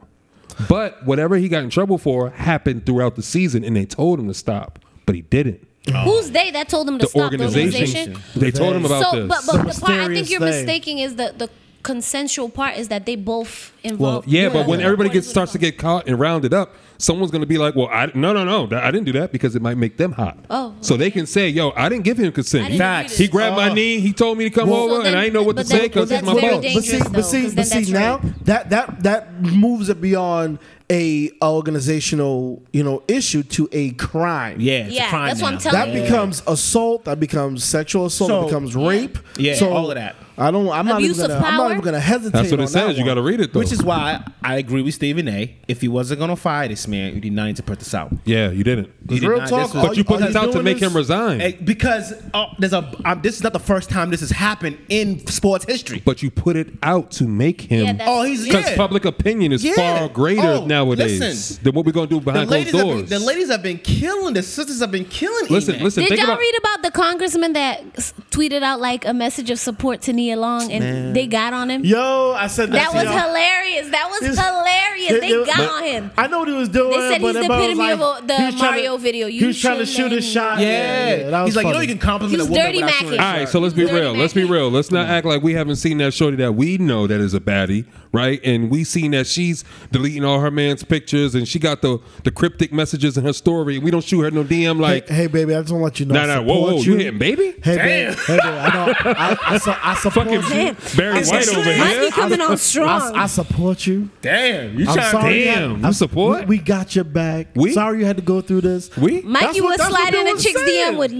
Speaker 4: But whatever he got in trouble for happened throughout the season, and they told him to stop, but he didn't.
Speaker 1: Oh,
Speaker 2: Who's they that told them to
Speaker 4: The
Speaker 2: stop
Speaker 4: organization,
Speaker 2: the organization?
Speaker 4: they told him about
Speaker 2: so, but,
Speaker 4: this.
Speaker 2: but the part I
Speaker 3: mysterious
Speaker 2: think you're
Speaker 3: thing.
Speaker 2: mistaking is the the consensual part is that they both
Speaker 4: Well,
Speaker 2: involve.
Speaker 4: yeah, but when everybody
Speaker 2: boys
Speaker 4: gets
Speaker 2: would
Speaker 4: starts to
Speaker 2: involve.
Speaker 4: get caught and rounded up, someone's gonna be like, "Well, I no, no, no, I didn't do that because it might make them hot."
Speaker 2: Oh,
Speaker 4: so they can say, "Yo, I didn't give him
Speaker 2: I
Speaker 4: consent.
Speaker 2: didn't
Speaker 4: He,
Speaker 2: Facts. agree to
Speaker 4: he grabbed my knee. He told me to come
Speaker 2: Well,
Speaker 4: over,
Speaker 2: so
Speaker 4: and I
Speaker 2: then-
Speaker 4: didn't know what to
Speaker 2: but then-
Speaker 4: say because
Speaker 2: well, that's
Speaker 4: it's my
Speaker 2: very
Speaker 4: fault."
Speaker 3: but
Speaker 2: dangerous,
Speaker 3: see,
Speaker 2: though,
Speaker 3: but see,
Speaker 2: 'cause
Speaker 3: but
Speaker 2: then
Speaker 3: see
Speaker 2: that's
Speaker 3: now
Speaker 2: rape.
Speaker 3: that that that moves it beyond a organizational you know issue to a crime.
Speaker 5: Yeah, it's a
Speaker 2: Yeah,
Speaker 5: crime
Speaker 2: that's what I'm
Speaker 5: now.
Speaker 2: telling
Speaker 3: That
Speaker 2: you.
Speaker 3: becomes assault. That becomes sexual assault.
Speaker 5: So-
Speaker 3: that becomes rape.
Speaker 5: Yeah,
Speaker 3: so
Speaker 5: all of that.
Speaker 3: I don't. I'm not even.
Speaker 2: Abuse of
Speaker 3: Gonna, I'm not
Speaker 2: power?
Speaker 3: even going to hesitate.
Speaker 4: That's what
Speaker 3: on
Speaker 4: it says.
Speaker 3: That
Speaker 4: You
Speaker 3: one.
Speaker 4: got to read it though.
Speaker 5: Which is why I agree with Stephen A. If he wasn't gonna fire this man, you did not need to put this out.
Speaker 4: yeah, you didn't.
Speaker 5: You did
Speaker 3: Real
Speaker 5: not-
Speaker 3: talk,
Speaker 5: this was-
Speaker 3: all
Speaker 4: But you put
Speaker 3: all
Speaker 4: this out to
Speaker 3: doing
Speaker 4: make
Speaker 3: is-
Speaker 4: him resign.
Speaker 5: Eh, because uh, there's a um, this is not the first time this has happened in sports history.
Speaker 4: but you put it out to make
Speaker 2: Yeah,
Speaker 4: him.
Speaker 2: that's-
Speaker 5: Oh, he's
Speaker 4: because
Speaker 5: yeah.
Speaker 4: public opinion is
Speaker 5: Yeah.
Speaker 4: far greater
Speaker 5: Oh,
Speaker 4: nowadays
Speaker 5: listen.
Speaker 4: than what we're gonna do
Speaker 5: the
Speaker 4: behind closed
Speaker 5: ladies, have
Speaker 4: doors.
Speaker 5: been, the ladies have been killing. The sisters have been killing.
Speaker 4: listen,
Speaker 5: Eman.
Speaker 4: listen.
Speaker 2: Did
Speaker 4: think
Speaker 2: y'all
Speaker 4: about,
Speaker 2: read about the congressman that s- tweeted out like a message of support to Nia Long and they got on him?
Speaker 3: Yo, I said
Speaker 2: That
Speaker 3: to
Speaker 2: was
Speaker 3: y'all.
Speaker 2: hilarious. That was
Speaker 3: It's-
Speaker 2: hilarious.
Speaker 3: it-
Speaker 2: They
Speaker 3: it-
Speaker 2: got
Speaker 3: but-
Speaker 2: on him.
Speaker 3: I know what he was doing.
Speaker 2: They said
Speaker 3: but
Speaker 2: he's the
Speaker 3: that was
Speaker 2: epitome of
Speaker 3: like-
Speaker 2: a- the
Speaker 3: he was trying to-
Speaker 2: Mario video.
Speaker 3: He
Speaker 2: You
Speaker 3: was trying to
Speaker 2: shouldn't
Speaker 3: shoot a
Speaker 2: let him-
Speaker 3: shot.
Speaker 5: Yeah,
Speaker 3: that was
Speaker 5: he's like, you know,
Speaker 3: funny.
Speaker 5: you can compliment
Speaker 2: He
Speaker 5: a
Speaker 2: was
Speaker 5: woman
Speaker 2: dirty
Speaker 5: without showing
Speaker 2: macking.
Speaker 5: your
Speaker 4: All right, so let's be
Speaker 2: Dirty
Speaker 4: real. Let's be
Speaker 2: Mackie.
Speaker 4: real. Let's not act like we haven't seen that shorty that we know that is a baddie, right? And we seen that she's deleting all her man's pictures and she got the, the cryptic messages in her story. We don't shoot her no DM like,
Speaker 3: hey, hey, baby, I just want to let you know.
Speaker 4: nah,
Speaker 3: I
Speaker 4: nah, whoa, whoa,
Speaker 3: support
Speaker 4: you hitting baby?
Speaker 3: Hey, babe, hey, babe, I, know, I, I, su- I support
Speaker 4: Fucking
Speaker 3: you.
Speaker 2: Damn.
Speaker 4: Barry
Speaker 2: It's-
Speaker 4: White over
Speaker 2: Must be
Speaker 4: here.
Speaker 2: coming on
Speaker 3: I,
Speaker 2: strong.
Speaker 3: su- I support you.
Speaker 5: Damn, you
Speaker 3: I'm
Speaker 5: trying
Speaker 3: sorry.
Speaker 4: damn,
Speaker 3: I-
Speaker 4: you support?
Speaker 3: We, we got your back.
Speaker 4: We?
Speaker 3: Sorry you had to go through this.
Speaker 4: We?
Speaker 2: Mikey
Speaker 3: what-
Speaker 2: was
Speaker 3: that's what
Speaker 2: sliding
Speaker 3: they
Speaker 2: a
Speaker 3: was
Speaker 2: chick's
Speaker 3: saying.
Speaker 2: DM with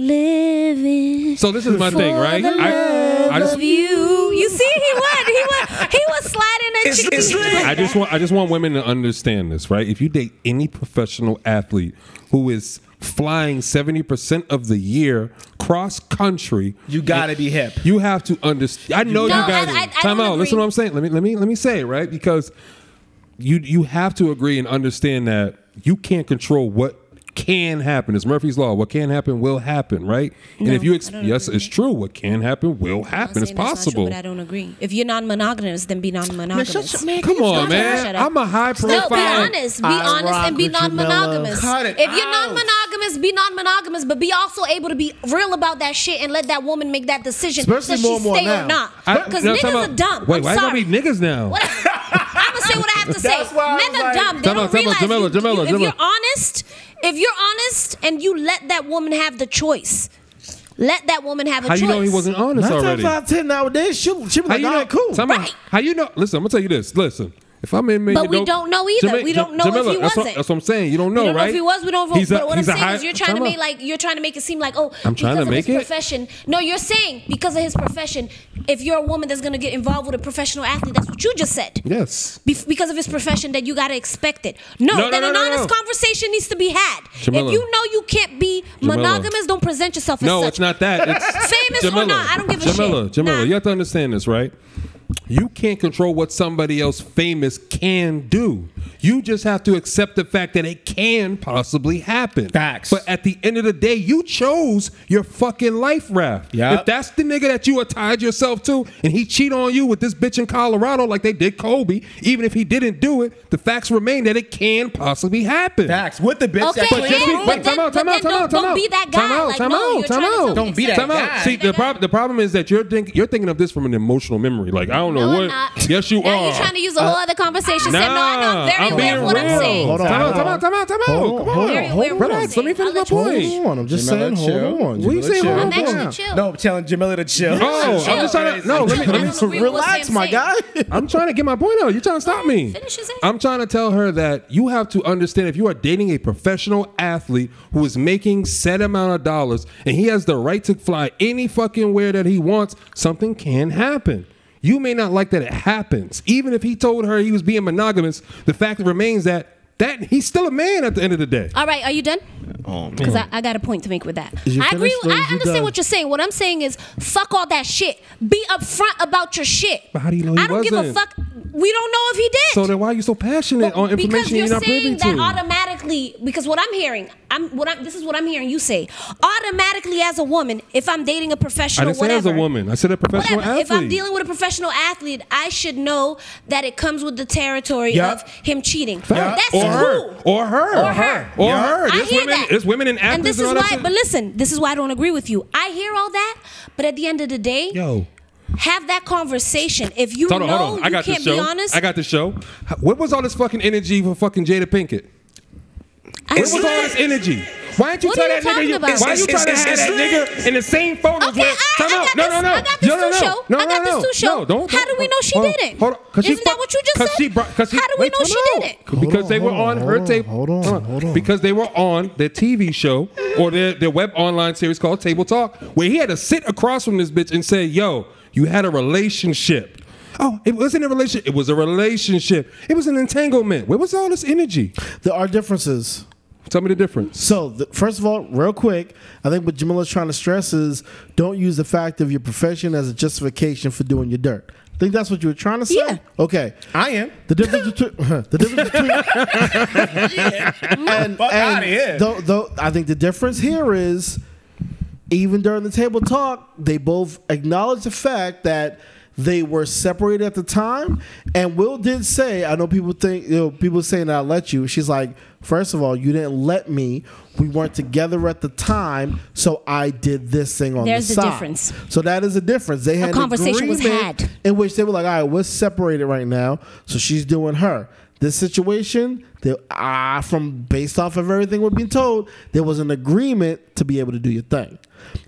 Speaker 2: living.
Speaker 4: So this is my
Speaker 2: for
Speaker 4: thing, right?
Speaker 2: The love
Speaker 4: I, I just
Speaker 2: of you. You see, he was. He was. He was sliding a chick's DM.
Speaker 4: I just want I just want women to understand this, right? If you date any professional athlete who is flying 70% of the year cross country,
Speaker 5: You gotta be hip.
Speaker 4: You have to understand. I know
Speaker 2: No,
Speaker 4: you guys.
Speaker 2: I- I- I
Speaker 4: time
Speaker 2: don't
Speaker 4: out. Listen
Speaker 2: agree.
Speaker 4: to what I'm saying. Let me let me let me say it right because you you have to agree and understand that you can't control what can happen. It's Murphy's law. What can happen will happen, right? and if you ex-
Speaker 2: I don't
Speaker 4: yes,
Speaker 2: agree
Speaker 4: it's true. What can happen will
Speaker 2: I'm
Speaker 4: happen.
Speaker 2: saying
Speaker 4: It's
Speaker 2: that's not true,
Speaker 4: possible.
Speaker 2: but I don't agree. If you're non-monogamous, then be non-monogamous.
Speaker 4: Come on,
Speaker 2: up.
Speaker 4: man.
Speaker 2: Shut up.
Speaker 4: I'm a high
Speaker 2: No,
Speaker 4: profile.
Speaker 2: be honest. Be
Speaker 3: I
Speaker 2: honest
Speaker 3: rock
Speaker 2: and be
Speaker 3: with you, Melo.
Speaker 2: non-monogamous.
Speaker 5: Cut it
Speaker 2: If you're
Speaker 5: out.
Speaker 2: non-monogamous, be non-monogamous, but be also able to be real about that shit and let that woman make that decision.
Speaker 3: Especially
Speaker 2: does
Speaker 3: more
Speaker 2: she
Speaker 3: and more
Speaker 2: stay
Speaker 3: now.
Speaker 2: or not?
Speaker 4: I-
Speaker 2: Because
Speaker 4: no, time
Speaker 2: niggas
Speaker 4: out.
Speaker 2: are dumb.
Speaker 4: Wait,
Speaker 2: I'm
Speaker 4: why
Speaker 2: sorry.
Speaker 4: gotta be niggas now?
Speaker 2: I'm gonna say what I have to say.
Speaker 5: That's why I
Speaker 2: Men
Speaker 5: was
Speaker 2: are dumb.
Speaker 5: like-
Speaker 2: They
Speaker 4: Time out,
Speaker 2: don't
Speaker 4: time out,
Speaker 2: realize.
Speaker 4: Jamila,
Speaker 2: you-
Speaker 4: Jamila,
Speaker 2: you- if
Speaker 4: Jamila.
Speaker 2: you're honest, if you're honest and you let that woman have the choice, let that woman have a
Speaker 4: How
Speaker 2: choice.
Speaker 4: you know he wasn't honest
Speaker 3: Nine
Speaker 4: already?
Speaker 3: times out of ten nowadays, she she be
Speaker 4: How
Speaker 3: like,
Speaker 4: you
Speaker 3: all
Speaker 4: know?
Speaker 3: right, cool.
Speaker 4: Time out.
Speaker 2: Right.
Speaker 4: How you know? Listen, I'm gonna tell you this. Listen, if I'm in,
Speaker 2: But we don't know either. We don't know if he
Speaker 4: that's What,
Speaker 2: wasn't.
Speaker 4: that's what I'm saying. You don't know,
Speaker 2: You don't
Speaker 4: Oh, right?
Speaker 2: know if he was. We don't vote.
Speaker 4: He's a-
Speaker 2: but what I'm
Speaker 4: he's a
Speaker 2: saying
Speaker 4: high-
Speaker 2: is, you're trying to
Speaker 4: time
Speaker 2: make
Speaker 4: out.
Speaker 2: like you're trying to make it seem like oh,
Speaker 4: I'm trying to
Speaker 2: because of
Speaker 4: make
Speaker 2: his
Speaker 4: it.
Speaker 2: profession. No, you're saying because of his profession, if you're a woman that's gonna get involved with a professional athlete, that's what you just said.
Speaker 4: Yes.
Speaker 2: Bef- because of his profession, that you gotta expect it. No,
Speaker 4: No, no,
Speaker 2: then
Speaker 4: no,
Speaker 2: an
Speaker 4: no,
Speaker 2: honest
Speaker 4: no.
Speaker 2: conversation needs to be had.
Speaker 4: Jamila.
Speaker 2: If you know you can't be
Speaker 4: Jamila.
Speaker 2: monogamous, don't present yourself as
Speaker 4: No,
Speaker 2: such.
Speaker 4: it's not that. It's
Speaker 2: Famous or not, I don't give a shit.
Speaker 4: Jamila, Jamila,
Speaker 2: Nah.
Speaker 4: you have to understand this, right? You can't control what somebody else famous can do. You just have to accept the fact that it can possibly happen.
Speaker 5: Facts.
Speaker 4: But at the end of the day, you chose your fucking life raft.
Speaker 5: Yup.
Speaker 4: If that's the nigga that you tied yourself to and he cheat on you with this bitch in Colorado like they did Kobe, even if he didn't do it, the facts remain that it can possibly happen.
Speaker 5: Facts with the bitch.
Speaker 2: Okay,
Speaker 5: that
Speaker 4: But
Speaker 5: clean
Speaker 2: Yeah,
Speaker 4: just be,
Speaker 5: crew.
Speaker 2: but
Speaker 4: but time
Speaker 2: then-
Speaker 4: out, time
Speaker 2: but
Speaker 4: out,
Speaker 2: then
Speaker 4: time
Speaker 2: don't-
Speaker 4: out, time
Speaker 2: don't
Speaker 4: out.
Speaker 2: be that
Speaker 4: Time
Speaker 2: guy.
Speaker 4: out,
Speaker 2: Like,
Speaker 4: time
Speaker 2: no,
Speaker 4: out,
Speaker 2: you're
Speaker 4: time
Speaker 2: trying to
Speaker 4: out.
Speaker 2: do
Speaker 5: Don't be that
Speaker 4: Time out.
Speaker 5: guy.
Speaker 4: See, the problem, the problem is that you're think, you're thinking of this from an emotional memory. Like I don't know
Speaker 2: No,
Speaker 4: what.
Speaker 2: I'm not.
Speaker 4: Yes, you
Speaker 2: now
Speaker 4: are.
Speaker 2: you're trying to use a whole other conversation. Said, no, I know I'm very
Speaker 4: I'm
Speaker 2: aware
Speaker 4: being
Speaker 2: of what
Speaker 4: real.
Speaker 2: I'm saying.
Speaker 3: Hold on,
Speaker 4: Uh, time out,
Speaker 3: hold
Speaker 4: time
Speaker 3: on.
Speaker 4: out, time out, time
Speaker 3: Hold
Speaker 4: out.
Speaker 3: on,
Speaker 4: Come
Speaker 3: hold
Speaker 4: on,
Speaker 3: on,
Speaker 2: Very
Speaker 3: hold
Speaker 2: aware of what I'm
Speaker 4: relax. Let me
Speaker 2: saying.
Speaker 4: finish
Speaker 2: I'll
Speaker 4: my
Speaker 2: let you
Speaker 4: point.
Speaker 3: Hold on, I'm just
Speaker 5: Jamila,
Speaker 3: saying,
Speaker 5: chill.
Speaker 3: hold on.
Speaker 4: What you
Speaker 3: Jamila,
Speaker 4: saying?
Speaker 3: chill.
Speaker 4: Hold
Speaker 2: I'm
Speaker 4: on, hold
Speaker 2: actually
Speaker 4: on.
Speaker 2: chill.
Speaker 5: No, telling Jamila to chill.
Speaker 4: Oh,
Speaker 2: Chill.
Speaker 4: I'm just trying to. No, let me.
Speaker 2: I
Speaker 4: Let
Speaker 2: don't agree
Speaker 4: me
Speaker 2: with what
Speaker 3: Relax,
Speaker 2: Sam
Speaker 3: my
Speaker 2: said.
Speaker 3: guy.
Speaker 4: I'm trying to get my point out. You're trying to stop me.
Speaker 2: Finish your sentence.
Speaker 4: I'm trying to tell her that you have to understand if you are dating a professional athlete who is making set amount of dollars and he has the right to fly any fucking where that he wants, something can happen. You may not like that it happens. Even if he told her he was being monogamous, the fact remains that that he's still a man at the end of the day.
Speaker 2: All right, are you done? Because
Speaker 4: Mm.
Speaker 2: I, I got a point to make with that.
Speaker 3: you
Speaker 2: I agree.
Speaker 3: finished
Speaker 2: with-
Speaker 3: or
Speaker 2: I
Speaker 3: is you
Speaker 2: understand
Speaker 3: done?
Speaker 2: what you're saying. What I'm saying is, fuck all that shit. Be upfront about your shit.
Speaker 4: But how do you know he
Speaker 2: I don't give a
Speaker 4: wasn't?
Speaker 2: fuck. We don't know if he did.
Speaker 4: So then why are you so passionate
Speaker 2: Well,
Speaker 4: on information you're,
Speaker 2: because you're,
Speaker 4: not privy
Speaker 2: saying that
Speaker 4: to?
Speaker 2: automatically because what i'm hearing i'm what i'm this is what i'm hearing you say automatically as a woman if i'm dating a
Speaker 4: I
Speaker 2: professional
Speaker 4: didn't say as
Speaker 2: whatever
Speaker 4: a woman. I said a professional
Speaker 2: Whatever.
Speaker 4: athlete.
Speaker 2: If I'm dealing with a professional athlete, I should know that it comes with the territory
Speaker 5: Yeah.
Speaker 2: of him cheating.
Speaker 4: Fact.
Speaker 2: That's
Speaker 4: or
Speaker 2: cool.
Speaker 4: her, or her,
Speaker 2: Or her.
Speaker 4: or
Speaker 5: Yeah.
Speaker 4: her.
Speaker 2: I
Speaker 4: There's
Speaker 2: hear
Speaker 4: women,
Speaker 2: that.
Speaker 4: there's women in athletes
Speaker 2: and this is
Speaker 4: all that
Speaker 2: why.
Speaker 4: shit.
Speaker 2: But listen, this is why I don't agree with you. I hear all that, but at the end of the day,
Speaker 4: Yo,
Speaker 2: Have that conversation. If you
Speaker 4: Hold on,
Speaker 2: know
Speaker 4: hold on. I
Speaker 2: you
Speaker 4: got this
Speaker 2: can't be
Speaker 4: show.
Speaker 2: honest,
Speaker 4: I got this show. H- What was all this fucking energy for fucking Jada Pinkett?
Speaker 2: I
Speaker 4: Where was all
Speaker 2: said-
Speaker 4: this energy? Why didn't you
Speaker 2: What
Speaker 4: tell
Speaker 2: are you
Speaker 4: that nigga?
Speaker 2: talking
Speaker 4: You,
Speaker 2: about?
Speaker 4: why you
Speaker 7: It's-
Speaker 4: trying to
Speaker 7: it's-
Speaker 4: have
Speaker 7: it's-
Speaker 4: that nigga in the same photos?
Speaker 2: Okay,
Speaker 4: with,
Speaker 2: I- I
Speaker 4: time
Speaker 2: got
Speaker 4: out. No,
Speaker 2: this-
Speaker 4: no, no.
Speaker 2: I got this
Speaker 4: no,
Speaker 2: too,
Speaker 4: no, no.
Speaker 2: show.
Speaker 4: No,
Speaker 2: I got
Speaker 4: no,
Speaker 2: this
Speaker 4: no.
Speaker 2: too, show.
Speaker 4: No, don't,
Speaker 2: How
Speaker 4: don't-
Speaker 2: do we know she
Speaker 4: hold on,
Speaker 2: didn't?
Speaker 4: Hold on. 'cause she
Speaker 2: Isn't that
Speaker 4: fuck-
Speaker 2: what you just
Speaker 4: 'cause
Speaker 2: said?
Speaker 4: She brought, 'cause she,
Speaker 2: How do we
Speaker 4: wait,
Speaker 2: know she
Speaker 4: hold on.
Speaker 2: didn't?
Speaker 3: Hold
Speaker 4: Because
Speaker 3: on,
Speaker 4: they were
Speaker 3: hold
Speaker 4: on,
Speaker 3: on,
Speaker 4: her
Speaker 3: hold
Speaker 4: table.
Speaker 3: on, hold on, hold on.
Speaker 4: Because they were on their TV show or their, their web online series called Table Talk, where he had to sit across from this bitch and say, Yo, you had a relationship. Oh, it wasn't a relationship. It was a relationship. It was an entanglement. Where was all this energy?
Speaker 3: There are differences.
Speaker 4: Tell me the difference.
Speaker 3: So, the, first of all, real quick, I think what Jamila's trying to stress is don't use the fact of your profession as a justification for doing your dirt. I think that's what you were trying to say.
Speaker 2: Yeah.
Speaker 3: Okay.
Speaker 5: I am.
Speaker 3: The difference between the difference between and,
Speaker 5: Fuck outta here.
Speaker 3: Though, though, I think the difference here is even during the table talk, they both acknowledged the fact that they were separated at the time. And Will did say, I know people think you know people saying I let you. She's like, first of all, you didn't let me. We weren't together at the time, so I did this thing on
Speaker 2: There's
Speaker 3: the
Speaker 2: a
Speaker 3: side.
Speaker 2: difference.
Speaker 3: So that is a difference. They had an
Speaker 2: conversation was
Speaker 3: agreement
Speaker 2: had.
Speaker 3: in which they were like, all right, we're separated right now, so she's doing her. This situation, they, ah, from based off of everything we're being told, there was an agreement to be able to do your thing.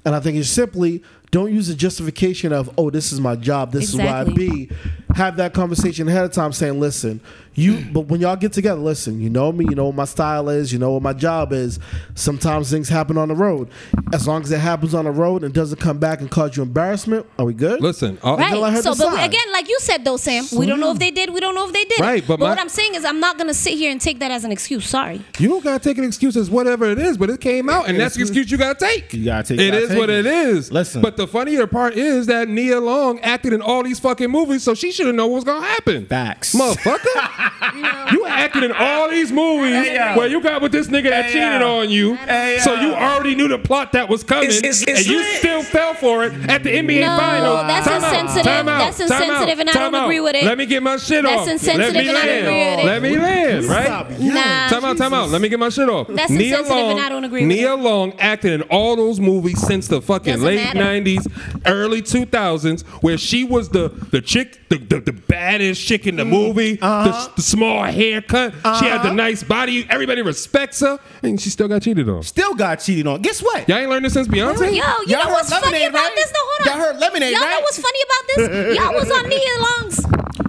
Speaker 3: And I think it's simply don't use the justification of, oh, this is my job, this
Speaker 2: Exactly.
Speaker 3: is why I be. Have that conversation ahead of time saying, listen, you, but when y'all get together, listen, you know me, you know what my style is, you know what my job is. Sometimes things happen on the road. As long as it happens on the road and doesn't come back and cause you embarrassment, are we good?
Speaker 4: Listen, all,
Speaker 3: Uh, Oh, Until I
Speaker 2: Right.
Speaker 3: heard
Speaker 2: So,
Speaker 3: the
Speaker 2: but we,
Speaker 3: side.
Speaker 2: again, like you said though, Sam, we don't know if they did. We don't know if they did.
Speaker 4: Right, but my-
Speaker 2: what I'm saying is, I'm not gonna sit here and take that as an excuse. Sorry.
Speaker 4: You don't gotta take an excuse as whatever it is, but it came out, and that's the excuse you gotta take.
Speaker 5: You gotta take-
Speaker 4: It
Speaker 5: you gotta
Speaker 4: is
Speaker 5: take
Speaker 4: what
Speaker 5: it.
Speaker 4: it is.
Speaker 5: Listen.
Speaker 4: But the funnier part is that Nia Long acted in all these fucking movies, so she should have known what was gonna happen.
Speaker 5: Facts.
Speaker 4: motherfucker. you acted in all these movies
Speaker 5: Hey, yo.
Speaker 4: where you got with this nigga that
Speaker 5: Hey,
Speaker 4: cheated
Speaker 5: yo.
Speaker 4: on you,
Speaker 5: Hey,
Speaker 4: so
Speaker 5: yo.
Speaker 4: you already knew the plot that was coming,
Speaker 7: It's- it's- it's
Speaker 4: and you
Speaker 7: lit.
Speaker 4: still fell for it at the NBA
Speaker 2: No,
Speaker 4: finals.
Speaker 2: that's
Speaker 4: Time out,
Speaker 2: insensitive.
Speaker 4: time out,
Speaker 2: That's
Speaker 4: time out,
Speaker 2: insensitive, and I
Speaker 4: time
Speaker 2: don't
Speaker 4: out.
Speaker 2: agree with it.
Speaker 4: Let me get my shit
Speaker 2: That's
Speaker 4: off.
Speaker 2: insensitive,
Speaker 4: Let me
Speaker 2: and I don't agree
Speaker 4: live.
Speaker 2: with it.
Speaker 4: Let me live,
Speaker 3: Stop.
Speaker 4: right?
Speaker 2: Nah.
Speaker 4: Time out, time out. Let me get my shit off.
Speaker 2: That's insensitive, and I don't agree with
Speaker 4: Nia
Speaker 2: it.
Speaker 4: Long acted in all those movies since the fucking
Speaker 2: Doesn't
Speaker 4: late
Speaker 2: matter.
Speaker 4: 90s, early 2000s, where she was the the chick, the, the, the baddest chick in
Speaker 5: Mm.
Speaker 4: the movie,
Speaker 5: Uh-huh.
Speaker 4: the, the small haircut. She had the nice body. Everybody respects her, and she still got cheated on.
Speaker 5: Still got cheated on. Guess what?
Speaker 4: Y'all ain't learned this since
Speaker 2: Yo,
Speaker 4: Beyonce?
Speaker 2: you
Speaker 5: Y'all
Speaker 2: know
Speaker 5: heard
Speaker 2: what's funny
Speaker 5: Lemonade,
Speaker 2: about
Speaker 5: right?
Speaker 2: this? No, hold on.
Speaker 5: Y'all heard Lemonade,
Speaker 2: Y'all know
Speaker 5: right?
Speaker 2: what's funny about this? Y'all was on Nia Long's.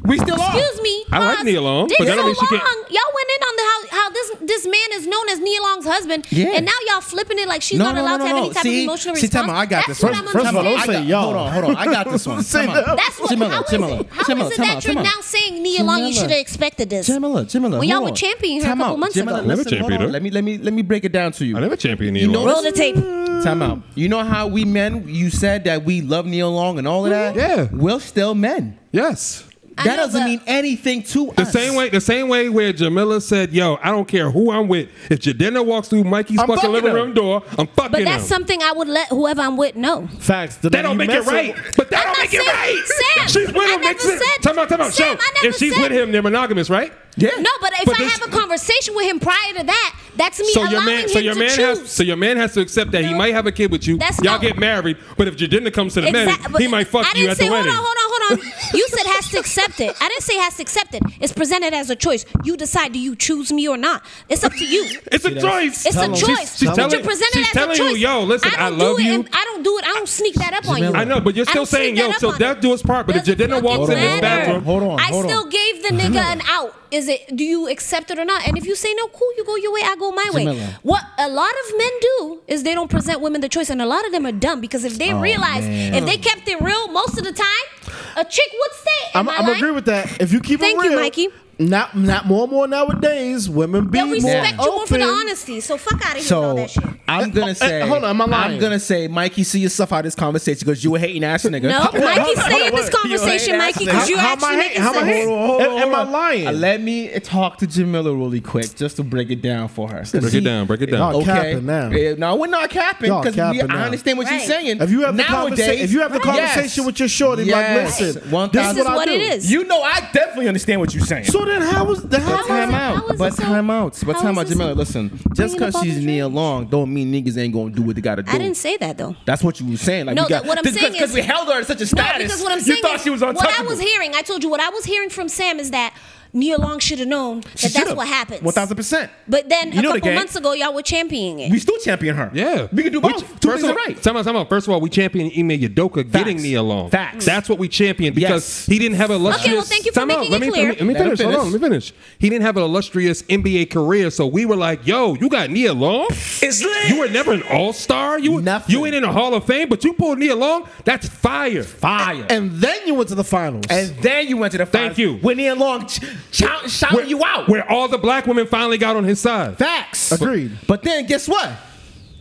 Speaker 5: We still are.
Speaker 2: Excuse me.
Speaker 4: I like
Speaker 2: Nas.
Speaker 4: Nia Long,
Speaker 2: This
Speaker 4: but that don't
Speaker 2: so
Speaker 4: mean she can't-
Speaker 2: long. Y'all went in on the how, how this this man is known as Nia Long's husband,
Speaker 5: Yeah.
Speaker 2: and now y'all flipping it like she's
Speaker 5: No,
Speaker 2: not
Speaker 5: no, no,
Speaker 2: allowed
Speaker 5: no,
Speaker 2: to have
Speaker 5: no.
Speaker 2: any type
Speaker 5: see,
Speaker 2: of emotional
Speaker 5: see,
Speaker 2: response.
Speaker 5: time out. I got
Speaker 2: That's
Speaker 5: this. First,
Speaker 2: what I'm
Speaker 5: first of all,
Speaker 2: understanding.
Speaker 5: I got,
Speaker 3: y'all.
Speaker 5: Hold on, hold on. I got this one. Time out.
Speaker 2: That's what.
Speaker 5: Jamila,
Speaker 2: how is
Speaker 5: Jamila,
Speaker 2: it? How
Speaker 5: Jamila,
Speaker 2: is it
Speaker 5: Jamila,
Speaker 2: that you're
Speaker 5: Jamila.
Speaker 2: now saying Nia Long? You
Speaker 5: Jamila.
Speaker 2: should have expected this.
Speaker 5: Jamila, Jamila.
Speaker 2: When y'all
Speaker 5: hold
Speaker 2: were
Speaker 5: on.
Speaker 2: championing her a
Speaker 5: Time
Speaker 2: couple
Speaker 5: out,
Speaker 2: months
Speaker 5: Jamila,
Speaker 2: ago.
Speaker 4: Never
Speaker 5: listen, hold
Speaker 4: championed
Speaker 5: on.
Speaker 4: her.
Speaker 5: Let me let me let me break it down to you.
Speaker 4: I never championed Nia
Speaker 5: You know
Speaker 4: Long.
Speaker 2: Roll the tape.
Speaker 5: Time out. You know how we men, you said that we love Neil Long and all of that?
Speaker 4: Yeah.
Speaker 5: We're still men.
Speaker 4: Yes.
Speaker 2: I
Speaker 5: That
Speaker 2: know,
Speaker 5: doesn't
Speaker 2: but-
Speaker 5: mean anything to
Speaker 4: The
Speaker 5: us.
Speaker 4: same way, the same way where Jamila said, "Yo, I don't care who I'm with. If Jadena walks through Mikey's
Speaker 5: I'm
Speaker 4: fucking
Speaker 5: fucking
Speaker 4: living
Speaker 5: him.
Speaker 4: room door, I'm fucking
Speaker 2: But
Speaker 4: him."
Speaker 2: that's something I would let whoever I'm with know.
Speaker 3: Facts.
Speaker 4: That
Speaker 3: The day you
Speaker 4: don't make
Speaker 3: mess
Speaker 4: it
Speaker 3: up-
Speaker 4: right. But that
Speaker 2: I'm
Speaker 4: don't
Speaker 2: not
Speaker 4: make it
Speaker 2: saying-
Speaker 4: right.
Speaker 2: Sam,
Speaker 4: If she's with
Speaker 2: I
Speaker 4: him,
Speaker 2: never
Speaker 4: makes it.
Speaker 2: said-
Speaker 4: Time out, time out.
Speaker 2: Sam,
Speaker 4: Show.
Speaker 2: I never
Speaker 4: If she's
Speaker 2: said-
Speaker 4: with him, they're monogamous, right?
Speaker 5: Yeah.
Speaker 2: No, but if
Speaker 4: But
Speaker 2: I
Speaker 4: this-
Speaker 2: have a conversation with him prior to that, that's me
Speaker 4: So
Speaker 2: allowing
Speaker 4: your man,
Speaker 2: him
Speaker 4: so your
Speaker 2: to
Speaker 4: man
Speaker 2: choose.
Speaker 4: has, so your man has to accept that he
Speaker 2: No.
Speaker 4: might have a kid with you.
Speaker 2: That's
Speaker 4: Y'all
Speaker 2: no.
Speaker 4: get married, but if Jadena comes to the
Speaker 2: Exact-
Speaker 4: wedding,
Speaker 2: but
Speaker 4: he might fuck
Speaker 2: I didn't
Speaker 4: you at
Speaker 2: say,
Speaker 4: the wedding.
Speaker 2: Hold on, hold on, hold on. You said has to accept it. I didn't say has to accept it. It's presented as a choice. You decide do you choose me or not. It's up to you.
Speaker 4: It's a choice.
Speaker 2: It's a choice.
Speaker 4: She's, she's
Speaker 2: but
Speaker 4: telling,
Speaker 2: you're presented
Speaker 4: she's
Speaker 2: as
Speaker 4: telling
Speaker 2: a choice.
Speaker 4: you, yo, listen, I,
Speaker 2: don't do
Speaker 4: love
Speaker 2: it
Speaker 4: you.
Speaker 2: and I don't do it. I don't sneak that up on you.
Speaker 4: I know, but you're
Speaker 2: I
Speaker 4: still
Speaker 2: don't sneak
Speaker 4: saying, yo,
Speaker 2: up
Speaker 4: so
Speaker 2: on
Speaker 4: that
Speaker 2: it.
Speaker 4: dure's part, but if
Speaker 2: Doesn't
Speaker 4: Jadena walks
Speaker 2: fucking
Speaker 4: in this
Speaker 2: matter.
Speaker 4: bathroom,
Speaker 5: Hold on,
Speaker 2: I
Speaker 5: hold on.
Speaker 2: still gave the nigga an out. Is it? Do you accept it or not? And if you say no, cool, you go your way. I go my way.
Speaker 5: Jamila.
Speaker 2: What a lot of men do is they don't present women the choice, and a lot of them are dumb because if
Speaker 1: Oh,
Speaker 2: they realize if they kept it real most of the time, a chick would stay.
Speaker 3: I'm, I'm agree with that. If you keep
Speaker 2: Thank
Speaker 3: it
Speaker 2: you,
Speaker 3: real,
Speaker 2: Mikey.
Speaker 3: Not not more and more nowadays. Women be
Speaker 2: They'll respect
Speaker 3: more
Speaker 2: you more for the
Speaker 3: open.
Speaker 2: honesty. So fuck out of here with all
Speaker 5: So
Speaker 2: that shit.
Speaker 5: I'm gonna say,
Speaker 3: Eh, hold on, am I lying?
Speaker 5: am gonna say, Mikey, see yourself out of this conversation because you a hating ass nigga.
Speaker 2: No, Mikey, stay in this
Speaker 5: Hold on.
Speaker 2: conversation,
Speaker 5: You're
Speaker 2: Mikey,
Speaker 5: an
Speaker 2: because
Speaker 5: ass nigga.
Speaker 2: you
Speaker 3: How- how am I
Speaker 2: actually
Speaker 3: hating?
Speaker 2: making
Speaker 3: How am I
Speaker 2: sense.
Speaker 3: hating? Am- am I lying?
Speaker 5: Uh, Let me talk to Jamila really quick just to break it down for her.
Speaker 4: Break it down, break it down.
Speaker 3: Y'all capping now.
Speaker 5: Yeah, no, we're not capping
Speaker 3: Y'all
Speaker 5: because
Speaker 3: capping now.
Speaker 5: I understand what
Speaker 2: Right.
Speaker 5: she's saying.
Speaker 3: If you have the
Speaker 5: Nowadays-
Speaker 3: conversation, if you have the
Speaker 5: Yes.
Speaker 3: conversation with your shorty, like
Speaker 5: Yes.
Speaker 3: listen,
Speaker 5: One
Speaker 3: this
Speaker 5: thousand-
Speaker 2: This is
Speaker 3: I
Speaker 2: what
Speaker 3: do.
Speaker 2: it is.
Speaker 5: You know, I definitely understand what you're saying.
Speaker 3: So then how was that?
Speaker 2: How
Speaker 1: But
Speaker 2: is
Speaker 1: time
Speaker 2: it-
Speaker 1: out.
Speaker 2: how is
Speaker 1: But
Speaker 2: it so-
Speaker 1: time outs. But
Speaker 2: how
Speaker 1: time
Speaker 2: is
Speaker 1: out,
Speaker 2: it so-
Speaker 1: Jamila. Listen, just
Speaker 2: bringing it
Speaker 1: because
Speaker 2: up on
Speaker 1: she's
Speaker 2: the
Speaker 1: Nia
Speaker 2: range?
Speaker 1: Long, don't mean niggas ain't gonna do what they gotta do.
Speaker 2: I didn't say that though.
Speaker 1: That's what you were saying. Like
Speaker 2: No,
Speaker 1: we got,
Speaker 2: that- what I'm
Speaker 1: because-
Speaker 2: saying
Speaker 1: because
Speaker 2: is-
Speaker 1: we held her in such a status.
Speaker 2: No, because what I'm
Speaker 1: you
Speaker 2: saying
Speaker 1: thought
Speaker 2: is,
Speaker 1: she was
Speaker 2: what I
Speaker 1: untouchable.
Speaker 2: was hearing, I told you what I was hearing from Sam is that Neil Long should have known that
Speaker 1: She
Speaker 2: that's
Speaker 1: should've.
Speaker 2: what happens.
Speaker 1: One thousand percent.
Speaker 2: But then
Speaker 1: You
Speaker 2: a
Speaker 1: know the
Speaker 2: couple
Speaker 1: game.
Speaker 2: months ago, y'all were championing it.
Speaker 1: We still champion her.
Speaker 4: Yeah,
Speaker 1: we can do both. Two
Speaker 4: first
Speaker 1: things
Speaker 4: of
Speaker 1: are
Speaker 4: all,
Speaker 1: right.
Speaker 4: Time out, time out. First of all, we championed Ime Yudoka getting Nia Long.
Speaker 1: Facts.
Speaker 4: That's what we championed because
Speaker 1: Yes.
Speaker 4: he didn't have a illustrious.
Speaker 2: well, thank you for
Speaker 4: Time
Speaker 2: making
Speaker 4: Let
Speaker 2: it
Speaker 4: me,
Speaker 2: clear.
Speaker 4: Let me, let me
Speaker 1: Let him
Speaker 4: finish. Hold on, let me finish. He didn't have an illustrious NBA career, so we were like, "Yo, you got Nia Long?
Speaker 6: It's lit.
Speaker 4: You were never an All Star. You
Speaker 1: Nothing.
Speaker 4: you ain't in the Hall of Fame, but you pulled Nia Long. That's fire.
Speaker 1: Fire.
Speaker 3: And
Speaker 1: And,
Speaker 3: then you went to the finals.
Speaker 1: then you went to the finals.
Speaker 4: you.
Speaker 1: When Nia Long ch- ch- shouted you out.
Speaker 4: Where all the black women finally got on his side.
Speaker 1: Facts.
Speaker 3: Agreed.
Speaker 1: But then guess what?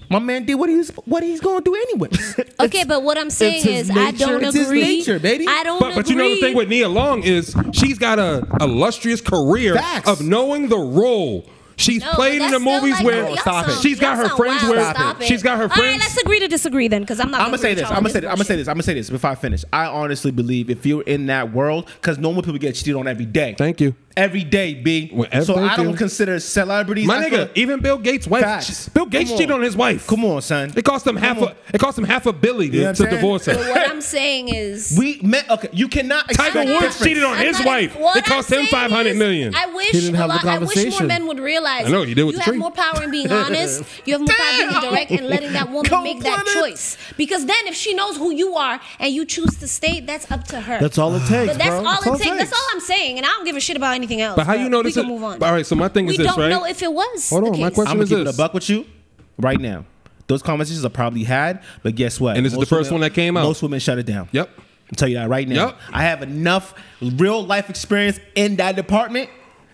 Speaker 1: My man did what he's what he's gonna do anyway.
Speaker 2: okay, but what I'm saying is,
Speaker 1: his
Speaker 2: I
Speaker 1: nature.
Speaker 2: don't
Speaker 1: It's his
Speaker 2: agree.
Speaker 1: nature, baby.
Speaker 2: I don't
Speaker 4: But, but you know the
Speaker 2: agree.
Speaker 4: thing with Nia Long is she's got a illustrious career
Speaker 1: Facts.
Speaker 4: of knowing the role. She's
Speaker 2: No,
Speaker 4: played in
Speaker 2: that's
Speaker 4: the
Speaker 2: still
Speaker 4: movies
Speaker 2: like-
Speaker 4: where
Speaker 2: y'all
Speaker 1: Stop it.
Speaker 2: sound-
Speaker 4: she's got
Speaker 2: y'all
Speaker 4: her
Speaker 2: sound
Speaker 4: friends
Speaker 2: wild.
Speaker 4: where
Speaker 2: Stop it.
Speaker 4: she's got her
Speaker 2: All
Speaker 4: friends.
Speaker 2: right, let's agree to disagree then, because I'm not.
Speaker 1: I'm gonna say
Speaker 2: agree
Speaker 1: this.
Speaker 2: with
Speaker 1: I'm
Speaker 2: y'all on
Speaker 1: gonna say this. I'm gonna say this. I'm gonna say this before I finish. I honestly believe if you're in that world, because normal people get cheated on every day.
Speaker 4: Thank you.
Speaker 1: Every day, B.
Speaker 4: Well, ev-
Speaker 1: so
Speaker 4: thank
Speaker 1: I don't
Speaker 4: you.
Speaker 1: consider celebrities.
Speaker 4: My
Speaker 1: I
Speaker 4: nigga,
Speaker 1: feel-
Speaker 4: even Bill Gates' wife.
Speaker 1: Facts.
Speaker 4: Bill Gates
Speaker 1: Come on.
Speaker 4: cheated on his wife.
Speaker 1: come on, son.
Speaker 4: It cost him
Speaker 1: Come
Speaker 4: half.
Speaker 1: on.
Speaker 4: A, it cost him half a billion
Speaker 1: know what I'm
Speaker 4: to
Speaker 1: saying?
Speaker 4: divorce
Speaker 2: But
Speaker 4: her.
Speaker 2: what I'm saying is.
Speaker 1: We met. Okay, you
Speaker 4: Tiger
Speaker 1: cannot.
Speaker 2: I'm
Speaker 1: expect
Speaker 4: Woods
Speaker 2: not-
Speaker 1: difference.
Speaker 4: cheated on
Speaker 2: I'm
Speaker 4: his
Speaker 2: not-
Speaker 4: wife.
Speaker 2: what
Speaker 4: It cost
Speaker 2: I'm
Speaker 4: him
Speaker 2: saying
Speaker 4: 500
Speaker 2: is,
Speaker 4: million.
Speaker 2: I wish
Speaker 3: He didn't
Speaker 2: a
Speaker 3: have the
Speaker 2: lot, I wish more
Speaker 3: conversation.
Speaker 2: men would realize
Speaker 4: I know, he did with
Speaker 2: you
Speaker 4: the
Speaker 2: have
Speaker 4: tree.
Speaker 2: more power in being honest. You have more power in being direct and letting that woman make that choice. Because then if she knows who you are and you choose to stay, that's up to her.
Speaker 3: That's all it takes.
Speaker 2: But that's
Speaker 3: bro.
Speaker 2: all it takes. That's all I'm saying, and I don't give a shit about anything else.
Speaker 4: But how you know
Speaker 2: we
Speaker 4: this?
Speaker 2: can
Speaker 4: is-
Speaker 2: move on.
Speaker 4: All right. So my thing
Speaker 2: we
Speaker 4: is this,
Speaker 2: don't
Speaker 4: right?
Speaker 2: know if it was. the
Speaker 4: Hold on, my
Speaker 2: case.
Speaker 4: question-
Speaker 1: I'm gonna
Speaker 4: What
Speaker 1: keep
Speaker 4: is
Speaker 1: it a
Speaker 4: this?
Speaker 1: buck with you right now. Those conversations are probably had, but guess what?
Speaker 4: And this is the
Speaker 1: Most
Speaker 4: first one
Speaker 1: women-
Speaker 4: that came out.
Speaker 1: Most women shut it down.
Speaker 4: Yep.
Speaker 1: I'll tell you that right now.
Speaker 4: Yep.
Speaker 1: I have enough real life experience in that department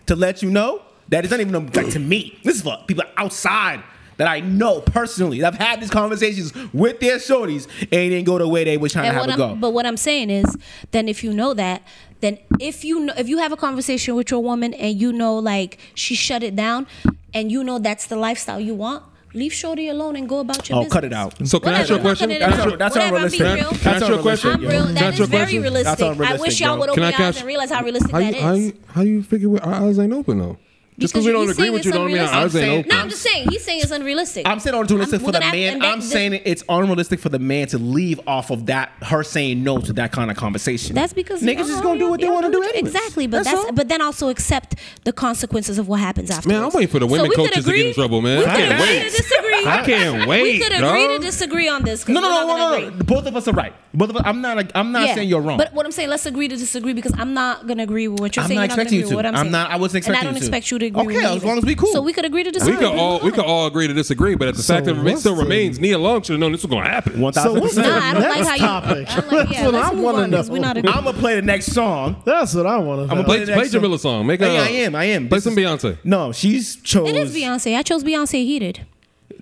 Speaker 1: to let you know that it's not even like to me. This is for people outside that I know personally. that I've had these conversations with their shorties and it didn't go the way they was trying
Speaker 2: And
Speaker 1: to
Speaker 2: what
Speaker 1: have it
Speaker 2: I'm,
Speaker 1: go.
Speaker 2: But what I'm saying is, then if you know that, then if you know, if you have a conversation with your woman and you know like she shut it down, and you know that's the lifestyle you want, leave shorty alone and go about your
Speaker 1: oh,
Speaker 2: business.
Speaker 1: cut it out.
Speaker 4: So can I ask you a
Speaker 2: Whatever,
Speaker 4: question?
Speaker 2: I'm not
Speaker 4: Can I ask you-
Speaker 2: gonna-
Speaker 1: That's
Speaker 2: Whatever, I'm
Speaker 1: unrealistic.
Speaker 2: being real.
Speaker 1: That's
Speaker 4: Can I ask you a question?
Speaker 2: I'm real.
Speaker 4: Can I
Speaker 2: That
Speaker 4: ask
Speaker 2: is
Speaker 4: you a
Speaker 2: very
Speaker 4: question?
Speaker 2: realistic.
Speaker 1: That's
Speaker 2: I wish
Speaker 1: unrealistic,
Speaker 2: y'all
Speaker 1: bro.
Speaker 2: would
Speaker 4: Can
Speaker 2: open
Speaker 4: I
Speaker 2: your eyes
Speaker 4: catch-
Speaker 2: and realize how realistic
Speaker 4: How you,
Speaker 2: that
Speaker 4: how
Speaker 2: is.
Speaker 4: you how you figure we- our eyes ain't open though? Just because we
Speaker 2: you-
Speaker 4: don't
Speaker 2: he's
Speaker 4: agree
Speaker 2: saying
Speaker 4: with you
Speaker 2: it's
Speaker 4: don't mean our eyes
Speaker 2: unrealistic.
Speaker 4: ain't open.
Speaker 2: No, I'm just saying. He's saying it's unrealistic.
Speaker 1: I'm saying unrealistic
Speaker 2: I'm-
Speaker 1: for
Speaker 2: we're
Speaker 1: the
Speaker 2: gonna act-
Speaker 1: man.
Speaker 2: and that-
Speaker 1: I'm
Speaker 2: that-
Speaker 1: saying it's unrealistic for the man to leave off of that her saying no to that kind of conversation.
Speaker 2: That's because
Speaker 1: niggas is
Speaker 2: y'all-
Speaker 1: gonna do what they
Speaker 2: y'all
Speaker 1: want to do
Speaker 2: what-
Speaker 1: anyway.
Speaker 2: Exactly, but that's, but then also accept the consequences of what happens after.
Speaker 4: Man, I'm waiting for the women
Speaker 2: we could
Speaker 4: coaches to get
Speaker 2: agree-
Speaker 4: in trouble, man.
Speaker 2: We
Speaker 4: I
Speaker 2: could
Speaker 4: can't
Speaker 2: agree
Speaker 4: wait.
Speaker 2: to disagree.
Speaker 4: I can't
Speaker 2: We
Speaker 4: wait,
Speaker 2: could agree to
Speaker 4: dog.
Speaker 2: disagree on this. 'cause
Speaker 1: No, no,
Speaker 2: we're not
Speaker 1: no, no,
Speaker 2: gonna
Speaker 1: no, no.
Speaker 2: agree.
Speaker 1: Both of us are right. Both of us. I'm not. I'm not
Speaker 2: Yeah,
Speaker 1: saying you're wrong.
Speaker 2: But what I'm saying, let's agree to disagree because I'm not gonna agree with what you're
Speaker 1: I'm
Speaker 2: saying. You're
Speaker 1: not
Speaker 2: gonna
Speaker 1: expecting
Speaker 2: agree
Speaker 1: you
Speaker 2: with
Speaker 1: to.
Speaker 2: What I'm,
Speaker 1: I'm
Speaker 2: saying.
Speaker 1: not- I
Speaker 2: And
Speaker 1: wasn't
Speaker 2: I
Speaker 1: expecting
Speaker 2: don't
Speaker 1: you to.
Speaker 2: expect you to agree.
Speaker 1: Okay,
Speaker 2: with me
Speaker 1: as
Speaker 2: either.
Speaker 1: long as we cool.
Speaker 2: So we could agree to
Speaker 4: We
Speaker 2: disagree.
Speaker 4: could all we
Speaker 2: Move
Speaker 4: could
Speaker 2: on.
Speaker 4: all agree to disagree, but at the fact of the matter still
Speaker 3: what's
Speaker 4: remains, Nia Long should have known this was gonna happen.
Speaker 1: One
Speaker 3: So
Speaker 1: thousand
Speaker 3: what's
Speaker 2: Nah,
Speaker 1: percent.
Speaker 2: I don't like
Speaker 3: Next
Speaker 2: how you.
Speaker 3: topic.
Speaker 2: I'm like, yeah,
Speaker 3: That's what
Speaker 2: let's
Speaker 3: I
Speaker 2: move
Speaker 3: wanna
Speaker 2: on 'cause
Speaker 3: know.
Speaker 2: We're not
Speaker 1: I'm gonna play the next song.
Speaker 3: That's what I want to know.
Speaker 1: play
Speaker 4: Play,
Speaker 1: the
Speaker 4: play
Speaker 1: next song.
Speaker 4: Jamila song.
Speaker 2: Oh,
Speaker 4: Make uh, a,
Speaker 1: Hey, I am. I am.
Speaker 4: Play
Speaker 1: This
Speaker 4: some
Speaker 1: is-
Speaker 4: Beyonce.
Speaker 1: No, she's chose.
Speaker 2: It is Beyonce. I chose Beyonce heated.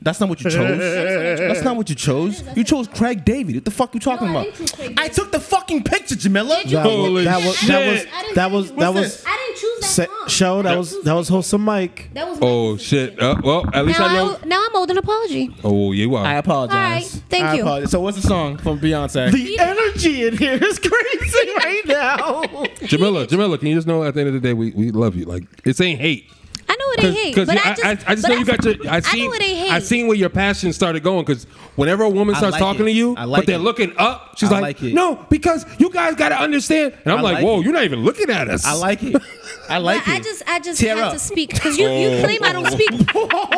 Speaker 1: That's not what you chose. That's not what you chose. You chose Craig David. What the fuck you talking
Speaker 2: No, I
Speaker 1: about?
Speaker 2: didn't choose Craig
Speaker 1: I
Speaker 2: David.
Speaker 1: took the fucking picture, Jamila.
Speaker 2: Did you?
Speaker 4: Holy
Speaker 3: that was
Speaker 4: shit.
Speaker 3: that was that was that
Speaker 1: What's
Speaker 3: was
Speaker 1: this?
Speaker 2: I didn't choose that
Speaker 3: se-
Speaker 2: song.
Speaker 3: show.
Speaker 2: I
Speaker 3: That
Speaker 2: didn't
Speaker 3: was
Speaker 2: choose
Speaker 3: that was wholesome Mike.
Speaker 2: That was my
Speaker 4: Oh
Speaker 2: decision.
Speaker 4: shit. Uh, well, at least
Speaker 2: Now,
Speaker 4: I know.
Speaker 2: I, now I'm owed an apology.
Speaker 4: oh, you are.
Speaker 1: I apologize.
Speaker 2: All right, thank
Speaker 1: I
Speaker 2: you.
Speaker 1: apologize. So what's the song from Beyonce?
Speaker 3: The energy in here is crazy right now.
Speaker 4: Jamila, Jamila, can you just know at the end of the day we, we love you. Like it ain't hate.
Speaker 2: I know it ain't hate, but I just,
Speaker 4: I, just
Speaker 2: but
Speaker 4: know you got your. I,
Speaker 2: I
Speaker 4: seen,
Speaker 2: know it ain't hate.
Speaker 4: I seen where your passion started going because whenever a woman
Speaker 1: I
Speaker 4: starts
Speaker 1: like
Speaker 4: talking to
Speaker 1: it.
Speaker 4: you,
Speaker 1: I like
Speaker 4: but they're
Speaker 1: it.
Speaker 4: looking up, she's
Speaker 1: I
Speaker 4: like,
Speaker 1: like it.
Speaker 4: "No, because you guys got to understand." And I'm
Speaker 1: I
Speaker 4: like,
Speaker 1: like
Speaker 4: "Whoa,
Speaker 1: it.
Speaker 4: you're not even looking at us."
Speaker 1: I like it. I like
Speaker 2: but
Speaker 1: it.
Speaker 2: I just, I just
Speaker 1: Tear
Speaker 2: had
Speaker 1: up.
Speaker 2: to speak because you,
Speaker 3: Oh.
Speaker 2: you claim I don't speak.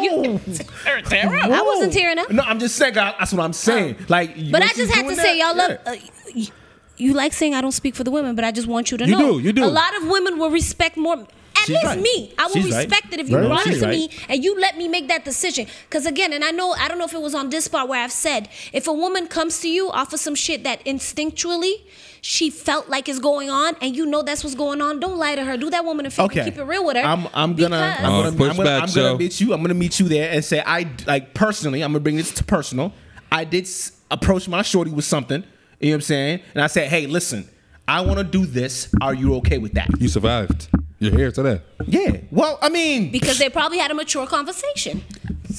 Speaker 2: You- I wasn't tearing up, Oh.
Speaker 1: No, I'm just saying. I- That's what I'm saying. Like,
Speaker 2: but I just had to say, y'all love. Uh, y- you like saying I don't speak for the women, but I just want you to
Speaker 4: You
Speaker 2: know.
Speaker 4: do, you do.
Speaker 2: A lot of women will respect more. At
Speaker 1: She's
Speaker 2: least
Speaker 1: right.
Speaker 2: me, I will
Speaker 1: She's right.
Speaker 2: respect it if you
Speaker 1: Right.
Speaker 2: brought it
Speaker 1: She's
Speaker 2: to
Speaker 1: right.
Speaker 2: me and you let me make that decision. Because again, and I know I don't know if it was on this part where I've said if a woman comes to you off of some shit that instinctually she felt like is going on, and you know that's what's going on, don't lie to her. Do that woman a favor.
Speaker 1: Okay.
Speaker 2: Keep it real with her.
Speaker 1: I'm I'm gonna I'm
Speaker 4: Oh,
Speaker 2: because-
Speaker 1: gonna, I'm
Speaker 4: push
Speaker 1: gonna,
Speaker 4: back,
Speaker 1: I'm
Speaker 4: Joe.
Speaker 1: gonna meet you. I'm gonna meet you there and say I like personally. I'm gonna bring this to personal. I did s- approach my shorty with something. You know what I'm saying? And I said, hey, listen, I want to do this. Are you okay with that?
Speaker 4: you survived. You're here today.
Speaker 1: Yeah. Well, I mean,
Speaker 2: because they probably had a mature conversation.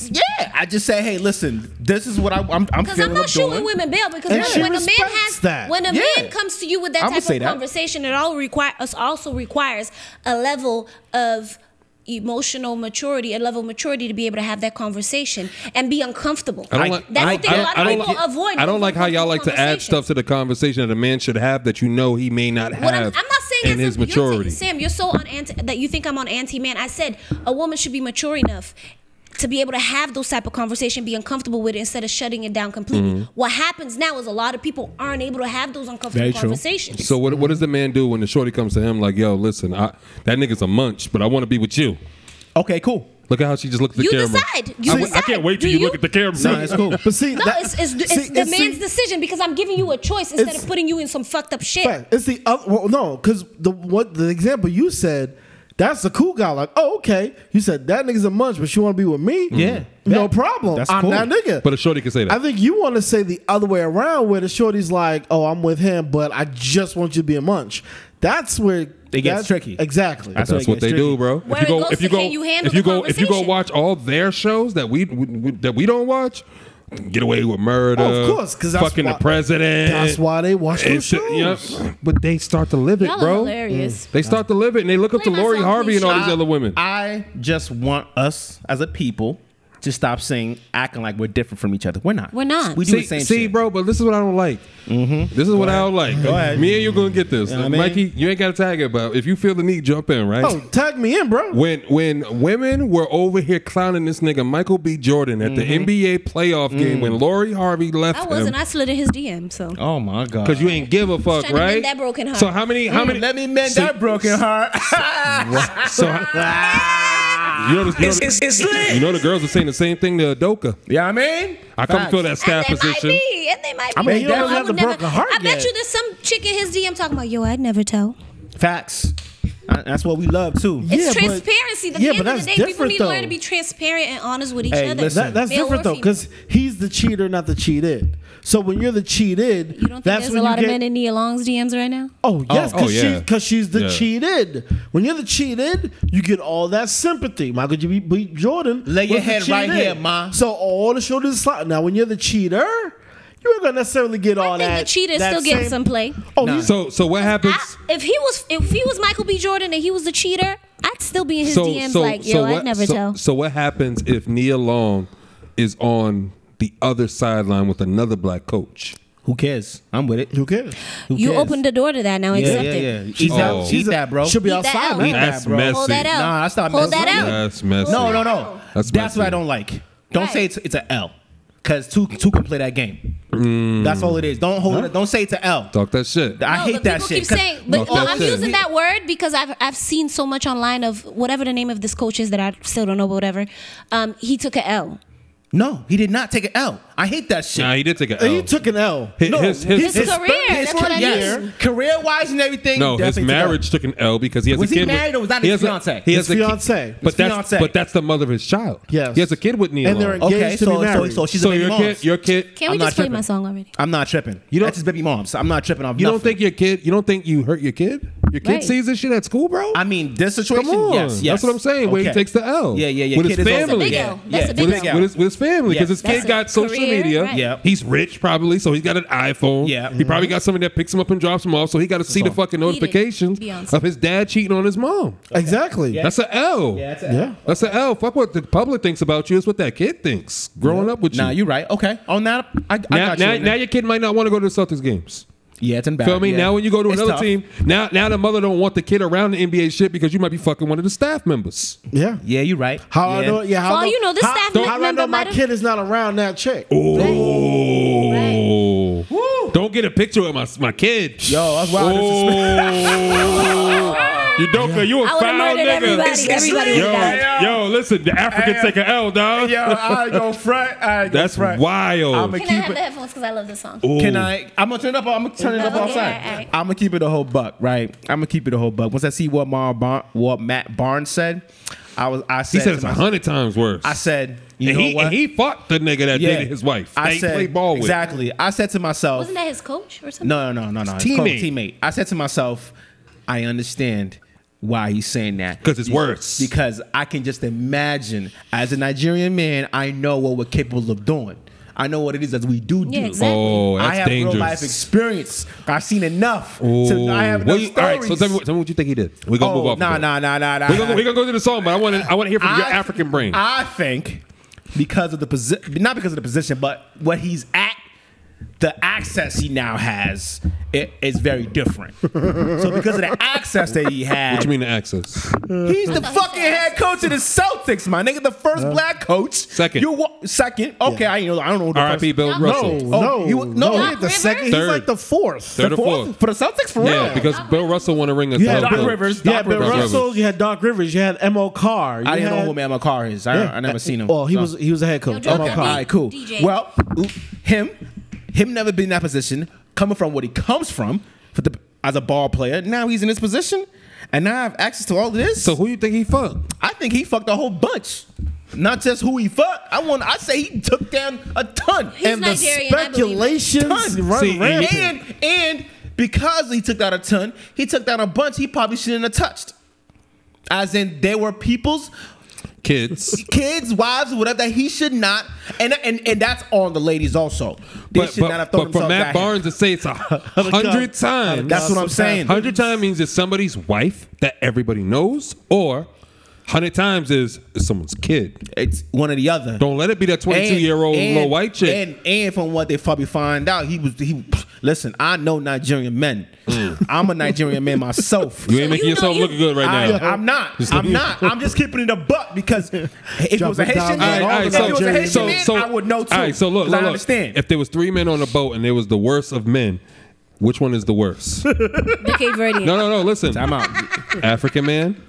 Speaker 1: Yeah, I just say, hey, listen, this is what I, I'm, I'm
Speaker 2: Because
Speaker 1: feeling.
Speaker 2: I'm not shooting
Speaker 1: doing.
Speaker 2: women bail because
Speaker 3: And
Speaker 2: really,
Speaker 3: she
Speaker 2: when a man
Speaker 3: respects
Speaker 2: has
Speaker 3: that.
Speaker 2: when a
Speaker 1: Yeah.
Speaker 2: man comes to you with that
Speaker 1: I would
Speaker 2: type
Speaker 1: say
Speaker 2: of
Speaker 1: that.
Speaker 2: conversation, it all require us also requires a level of emotional maturity, a level of maturity to be able to have that conversation and be uncomfortable.
Speaker 4: I don't like.
Speaker 2: That's
Speaker 4: I,
Speaker 2: the thing.
Speaker 4: I-
Speaker 2: a lot
Speaker 4: I
Speaker 2: of
Speaker 4: don't
Speaker 2: people
Speaker 4: like-
Speaker 2: avoid.
Speaker 4: I don't like how y'all like to add
Speaker 2: conversations.
Speaker 4: stuff to the conversation that a man should have that you know he may not have
Speaker 2: What I'm, I'm not saying
Speaker 4: in
Speaker 2: that's
Speaker 4: his
Speaker 2: a- you're taking-
Speaker 4: maturity.
Speaker 2: Sam, you're so on anti that you think I'm on anti man. I said a woman should be mature enough to be able to have those type of conversation, be uncomfortable with it instead of shutting it down completely.
Speaker 4: Mm-hmm.
Speaker 2: What happens now is a lot of people aren't able to have those uncomfortable
Speaker 9: Very true.
Speaker 2: conversations.
Speaker 4: So what, what does the man do when the shorty comes to him like, yo, listen, I, that nigga's a munch, but I want to be with you.
Speaker 9: Okay, cool.
Speaker 4: Look at how she just looked at the
Speaker 2: you
Speaker 4: camera.
Speaker 2: decide. You
Speaker 4: I, w-
Speaker 2: decide.
Speaker 4: I can't wait till
Speaker 2: Do
Speaker 4: you, look at the camera.
Speaker 3: See, But see,
Speaker 2: No,
Speaker 3: that-
Speaker 2: it's, it's, it's
Speaker 3: see,
Speaker 2: the
Speaker 3: it's-
Speaker 2: man's
Speaker 3: see,
Speaker 2: decision because I'm giving you a choice instead
Speaker 3: It's-
Speaker 2: of putting you in some fucked up shit.
Speaker 3: Fact. It's the other. Well, no, because the what the example you said. That's the cool guy. Like, oh, okay. You said that nigga's a munch, but she want to be with me.
Speaker 9: Yeah.
Speaker 3: no
Speaker 9: Yeah.
Speaker 3: problem.
Speaker 9: That's
Speaker 3: I'm
Speaker 9: cool.
Speaker 3: that nigga.
Speaker 4: But a shorty can say that.
Speaker 3: I think you want to say the other way around, where the shorty's like, "Oh, I'm with him, but I just want you to be a munch." That's where
Speaker 9: It gets
Speaker 3: that's-
Speaker 9: tricky.
Speaker 3: Exactly.
Speaker 9: That's
Speaker 4: That's
Speaker 9: So it
Speaker 4: what they
Speaker 9: gets tricky.
Speaker 4: do, bro.
Speaker 2: Where it goes to can you handle
Speaker 4: if you
Speaker 2: the
Speaker 4: go, if you go
Speaker 2: conversation?
Speaker 4: watch all their shows that we, we- we- that we don't watch, get away with murder.
Speaker 3: Oh, of course, 'cause that's
Speaker 4: fucking
Speaker 3: why-
Speaker 4: the president.
Speaker 3: That's why they watch those
Speaker 4: It's-
Speaker 3: shows.
Speaker 4: yep. But they start to live it,
Speaker 2: Y'all are
Speaker 4: bro.
Speaker 1: Mm.
Speaker 2: hilarious.
Speaker 4: They start to live it, and they look up to
Speaker 2: Play my
Speaker 4: Lori
Speaker 2: song,
Speaker 4: Harvey and all
Speaker 2: please.
Speaker 4: these other women.
Speaker 1: I just want us as a people to stop saying, acting like we're different from each other. We're not.
Speaker 2: We're not.
Speaker 1: We do
Speaker 4: see,
Speaker 1: the same
Speaker 4: see,
Speaker 1: shit.
Speaker 4: bro, but this is what I don't like. This is what I don't like.
Speaker 1: ahead.
Speaker 4: Me and you gonna get this,
Speaker 1: what I mean?
Speaker 4: Mikey. You ain't gotta tag it, but if you feel the need, jump in, right?
Speaker 3: Oh, tag me in, bro.
Speaker 4: When when women were over here clowning this nigga Michael B. Jordan at
Speaker 1: Mm-hmm.
Speaker 4: the NBA playoff game when Lori Harvey left
Speaker 2: I wasn't.
Speaker 4: him
Speaker 2: I slid in his DM. So
Speaker 1: Mm. Oh my god.
Speaker 4: because you ain't give a
Speaker 2: trying
Speaker 4: fuck,
Speaker 2: to mend
Speaker 4: right?
Speaker 2: that broken heart.
Speaker 4: So how many? How many?
Speaker 1: Let me mend
Speaker 4: See-
Speaker 1: that broken heart.
Speaker 4: So how- you know, the, you, know the, you know the girls are saying the same thing to Adoka.
Speaker 1: yeah, I mean,
Speaker 4: I come
Speaker 1: Facts.
Speaker 4: to that staff
Speaker 2: and they
Speaker 4: position.
Speaker 2: might be. And they might be.
Speaker 1: I mean, he
Speaker 2: No,
Speaker 1: don't
Speaker 2: I would
Speaker 1: have the
Speaker 2: never-
Speaker 1: broken heart
Speaker 2: I bet
Speaker 1: yet.
Speaker 2: you there's some chick in his DM talking about, yo, I'd never tell.
Speaker 1: facts. And that's what we love too.
Speaker 3: Yeah,
Speaker 2: It's
Speaker 3: but-
Speaker 2: transparency. At the
Speaker 3: yeah,
Speaker 2: end
Speaker 3: but
Speaker 2: of the
Speaker 3: that's
Speaker 2: day, people
Speaker 3: different,
Speaker 2: need to learn
Speaker 3: though.
Speaker 2: to be transparent and honest with each
Speaker 1: Hey,
Speaker 2: other.
Speaker 1: listen.
Speaker 3: That, that's
Speaker 2: male or
Speaker 3: different though,
Speaker 2: female.
Speaker 3: because he's the cheater, not the cheated. So when you're the cheated,
Speaker 2: you don't think
Speaker 3: that's
Speaker 2: there's
Speaker 3: when
Speaker 2: a lot
Speaker 3: you
Speaker 2: of
Speaker 3: get,
Speaker 2: men in Nia Long's DMs right now?
Speaker 3: Oh yes,
Speaker 4: Oh,
Speaker 3: because
Speaker 4: yeah.
Speaker 3: she's the
Speaker 4: Yeah.
Speaker 3: cheated. When you're the cheated, you get all that sympathy. Michael J. B. Jordan,
Speaker 1: Lay your
Speaker 3: was the
Speaker 1: head right
Speaker 3: cheated.
Speaker 1: here, ma.
Speaker 3: So all the shoulders slide. Now when you're the cheater, you ain't gonna necessarily get all
Speaker 2: I think
Speaker 3: that.
Speaker 2: the cheater is
Speaker 3: that
Speaker 2: still getting
Speaker 3: same-
Speaker 2: some play.
Speaker 3: Oh, he's-
Speaker 4: So so what happens?
Speaker 2: I, if he was, if he was Michael B. Jordan and he was the cheater, I'd still be in his DMs like, yo, I'd
Speaker 4: what-
Speaker 2: never
Speaker 4: so-
Speaker 2: tell.
Speaker 4: So what happens if Nia Long is on the other sideline with another black coach?
Speaker 1: Who cares? I'm with it.
Speaker 3: who cares?
Speaker 1: Who
Speaker 2: You
Speaker 1: cares?
Speaker 2: opened the door to that. Now
Speaker 1: Yeah,
Speaker 2: accept
Speaker 1: yeah, yeah.
Speaker 2: it.
Speaker 1: She's
Speaker 4: Oh.
Speaker 1: out. She's that, bro.
Speaker 3: She'll be
Speaker 2: Eat that
Speaker 3: outside.
Speaker 2: out.
Speaker 3: now.
Speaker 2: Eat
Speaker 4: That's
Speaker 1: bro.
Speaker 4: messy.
Speaker 2: Hold that out.
Speaker 1: Nah, that's not
Speaker 2: Hold that
Speaker 1: messy.
Speaker 2: out.
Speaker 4: That's messy.
Speaker 1: No, no, no.
Speaker 4: That's
Speaker 1: That's,
Speaker 4: messy.
Speaker 1: what I don't like. Don't
Speaker 2: Right.
Speaker 1: say it's, it's an L, because two two can play that game. That's all it is. Don't hold it. Don't say it's an L.
Speaker 4: Mm. Talk that shit.
Speaker 1: I
Speaker 2: No,
Speaker 1: hate
Speaker 2: but
Speaker 1: that
Speaker 2: people
Speaker 1: shit.
Speaker 2: Keep
Speaker 1: 'cause-
Speaker 2: saying, but
Speaker 4: Fuck
Speaker 2: well,
Speaker 4: that
Speaker 2: I'm
Speaker 4: shit.
Speaker 2: using that word because I've I've seen so much online of whatever the name of this coach is that I still don't know, but whatever. Um, he took a L.
Speaker 1: no, he did not take an L. I hate that shit.
Speaker 4: Nah, he did take an L.
Speaker 3: He took an L.
Speaker 4: Hi- his, his,
Speaker 2: His career. That's what I mean.
Speaker 1: Career wise and everything.
Speaker 4: no, his
Speaker 1: definitely took an L.
Speaker 4: marriage took an L because he has
Speaker 1: Was
Speaker 4: a
Speaker 1: he
Speaker 4: kid. with-
Speaker 1: married or was that
Speaker 4: he
Speaker 1: his
Speaker 4: has a-
Speaker 1: fiancé?
Speaker 4: he
Speaker 3: His
Speaker 4: has a kid-
Speaker 3: fiancé.
Speaker 4: But
Speaker 1: His
Speaker 4: that's
Speaker 1: fiancé.
Speaker 4: but that's the mother of his child.
Speaker 3: Yes.
Speaker 4: he has a kid with Nia
Speaker 3: And they're
Speaker 4: Long.
Speaker 3: engaged
Speaker 1: Okay,
Speaker 3: to be
Speaker 1: so, so,
Speaker 3: married.
Speaker 1: so she's
Speaker 4: so
Speaker 1: a baby
Speaker 4: your
Speaker 1: mom's.
Speaker 4: kid, your kid.
Speaker 2: Can we
Speaker 1: I'm not
Speaker 2: just play
Speaker 1: tripping.
Speaker 2: my song already?
Speaker 1: I'm not tripping.
Speaker 4: You don't-
Speaker 1: You don't, That's his baby mom's. I'm not tripping off.
Speaker 4: You don't
Speaker 1: nothing.
Speaker 4: think your kid? You don't think you hurt your kid? Your kid
Speaker 2: Right.
Speaker 4: sees this shit at school, bro.
Speaker 1: I mean, this situation.
Speaker 4: Come on.
Speaker 1: Yes, yes.
Speaker 4: That's what I'm saying. Where he
Speaker 1: Okay.
Speaker 4: takes the L.
Speaker 1: Yeah, yeah, yeah.
Speaker 4: With
Speaker 1: Kid
Speaker 4: his
Speaker 1: is also-
Speaker 4: family.
Speaker 2: Big L. That's a big
Speaker 4: with, his,
Speaker 2: L.
Speaker 4: with, his, with his family because
Speaker 1: Yeah.
Speaker 4: his kid
Speaker 2: That's a
Speaker 4: got social
Speaker 2: career,
Speaker 4: media.
Speaker 2: right.
Speaker 1: Yeah.
Speaker 4: He's rich probably, so he's got an iPhone.
Speaker 1: Yeah. Mm-hmm.
Speaker 4: He probably got somebody that picks him up and drops him off, so he got to see the fucking
Speaker 2: He did.
Speaker 4: notifications
Speaker 2: Beyonce.
Speaker 4: of his dad cheating on his mom.
Speaker 3: Exactly. Yeah.
Speaker 4: That's a L.
Speaker 1: Yeah, that's a
Speaker 3: Yeah.
Speaker 4: That's a L. Fuck what the public thinks about you. It's what that kid thinks growing up with you.
Speaker 1: Nah, you're right. Okay. On that, Oh, I, I
Speaker 4: now,
Speaker 1: got you.
Speaker 4: now,
Speaker 1: on that.
Speaker 4: now your kid might not want to go to the Celtics games.
Speaker 1: yeah, it's embarrassing.
Speaker 4: Feel me?
Speaker 1: Yeah.
Speaker 4: Now when you go to
Speaker 1: It's
Speaker 4: another
Speaker 1: tough.
Speaker 4: team, now now the mother don't want the kid around the NBA shit because you might be fucking one of the staff members.
Speaker 1: Yeah, you're right.
Speaker 3: How
Speaker 1: yeah.
Speaker 3: I know? Yeah. How
Speaker 2: For all
Speaker 3: I know,
Speaker 2: you know, this
Speaker 3: how,
Speaker 2: staff
Speaker 3: don't- how do I
Speaker 2: member
Speaker 3: know my
Speaker 2: might've-
Speaker 3: kid is not around that chick?
Speaker 4: Oh. Don't get a picture of my my kid.
Speaker 1: Yo, that's wild.
Speaker 4: Oh. you don't.
Speaker 2: I
Speaker 4: You a
Speaker 2: would have
Speaker 4: foul
Speaker 2: murdered everybody.
Speaker 4: nigga.
Speaker 2: everybody would
Speaker 4: Yo,
Speaker 2: have died.
Speaker 4: yo, listen, the Africans take an L, dog.
Speaker 1: I go front. I go
Speaker 4: That's wild.
Speaker 1: I'ma
Speaker 2: Can I
Speaker 1: keep
Speaker 2: have
Speaker 1: it.
Speaker 2: the headphones because I love this song?
Speaker 4: Ooh.
Speaker 1: Can I? I'm gonna turn it up. I'm gonna turn it up
Speaker 2: Okay,
Speaker 1: outside.
Speaker 2: alright, alright.
Speaker 1: I'm gonna keep it a whole buck, right? I'm gonna keep it a whole buck. Once I see what Mar Bar- what Matt Barnes said, I was I
Speaker 4: He said
Speaker 1: said, to
Speaker 4: it's a
Speaker 1: myself-
Speaker 4: hundred times worse.
Speaker 1: I said, you
Speaker 4: and
Speaker 1: know
Speaker 4: he,
Speaker 1: what?
Speaker 4: and he fought the nigga that
Speaker 1: Yeah.
Speaker 4: dated his wife.
Speaker 1: I
Speaker 4: They
Speaker 1: said
Speaker 4: played ball with.
Speaker 1: exactly. I said to myself,
Speaker 2: Wasn't that his coach or something?
Speaker 1: no, no, no, no, no.
Speaker 4: His
Speaker 1: It's called
Speaker 4: teammate.
Speaker 1: teammate. I said to myself, I understand why he's saying that.
Speaker 4: 'Cause it's
Speaker 1: Because-
Speaker 4: worse.
Speaker 1: Because I can just imagine, as a Nigerian man, I know what we're capable of doing. I know what it is that we do
Speaker 2: Yeah,
Speaker 1: do.
Speaker 2: exactly.
Speaker 4: Oh, that's
Speaker 1: I have
Speaker 4: dangerous.
Speaker 1: real life experience. I've seen enough. to, I have
Speaker 4: Ooh.
Speaker 1: enough
Speaker 4: What you- all right, so
Speaker 1: stories.
Speaker 4: tell me, tell me what you think he did. We're gonna move
Speaker 1: oh,
Speaker 4: off.
Speaker 1: nah,
Speaker 4: of that.
Speaker 1: nah, nah, nah, nah.
Speaker 4: We're gonna, we're gonna go to the song, but I want to I want to hear from your
Speaker 1: I-
Speaker 4: African brain.
Speaker 1: I think because of the position, not because of the position, but what he's at, the access he now has i- is very different. so because of the access that he had,
Speaker 4: what you mean the access?
Speaker 1: he's the fucking head coach of the Celtics, my nigga, the first black coach.
Speaker 4: Second.
Speaker 1: you wa- second. Okay, I you know I don't know. who the
Speaker 4: R.I.P.
Speaker 1: first-
Speaker 4: Bill
Speaker 2: No.
Speaker 4: Russell.
Speaker 3: No,
Speaker 1: Oh,
Speaker 3: no,
Speaker 1: you- no,
Speaker 3: no.
Speaker 1: not
Speaker 3: he the
Speaker 2: River?
Speaker 3: second, he's
Speaker 4: Third.
Speaker 3: like the fourth.
Speaker 4: Third or fourth?
Speaker 1: for the Celtics for
Speaker 4: Yeah,
Speaker 1: real.
Speaker 4: because Bill Russell won a ring.
Speaker 3: You had Doc
Speaker 4: Bill
Speaker 1: Rivers,
Speaker 3: You
Speaker 1: Doc
Speaker 3: had Bill
Speaker 4: Rivers.
Speaker 3: Russell. You had Doc Rivers. You had Mo Carr. You
Speaker 1: I didn't
Speaker 3: had,
Speaker 1: know who man my car is. I,
Speaker 3: Yeah.
Speaker 1: I never seen him.
Speaker 3: Well, he
Speaker 1: so.
Speaker 3: was he was a head coach.
Speaker 2: Joe
Speaker 3: Mo
Speaker 2: Joe
Speaker 1: Okay, all
Speaker 3: Carr.
Speaker 1: right, cool.
Speaker 2: DJ.
Speaker 1: Well, oop, him, him never been in that position. Coming from what he comes from, for the as a ball player, now he's in this position, and now I have access to all of this.
Speaker 4: So who you think he fucked?
Speaker 1: I think he fucked a whole bunch, not just who he fucked. I want, I say he took down a ton,
Speaker 2: He's
Speaker 1: and
Speaker 3: And the
Speaker 2: Nigerian, I believe it.
Speaker 3: speculations
Speaker 1: Ton.
Speaker 3: run
Speaker 4: See, and you-
Speaker 3: rampant.
Speaker 1: and and because he took down a ton, he took down a bunch. He probably shouldn't have touched. As in, there were people's
Speaker 4: Kids.
Speaker 1: kids, wives, whatever that he should not, and and and that's on the ladies also. They
Speaker 4: But,
Speaker 1: should not
Speaker 4: but,
Speaker 1: have thrown
Speaker 4: but for
Speaker 1: themselves
Speaker 4: Matt
Speaker 1: at him.
Speaker 4: Barnes to say it's a hundred times.
Speaker 1: That's what I'm saying.
Speaker 4: Hundred times means it's somebody's wife that everybody knows, or hundred times is it's someone's kid.
Speaker 1: It's one or the other.
Speaker 4: Don't let it be that twenty-two
Speaker 1: And-
Speaker 4: year old
Speaker 1: and-
Speaker 4: little white chick.
Speaker 1: And and from what they probably find out, he was he. Listen, I know Nigerian men. I'm a Nigerian man myself.
Speaker 4: Mm. you ain't making
Speaker 2: you
Speaker 4: yourself
Speaker 2: know you-
Speaker 4: look good right now.
Speaker 1: I, am not. I'm not. I'm just keeping it a buck because if it was a
Speaker 4: All
Speaker 3: Jumping down
Speaker 1: Haitian
Speaker 4: right,
Speaker 1: man,
Speaker 4: all right,
Speaker 1: if
Speaker 4: so,
Speaker 1: it was a Haitian
Speaker 4: so,
Speaker 1: man,
Speaker 4: so-
Speaker 1: I would know too.
Speaker 4: All right, so look,
Speaker 1: 'cause
Speaker 4: look,
Speaker 1: I
Speaker 4: look.
Speaker 1: understand.
Speaker 4: If there was three men on a boat and there was the worst of men, which one is the worst? no,
Speaker 2: The Cape Verdean.
Speaker 4: no, no. Listen,
Speaker 1: I'm out.
Speaker 4: African man.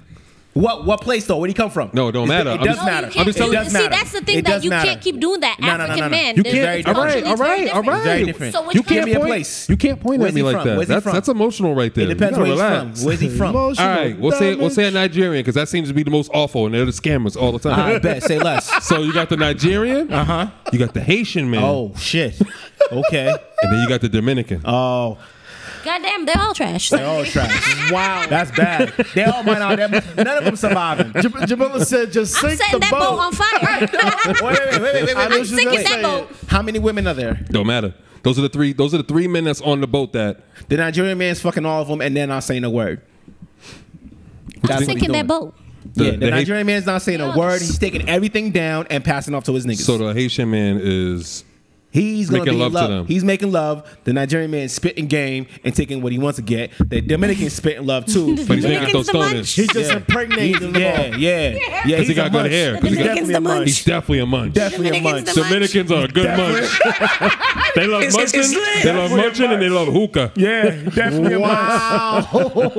Speaker 1: What what place though? Where would he come from?
Speaker 4: No, it don't
Speaker 1: It-
Speaker 4: matter.
Speaker 1: It,
Speaker 4: I'm
Speaker 1: does
Speaker 4: just-
Speaker 1: matter.
Speaker 2: No, you
Speaker 4: I'm just
Speaker 2: can't
Speaker 4: telling
Speaker 2: do
Speaker 4: you-
Speaker 2: that.
Speaker 4: It
Speaker 2: See, that's the thing
Speaker 1: It
Speaker 2: that
Speaker 1: does
Speaker 2: you
Speaker 1: matter.
Speaker 2: can't keep doing that.
Speaker 1: No, no, no,
Speaker 2: African
Speaker 1: no, no.
Speaker 2: men.
Speaker 4: You
Speaker 2: they're
Speaker 4: can't. All
Speaker 2: culturally
Speaker 4: right, all right, all
Speaker 2: different.
Speaker 4: right.
Speaker 1: very different.
Speaker 2: So which
Speaker 4: You
Speaker 2: country-
Speaker 4: can't
Speaker 1: Give me a
Speaker 4: point.
Speaker 1: place.
Speaker 4: You can't point
Speaker 1: Where's
Speaker 4: at me
Speaker 1: he
Speaker 4: like
Speaker 1: from?
Speaker 4: that.
Speaker 1: Where's he
Speaker 4: That's
Speaker 1: from?
Speaker 4: that's emotional right there.
Speaker 1: It depends
Speaker 4: you
Speaker 1: where
Speaker 4: gotta
Speaker 1: he's from.
Speaker 4: relax.
Speaker 1: Where's he from?
Speaker 3: Emotional
Speaker 4: All right, we'll say we'll say a
Speaker 3: damage.
Speaker 4: Nigerian because that seems to be the most awful, and they're the scammers all the
Speaker 1: I
Speaker 4: time.
Speaker 1: bet. Say less.
Speaker 4: so you got the Nigerian, uh huh. You got the Haitian man,
Speaker 1: Uh-huh. Oh shit. Okay.
Speaker 4: and then you got the Dominican.
Speaker 1: Oh,
Speaker 2: Goddamn, they're all trash.
Speaker 1: they all trash. wow, that's bad. They all might not. None of them surviving. Wait,
Speaker 3: Jam- Jamila said, "Just
Speaker 2: I'm
Speaker 3: sink the
Speaker 2: setting that boat. on fire.
Speaker 1: wait, wait, wait, wait, wait,
Speaker 2: I'm
Speaker 1: wait.
Speaker 3: she's gonna
Speaker 2: sinking that
Speaker 3: say
Speaker 2: boat.
Speaker 1: How many women are there?
Speaker 4: Don't matter. Those are the three. Those are the three men that's on the boat. That
Speaker 1: The Nigerian man's fucking all of them, and they're not saying a word.
Speaker 2: I'm
Speaker 1: That's what he's
Speaker 2: sinking that
Speaker 1: doing.
Speaker 2: boat.
Speaker 4: the,
Speaker 1: yeah,
Speaker 4: the
Speaker 1: the,
Speaker 4: Haitian-
Speaker 1: Nigerian man's not saying a word. He's taking everything down and passing off to his niggas.
Speaker 4: So the Haitian man is
Speaker 1: He's gonna
Speaker 4: Making
Speaker 1: be
Speaker 4: love
Speaker 1: love,
Speaker 4: to them.
Speaker 1: love. He's making love. The Nigerian man spitting game and taking what he wants to get. The Dominican spitting love too.
Speaker 4: But he's making
Speaker 2: Dominicans
Speaker 4: those
Speaker 2: the
Speaker 4: stones.
Speaker 3: He just impregnated them all.
Speaker 1: yeah, yeah, yeah.
Speaker 4: because
Speaker 1: he's
Speaker 4: he
Speaker 1: a
Speaker 4: got good
Speaker 1: munch.
Speaker 4: hair. 'cause he got-
Speaker 2: Dominicans the munch.
Speaker 4: he's definitely a munch.
Speaker 1: Definitely a munch.
Speaker 2: Dominicans the
Speaker 4: Dominicans are a good munch. they love
Speaker 5: It's- it's-
Speaker 4: munching.
Speaker 5: it's lit.
Speaker 4: They love munching and they love hookah.
Speaker 1: Yeah, definitely
Speaker 3: Wow.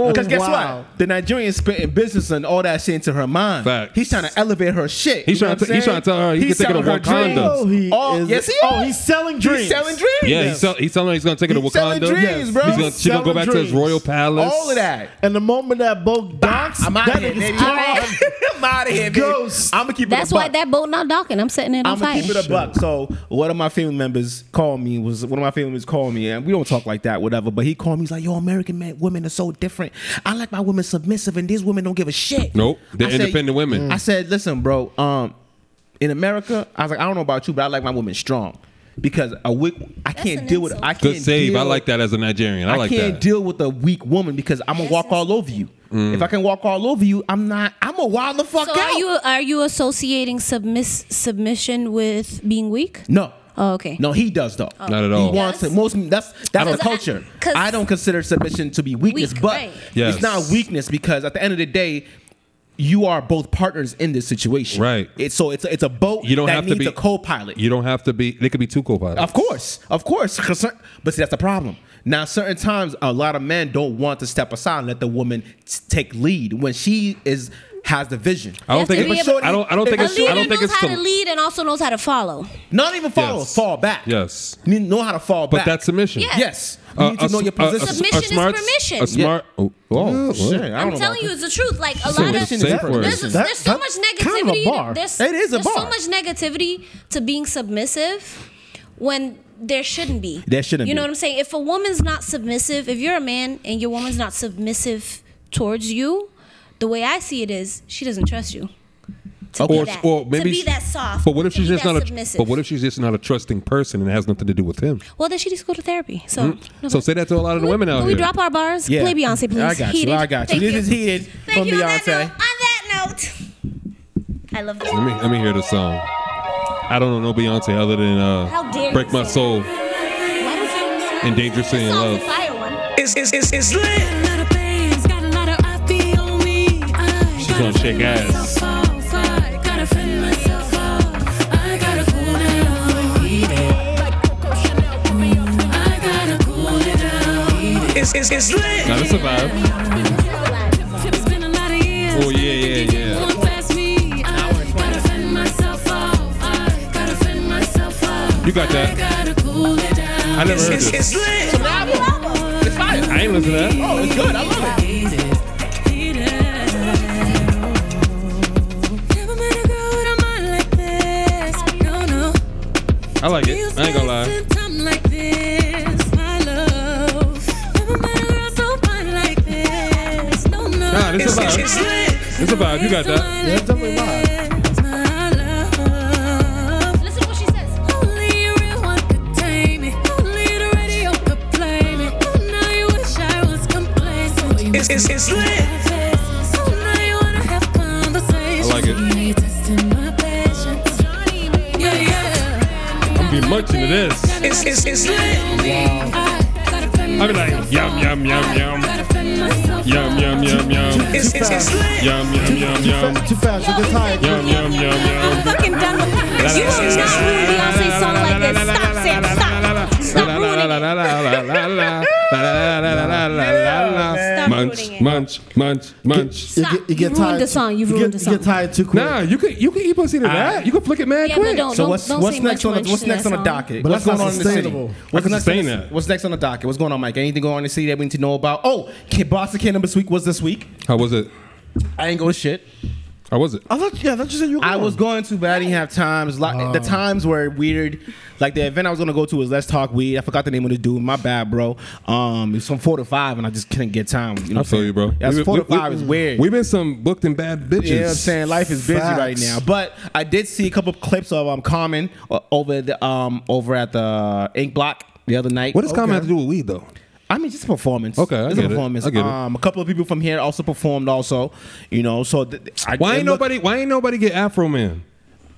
Speaker 1: Because guess
Speaker 3: wow.
Speaker 1: what? The Nigerian spitting business and all that shit into her mind.
Speaker 4: Facts.
Speaker 1: He's trying to elevate her shit.
Speaker 4: He's
Speaker 1: You know
Speaker 4: trying
Speaker 1: what
Speaker 4: to-
Speaker 1: I'm
Speaker 4: he's
Speaker 1: saying?
Speaker 4: trying to tell her he
Speaker 1: He's
Speaker 4: can take it to
Speaker 1: selling her
Speaker 4: Wakanda.
Speaker 1: dreams.
Speaker 4: Oh,
Speaker 3: he
Speaker 1: oh,
Speaker 3: is-
Speaker 1: yes, he
Speaker 3: oh,
Speaker 1: is.
Speaker 3: he's selling dreams.
Speaker 1: He's selling dreams.
Speaker 4: Yeah, he's, sell, he's telling her he's gonna take her to
Speaker 1: He's selling
Speaker 4: Wakanda.
Speaker 1: dreams, bro.
Speaker 4: He's gonna, she's gonna go
Speaker 3: Selling
Speaker 4: back to his
Speaker 3: dreams.
Speaker 4: royal palace.
Speaker 1: All of that.
Speaker 3: And the moment that boat docks,
Speaker 1: I'm out
Speaker 3: that
Speaker 1: of here,
Speaker 3: nigga's
Speaker 1: baby.
Speaker 3: gone.
Speaker 1: I'm out of here, baby.
Speaker 3: Ghost.
Speaker 1: I'm gonna keep it.
Speaker 2: That's
Speaker 1: a
Speaker 2: why
Speaker 1: buck.
Speaker 2: that boat not docking. I'm setting it on
Speaker 1: I'm gonna
Speaker 2: fire.
Speaker 1: keep it a buck. So one of my family members called me. Was one of my family members called me, and we don't talk like that, whatever. But he called me. He's like, "Yo, American men, women are so different. I like my women submissive, and these women don't give a shit."
Speaker 4: Nope, they're
Speaker 1: I said-
Speaker 4: independent women.
Speaker 1: I said, "Listen, bro. Um, in America, I was like, I don't know about you, but I like my women strong because a weak, I
Speaker 2: an
Speaker 1: can't deal with.
Speaker 2: insult.
Speaker 1: I
Speaker 4: Good
Speaker 1: can't
Speaker 4: save.
Speaker 1: Deal,
Speaker 4: I like that as a Nigerian. I, like
Speaker 1: can't
Speaker 4: that. Mm.
Speaker 1: deal with a weak woman because I'm gonna walk all over you. If I can walk all over you, I'm not. I'm gonna wild the fuck
Speaker 2: So
Speaker 1: out.
Speaker 2: are you are you associating submiss submission with being weak?
Speaker 1: no.
Speaker 2: Oh, okay.
Speaker 1: No, he does though.
Speaker 4: Not at all.
Speaker 1: He wants it. Most that's that's
Speaker 2: Because
Speaker 1: a culture.
Speaker 2: I- 'cause-
Speaker 1: I, don't consider submission to be weakness,
Speaker 2: Weak,
Speaker 1: but
Speaker 2: right.
Speaker 4: Yes.
Speaker 1: it's not weakness because at the end of the day, you are both partners in this situation.
Speaker 4: Right.
Speaker 1: It's so it's a, it's a boat
Speaker 4: You don't
Speaker 1: that
Speaker 4: have to
Speaker 1: needs
Speaker 4: be
Speaker 1: a co-pilot.
Speaker 4: You don't have to be. They could be two co-pilots.
Speaker 1: of course, of course. 'Cause cer- But see, that's the problem. Now, certain times, a lot of men don't want to step aside and let the woman t- take lead when she is has the vision.
Speaker 4: I don't
Speaker 2: You have
Speaker 4: think.
Speaker 2: to
Speaker 4: It's,
Speaker 2: be able-
Speaker 4: I don't. I don't think.
Speaker 2: A
Speaker 4: It's, I don't
Speaker 2: leader
Speaker 4: think
Speaker 2: knows
Speaker 4: it's.
Speaker 2: how to
Speaker 4: to-
Speaker 2: lead and also knows how to follow.
Speaker 1: Not even follow,
Speaker 4: Yes.
Speaker 1: fall back.
Speaker 4: Yes.
Speaker 1: You need to know how to fall
Speaker 4: But
Speaker 1: back.
Speaker 4: that's submission.
Speaker 2: Yeah.
Speaker 1: Yes, you need to
Speaker 4: a-
Speaker 1: know your
Speaker 4: a- a-
Speaker 1: position.
Speaker 4: a
Speaker 2: Submission is
Speaker 4: smart-
Speaker 2: permission.
Speaker 4: A smart. Oh, oh,
Speaker 1: Shit,
Speaker 4: what?
Speaker 1: I don't
Speaker 2: I'm
Speaker 1: know
Speaker 2: telling
Speaker 1: about
Speaker 2: you, it's the truth. Like a
Speaker 4: Say
Speaker 2: lot
Speaker 4: it.
Speaker 2: of
Speaker 4: Safe
Speaker 2: there's,
Speaker 4: word.
Speaker 2: there's
Speaker 3: That-
Speaker 2: so much
Speaker 3: that's
Speaker 2: negativity.
Speaker 3: kind of a bar.
Speaker 2: There's,
Speaker 1: It is a
Speaker 2: there's so
Speaker 1: bar.
Speaker 2: much negativity to being submissive when there shouldn't be.
Speaker 1: There shouldn't
Speaker 2: You know
Speaker 1: be.
Speaker 2: what I'm saying? If a woman's not submissive, if you're a man and your woman's not submissive towards you, the way I see it is she doesn't trust you. To
Speaker 4: Or,
Speaker 2: be that,
Speaker 4: or maybe
Speaker 2: to be
Speaker 4: she-
Speaker 2: that soft.
Speaker 4: But what if
Speaker 2: to
Speaker 4: she's
Speaker 2: be
Speaker 4: just
Speaker 2: that
Speaker 4: not a?
Speaker 2: submissive.
Speaker 4: But what if she's just not a trusting person and it has nothing to do with him?
Speaker 2: Well, then she needs to go to therapy. So, no,
Speaker 4: Hmm? So
Speaker 2: but-
Speaker 4: say that to a lot of
Speaker 2: Can
Speaker 4: the
Speaker 2: we-
Speaker 4: women out
Speaker 2: can
Speaker 4: here.
Speaker 2: We drop our bars.
Speaker 5: Yeah.
Speaker 2: Play Beyonce, please.
Speaker 5: I got you.
Speaker 2: Heated.
Speaker 5: I got you.
Speaker 2: Thank
Speaker 5: This is heated
Speaker 2: Thank
Speaker 5: from
Speaker 2: you. On that,
Speaker 5: Beyonce.
Speaker 2: note, on that note, I love
Speaker 4: Let
Speaker 2: you.
Speaker 4: me let me hear the song. I don't know no Beyonce other than
Speaker 2: How
Speaker 4: uh,
Speaker 2: dare
Speaker 4: "Break
Speaker 2: you
Speaker 4: My
Speaker 2: say
Speaker 4: Soul"
Speaker 2: Why does it-
Speaker 4: and "Dangerously in
Speaker 2: This song's
Speaker 4: Love."
Speaker 2: a fire one.
Speaker 4: She's gonna shake ass. Now that's a vibe. Oh yeah, yeah, yeah. You got that? I never heard this. I ain't listened to that.
Speaker 5: Oh, it's good. I love it.
Speaker 4: I like it. I ain't gonna lie. Nah, this is a vibe. This is a vibe. You got that?
Speaker 3: Yeah, it's definitely live.
Speaker 2: Listen to what she says.
Speaker 10: It's, it's, it's lit. I
Speaker 4: like it.
Speaker 10: Yeah, yeah.
Speaker 4: I'm be much into this.
Speaker 10: It's, it's, it's lit. I'll
Speaker 4: I'll be like yum yum yum yum yum yum yum yum
Speaker 10: It's, it's, it's lit.
Speaker 4: yum yum yum yum
Speaker 3: Too fast. It gets high.
Speaker 4: yum yum yum.
Speaker 2: I'm fucking done with this. You will
Speaker 4: la,
Speaker 2: not ruin Beyonce's song like this. Stop, Sam. Stop. Stop ruining it. Stop ruining
Speaker 4: Munch,
Speaker 2: it.
Speaker 4: munch, munch, munch.
Speaker 3: You
Speaker 2: Stop.
Speaker 3: get, you get
Speaker 2: You ruined
Speaker 3: tired.
Speaker 2: the song. You've
Speaker 3: you
Speaker 2: ruined
Speaker 3: get,
Speaker 2: the
Speaker 3: You get
Speaker 2: song.
Speaker 3: tired too quick.
Speaker 4: Nah, you could you could eat pussy to that. You could flick it mad
Speaker 2: Yeah, but
Speaker 4: quick.
Speaker 2: don't,
Speaker 1: So
Speaker 2: don't,
Speaker 1: what's
Speaker 2: don't
Speaker 1: what's
Speaker 2: say
Speaker 1: next
Speaker 2: much
Speaker 1: on
Speaker 2: munch
Speaker 1: the,
Speaker 2: to
Speaker 1: what's
Speaker 2: that
Speaker 1: next on the
Speaker 2: song.
Speaker 1: docket?
Speaker 3: But
Speaker 1: what's
Speaker 3: that's not
Speaker 1: going on in the city?
Speaker 3: sustainable. I
Speaker 4: can
Speaker 1: What's next, on
Speaker 4: sustain
Speaker 1: the,
Speaker 4: that.
Speaker 1: what's next on the docket? What's going on, Mike? Anything going on in the city that we need to know about? Oh, Kid Boston Cannabis Week was this week.
Speaker 4: How was it?
Speaker 1: I ain't go to shit.
Speaker 4: How was it?
Speaker 3: I thought, yeah, I thought you said you. Were
Speaker 1: I
Speaker 3: going. Oh.
Speaker 1: was going to, but I didn't have time. It was like- The times were weird. Like the event I was gonna go to was Let's Talk Weed. I forgot the name of the dude. My bad, bro. Um, it's from four to five, and I just couldn't get time. You
Speaker 4: I
Speaker 1: know what I'm
Speaker 4: feel
Speaker 1: saying?
Speaker 4: you, bro.
Speaker 1: That's
Speaker 4: We-
Speaker 1: four to
Speaker 4: we-
Speaker 1: five is weird.
Speaker 4: We've been some booked and bad bitches.
Speaker 1: You know what I'm saying? Life is busy right
Speaker 3: Facts.
Speaker 1: now. But I did see a couple of clips of um Common uh, over the um over at the Ink Block the other night.
Speaker 4: What does comment have to do with weed though?
Speaker 1: I mean, just a performance.
Speaker 4: Okay, I
Speaker 1: it's
Speaker 4: get
Speaker 1: a
Speaker 4: it.
Speaker 1: performance.
Speaker 4: I get it.
Speaker 1: Um, a couple of people from here also performed. Also, you know, so th- th- I,
Speaker 4: Why
Speaker 1: it
Speaker 4: ain't
Speaker 1: looked-
Speaker 4: nobody? Why ain't nobody get Afro Man?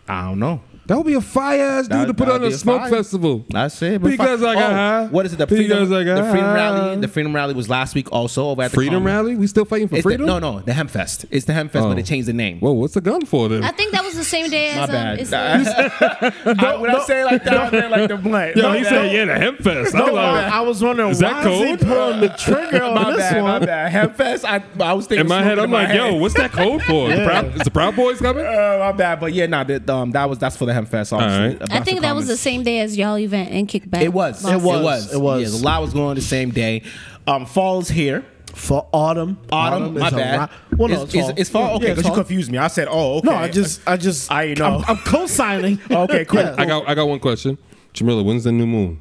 Speaker 1: I don't know.
Speaker 4: That would be a fire ass dude
Speaker 1: That-
Speaker 4: to put
Speaker 1: that'd
Speaker 4: on a
Speaker 1: be a
Speaker 4: smoke
Speaker 1: fire.
Speaker 4: festival.
Speaker 1: That's it. but
Speaker 4: Because
Speaker 1: fuck-
Speaker 4: I got
Speaker 1: oh,
Speaker 4: high.
Speaker 1: What is it? The
Speaker 4: Because
Speaker 1: freedom,
Speaker 4: I got
Speaker 1: the freedom
Speaker 4: high.
Speaker 1: rally. The freedom rally was last week. Also over at the
Speaker 4: Freedom
Speaker 1: Common.
Speaker 4: rally? We still fighting for
Speaker 1: It's the-
Speaker 4: freedom?
Speaker 1: no, no, the Hemfest. It's the Hemfest,
Speaker 4: Oh.
Speaker 1: but they changed the name.
Speaker 4: Whoa, what's the gun for then?
Speaker 2: I think that was the same day as
Speaker 1: My
Speaker 2: um,
Speaker 1: bad.
Speaker 2: Islam.
Speaker 1: don't, when I say it like that, I meant like the blunt.
Speaker 4: Yo,
Speaker 1: My
Speaker 4: he
Speaker 1: bad.
Speaker 4: said yeah, the hemp fest. I'm
Speaker 3: No,
Speaker 4: like,
Speaker 3: I, I was wondering
Speaker 4: Is that
Speaker 3: why is he
Speaker 4: code?
Speaker 3: pulling the trigger on
Speaker 1: My
Speaker 3: this
Speaker 1: bad,
Speaker 3: one.
Speaker 1: my bad. Hemfest. I, I was thinking.
Speaker 4: in my head,
Speaker 1: smoking
Speaker 4: I'm like, yo, what's that code for? The Proud- is the Proud Boys coming?
Speaker 1: Uh, my bad, but yeah, nah, that, um, that was that's for the Hemfest.
Speaker 4: right.
Speaker 1: Obviously,
Speaker 2: I think that was the same day as y'all event and kickback.
Speaker 1: It was.
Speaker 2: Boston.
Speaker 1: It was.
Speaker 3: It was.
Speaker 1: Yes, a lot was going on the same day. Um, fall's here.
Speaker 3: For autumn.
Speaker 1: Autumn. my
Speaker 3: is a
Speaker 1: bad.
Speaker 3: lot- Well, no, it's,
Speaker 1: it's, it's-
Speaker 3: fall.
Speaker 1: it's fall. Okay,
Speaker 3: Yeah, it's
Speaker 1: because you
Speaker 3: fall.
Speaker 1: confused me. I said, oh, okay.
Speaker 3: No, I just, I just,
Speaker 1: I know.
Speaker 3: I'm, I'm co-signing.
Speaker 1: Okay, cool.
Speaker 4: I got I got one question. Jamila, when's the new moon?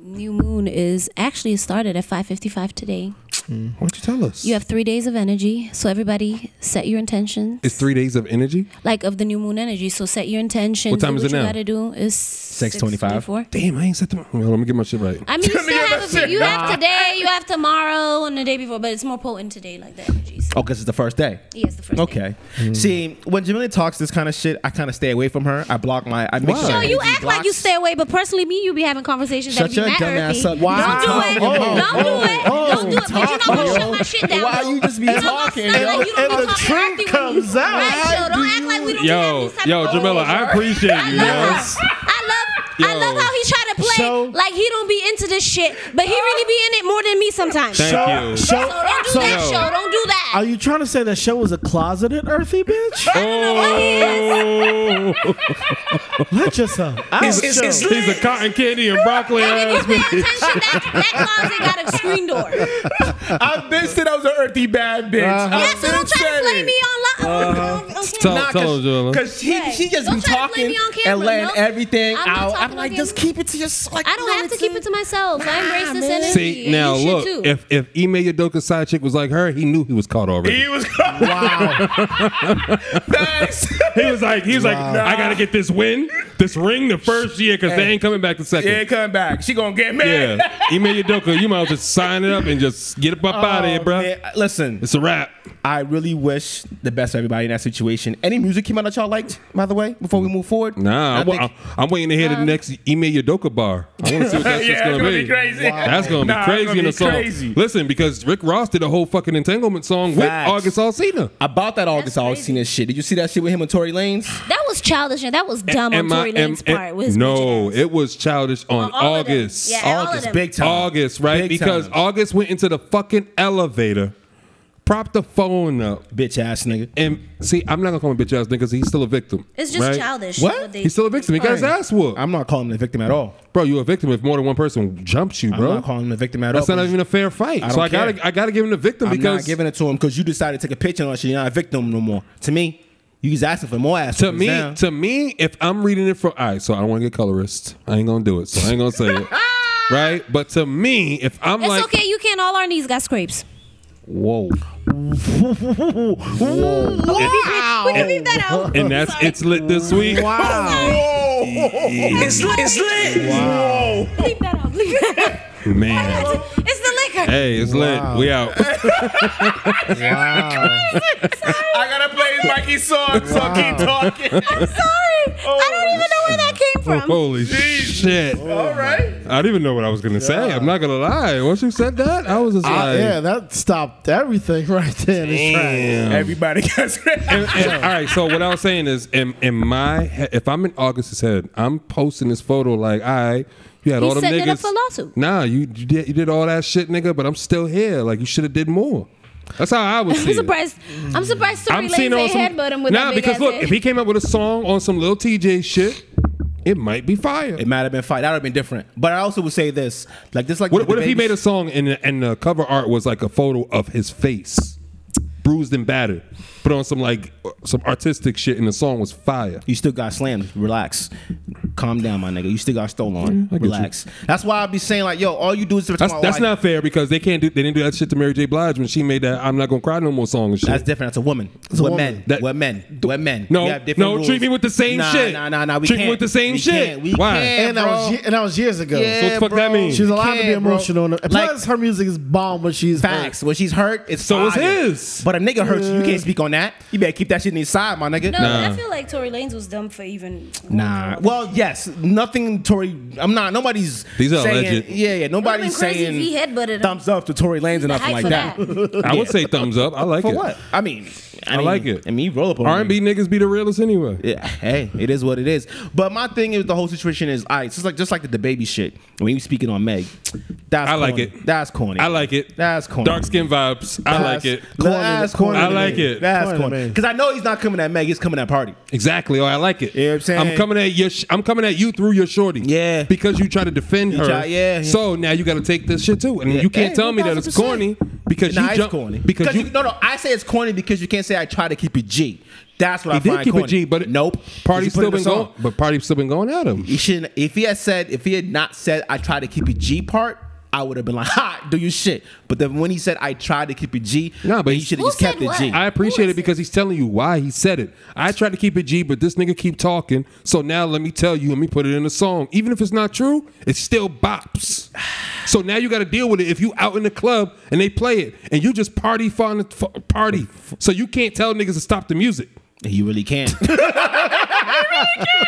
Speaker 2: New moon is actually it started at 5:55 today.
Speaker 4: Why'd you tell us?
Speaker 2: You have three days of energy, so everybody set your intentions.
Speaker 4: It's three days of energy?
Speaker 2: like of the new moon energy. So set your intentions.
Speaker 4: What time
Speaker 2: do
Speaker 4: is
Speaker 2: what
Speaker 4: it
Speaker 2: you
Speaker 4: now?
Speaker 2: Gotta do is six
Speaker 1: 6:25.
Speaker 4: Damn, I ain't set the moon. Hold on, Let me get my shit right.
Speaker 2: I mean, you still have a, you have today, you have tomorrow, and the day before, but it's more potent today, like the energies.
Speaker 1: Oh, because it's the first day.
Speaker 2: Yeah, it's the first. day.
Speaker 1: Okay. See, when Jamila talks this kind of shit, I kind of stay away from her. I block my. I make
Speaker 4: Why?
Speaker 1: sure.
Speaker 4: No,
Speaker 2: No,
Speaker 1: my
Speaker 2: you
Speaker 1: energy
Speaker 2: act like you
Speaker 1: blocks.
Speaker 2: stay away, but personally, me, you be having conversations
Speaker 1: Shut
Speaker 2: that
Speaker 1: your
Speaker 2: be mad
Speaker 1: dumb ass
Speaker 2: earthy.
Speaker 1: up.
Speaker 2: Don't
Speaker 1: Why
Speaker 2: do it.
Speaker 1: Oh,
Speaker 2: don't do it. don't do it. But you're not gonna
Speaker 1: talk,
Speaker 2: shut
Speaker 1: yo.
Speaker 2: my shit down.
Speaker 1: Why
Speaker 2: though.
Speaker 1: you just be
Speaker 2: know my
Speaker 1: talking,
Speaker 2: son,
Speaker 1: yo?
Speaker 2: Like, you don't
Speaker 3: If
Speaker 2: be talking
Speaker 3: the truth
Speaker 2: earthy with me.
Speaker 3: comes out,
Speaker 2: right, yo, don't act like we don't
Speaker 4: Yo,
Speaker 2: have these type
Speaker 4: yo,
Speaker 2: of
Speaker 4: Jamila, I appreciate you, yo.
Speaker 2: love- I love, I
Speaker 4: Yo.
Speaker 2: love how he try to play
Speaker 3: So-
Speaker 2: like he don't be into this shit, but he really be in it more than me sometimes.
Speaker 4: Thank
Speaker 2: so
Speaker 4: you.
Speaker 3: So,
Speaker 2: don't do
Speaker 3: so-
Speaker 2: that, show. Don't do that.
Speaker 3: Are you trying to say that show was a closeted earthy bitch?
Speaker 2: I don't know what he is.
Speaker 4: Oh,
Speaker 3: Let yourself out.
Speaker 11: It's-
Speaker 3: Show.
Speaker 11: it's-
Speaker 4: He's a cotton candy and broccoli
Speaker 2: David, you
Speaker 4: ass.
Speaker 2: pay attention. That, that closet got a screen door.
Speaker 1: I've been said I was an earthy bad bitch.
Speaker 2: Yeah,
Speaker 4: Uh-huh.
Speaker 1: I've
Speaker 2: so don't
Speaker 1: been
Speaker 2: try to play
Speaker 1: said
Speaker 2: me
Speaker 1: it.
Speaker 2: on live.
Speaker 4: Tell- tell him, Joella.
Speaker 1: Because she,
Speaker 2: Right.
Speaker 1: she just
Speaker 2: Don't
Speaker 1: be
Speaker 2: try to play
Speaker 1: talking
Speaker 2: me on camera,
Speaker 1: and letting
Speaker 2: no.
Speaker 1: everything
Speaker 2: I'm not
Speaker 1: out.
Speaker 2: talking
Speaker 1: I'm like,
Speaker 2: on
Speaker 1: just
Speaker 2: camera.
Speaker 1: keep it to yourself. Like,
Speaker 2: I don't
Speaker 1: no,
Speaker 2: have to
Speaker 1: it's
Speaker 2: keep
Speaker 1: a-
Speaker 2: it to myself. I embrace this
Speaker 1: man.
Speaker 2: energy.
Speaker 4: See
Speaker 2: and
Speaker 4: now,
Speaker 2: you should
Speaker 4: look.
Speaker 2: too.
Speaker 4: If if Ime Yadoka's side chick was like her, he knew he was caught already.
Speaker 1: He was wow. Facts.
Speaker 4: He was like, he was like, I gotta get this win, this ring, the first year, because they ain't coming back the second.
Speaker 1: Yeah, ain't coming back. She gonna get mad.
Speaker 4: Yeah, Ime Yudoka, you might as well just sign it up and just get up, up out of here, bro.
Speaker 1: Oh, Man, listen,
Speaker 4: It's a wrap.
Speaker 1: I really wish the best for everybody in that situation. Any music came out that y'all liked, by the way, before we move forward?
Speaker 4: Nah, uh,
Speaker 1: I
Speaker 4: I'm, wa-
Speaker 1: think-
Speaker 4: I'm waiting to hear the next Ime Yudoka bar. I want to see what that's
Speaker 1: Yeah, it's
Speaker 4: gonna,
Speaker 1: gonna
Speaker 4: be.
Speaker 1: be crazy. Wow.
Speaker 4: That's gonna be
Speaker 1: Nah, it's
Speaker 4: crazy
Speaker 1: gonna
Speaker 4: in
Speaker 1: be
Speaker 4: a song.
Speaker 1: crazy.
Speaker 4: Listen, because Rick Ross did a whole fucking entanglement song
Speaker 1: Facts.
Speaker 4: with August Alsina.
Speaker 1: About that August
Speaker 2: crazy.
Speaker 1: Alsina shit. Did you see that shit with him and Tory Lanez?
Speaker 2: that was childish and that was dumb on
Speaker 4: Am I-
Speaker 2: Tory
Speaker 4: am-
Speaker 2: Lane's
Speaker 4: am-
Speaker 2: part. Was
Speaker 4: no,
Speaker 2: bitch ass.
Speaker 4: it was childish on
Speaker 2: all of them.
Speaker 4: August.
Speaker 2: Yeah, all of
Speaker 1: August,
Speaker 2: them.
Speaker 1: big time.
Speaker 4: August, right?
Speaker 1: Big
Speaker 4: because
Speaker 1: time.
Speaker 4: August went into the fucking elevator, propped the phone up,
Speaker 1: Bitch ass nigga.
Speaker 4: and see, I'm not gonna call him a bitch ass nigga because he's still a victim.
Speaker 2: It's just
Speaker 4: right?
Speaker 2: childish.
Speaker 1: What?
Speaker 2: they-
Speaker 4: He's still a victim. He got his
Speaker 1: Fine.
Speaker 4: ass whooped.
Speaker 1: I'm not calling him the victim at all.
Speaker 4: bro, you a victim if more than one person jumps you,
Speaker 1: I'm
Speaker 4: bro.
Speaker 1: not calling him the victim at
Speaker 4: That's
Speaker 1: all.
Speaker 4: not even a fair fight.
Speaker 1: I
Speaker 4: so
Speaker 1: don't
Speaker 4: I gotta,
Speaker 1: care.
Speaker 4: I gotta give him the victim
Speaker 1: I'm
Speaker 4: because
Speaker 1: not giving it to him because you decided to take a picture on shit. You're not a victim no more. To me, you was asking for more ass.
Speaker 4: to
Speaker 1: whoopings
Speaker 4: me,
Speaker 1: now.
Speaker 4: to me, if I'm reading it from, all right, so I don't want to get colorist. I ain't gonna do it. So I ain't gonna say it. Right, but to me, if I'm
Speaker 2: It's
Speaker 4: like,
Speaker 2: okay. You can't. All our knees got scrapes.
Speaker 4: whoa,
Speaker 2: Wow. We can leave that out.
Speaker 4: and that's
Speaker 2: Sorry.
Speaker 4: it's lit this week.
Speaker 11: It's lit. It's lit.
Speaker 2: Leave that out. Leave that out.
Speaker 4: Man.
Speaker 2: It's the liquor.
Speaker 4: Hey, it's lit. We out.
Speaker 1: I gotta play Mikey's song, so keep talking.
Speaker 2: I'm sorry. I don't even know where that came from.
Speaker 4: Oh, Holy shit.
Speaker 1: All right.
Speaker 4: I didn't even know what I was going to say. I'm not going to lie. Once you said that, I was just like,
Speaker 3: Uh, yeah, that stopped everything right there. in its tracks.
Speaker 4: damn.
Speaker 1: Everybody gets
Speaker 4: And- and- all right, so what I was saying is, in, in my he- if I'm in August's head, I'm posting this photo like, all right, you had
Speaker 2: He's
Speaker 4: all them
Speaker 2: setting
Speaker 4: niggas.
Speaker 2: it up for lawsuit.
Speaker 4: Nah, you, you did you did all that shit, nigga. But I'm still here. Like you should have did more. That's how I would see
Speaker 2: I'm
Speaker 4: it.
Speaker 2: surprised. I'm surprised Tory
Speaker 4: I'm seeing
Speaker 2: Lanez
Speaker 4: on
Speaker 2: ain't
Speaker 4: some
Speaker 2: headbutt him with
Speaker 4: nah
Speaker 2: that big
Speaker 4: because
Speaker 2: ass
Speaker 4: look,
Speaker 2: head.
Speaker 4: if he came up with a song on some little TJ shit, it might be fire.
Speaker 1: It might have been fight. That would have been different. But I also would say this, like this, like
Speaker 4: What,
Speaker 1: with
Speaker 4: what
Speaker 1: the
Speaker 4: if he
Speaker 1: babies.
Speaker 4: made a song and and the cover art was like a photo of his face, bruised and battered, put on some like some artistic shit, and the song was fire.
Speaker 1: You still got slammed. Relax. Calm down, my nigga. You still got stolen.
Speaker 4: you.
Speaker 1: Relax. That's why I be saying like, yo, all you do is to
Speaker 4: That's
Speaker 1: my
Speaker 4: that's
Speaker 1: wife.
Speaker 4: not fair because they can't do they didn't do that shit to Mary J. Blige when she made that I'm not gonna cry no more song and shit.
Speaker 1: That's different. That's a woman.
Speaker 3: a
Speaker 1: we're
Speaker 3: woman.
Speaker 1: men.
Speaker 4: That-
Speaker 1: we're men. We're men.
Speaker 4: No,
Speaker 1: We have different
Speaker 4: no,
Speaker 1: rules.
Speaker 4: treat me with the same
Speaker 1: nah,
Speaker 4: shit.
Speaker 1: Nah, nah, nah. We
Speaker 4: Treat me
Speaker 1: can't.
Speaker 4: with the same
Speaker 1: we
Speaker 4: shit.
Speaker 1: Can't. We
Speaker 4: Why?
Speaker 1: can't,
Speaker 3: And that was
Speaker 1: bro.
Speaker 3: ye- and that was years ago.
Speaker 4: So what the fuck
Speaker 1: bro.
Speaker 4: that mean?
Speaker 3: She's allowed to be
Speaker 1: Can't, bro.
Speaker 3: emotional. And
Speaker 1: Like-
Speaker 3: plus, her music is bomb when she's
Speaker 1: Facts. When she's hurt, it's
Speaker 4: So it's
Speaker 1: fire.
Speaker 4: his.
Speaker 1: But a nigga hurts you. You can't speak on that. You better keep that shit in your side, my nigga.
Speaker 2: no, I feel like Tory Lanez was dumb for even.
Speaker 1: Nah. Well, yes. Nothing, Tory. I'm not. Nobody's.
Speaker 4: These are
Speaker 1: saying,
Speaker 4: alleged.
Speaker 1: Yeah, yeah. Nobody's
Speaker 2: crazy if
Speaker 1: saying
Speaker 2: he headbutted him.
Speaker 1: thumbs up to Tory Lanez or nothing
Speaker 2: hype
Speaker 1: like
Speaker 2: for
Speaker 1: that.
Speaker 4: I would say thumbs up. I like
Speaker 1: For
Speaker 4: it.
Speaker 1: what? I mean, I,
Speaker 4: I
Speaker 1: mean,
Speaker 4: like it.
Speaker 1: I mean, you roll up on
Speaker 4: R&B
Speaker 1: me.
Speaker 4: niggas be the realest anyway.
Speaker 1: Yeah, hey, it is what it is. But my thing is the whole situation is I just like just like the baby shit. When you speaking on Meg, that's
Speaker 4: I like
Speaker 1: corny.
Speaker 4: it.
Speaker 1: That's corny.
Speaker 4: I like it.
Speaker 1: That's corny.
Speaker 4: Dark skin vibes. I like it.
Speaker 3: Corny
Speaker 1: That's
Speaker 3: to- corny
Speaker 1: corny.
Speaker 4: I
Speaker 1: to
Speaker 4: like
Speaker 1: me.
Speaker 4: it.
Speaker 1: That's
Speaker 3: Corny to
Speaker 1: corny.
Speaker 3: me.
Speaker 1: Because I know he's not coming at Meg. He's coming at party.
Speaker 4: Exactly. Oh, I like it.
Speaker 1: You know what I'm saying?
Speaker 4: I'm coming at your. Sh- I'm coming at you through your shorty.
Speaker 1: Yeah.
Speaker 4: Because you try to defend her.
Speaker 1: try- yeah, yeah.
Speaker 4: So now you got to take this shit too, and you can't
Speaker 1: Hey,
Speaker 4: tell me that it's
Speaker 1: 1000%.
Speaker 4: corny because
Speaker 1: nah,
Speaker 4: you
Speaker 1: it's
Speaker 4: jump
Speaker 1: corny.
Speaker 4: because you.
Speaker 1: no no. I say it's corny because you can't say I try to keep it G. That's what
Speaker 4: He
Speaker 1: I
Speaker 4: did
Speaker 1: find
Speaker 4: keep
Speaker 1: corny.
Speaker 4: it G, but it-
Speaker 1: nope.
Speaker 4: Party
Speaker 1: Because you
Speaker 4: still
Speaker 1: put it
Speaker 4: been
Speaker 1: in the song.
Speaker 4: going, but party still been going at him.
Speaker 1: He shouldn't. If he had said, if he had not said, I tried to keep it G part, I would have been like, ha, do your shit. But then when he said, I tried to keep it G,
Speaker 4: Nah, but
Speaker 1: he
Speaker 4: he-
Speaker 1: should have
Speaker 2: Who
Speaker 1: just kept
Speaker 2: said
Speaker 1: it G.
Speaker 2: what?
Speaker 4: I appreciate
Speaker 2: Who
Speaker 4: it
Speaker 2: is
Speaker 4: because he's telling you why he said it. I tried to keep it G, but this nigga keep talking. So now let me tell you, let me put it in a song. Even if it's not true, it still bops. So now you got to deal with it. If you out in the club and they play it, and you just party fun, f- party, so you can't tell niggas to stop the music.
Speaker 1: You really can't.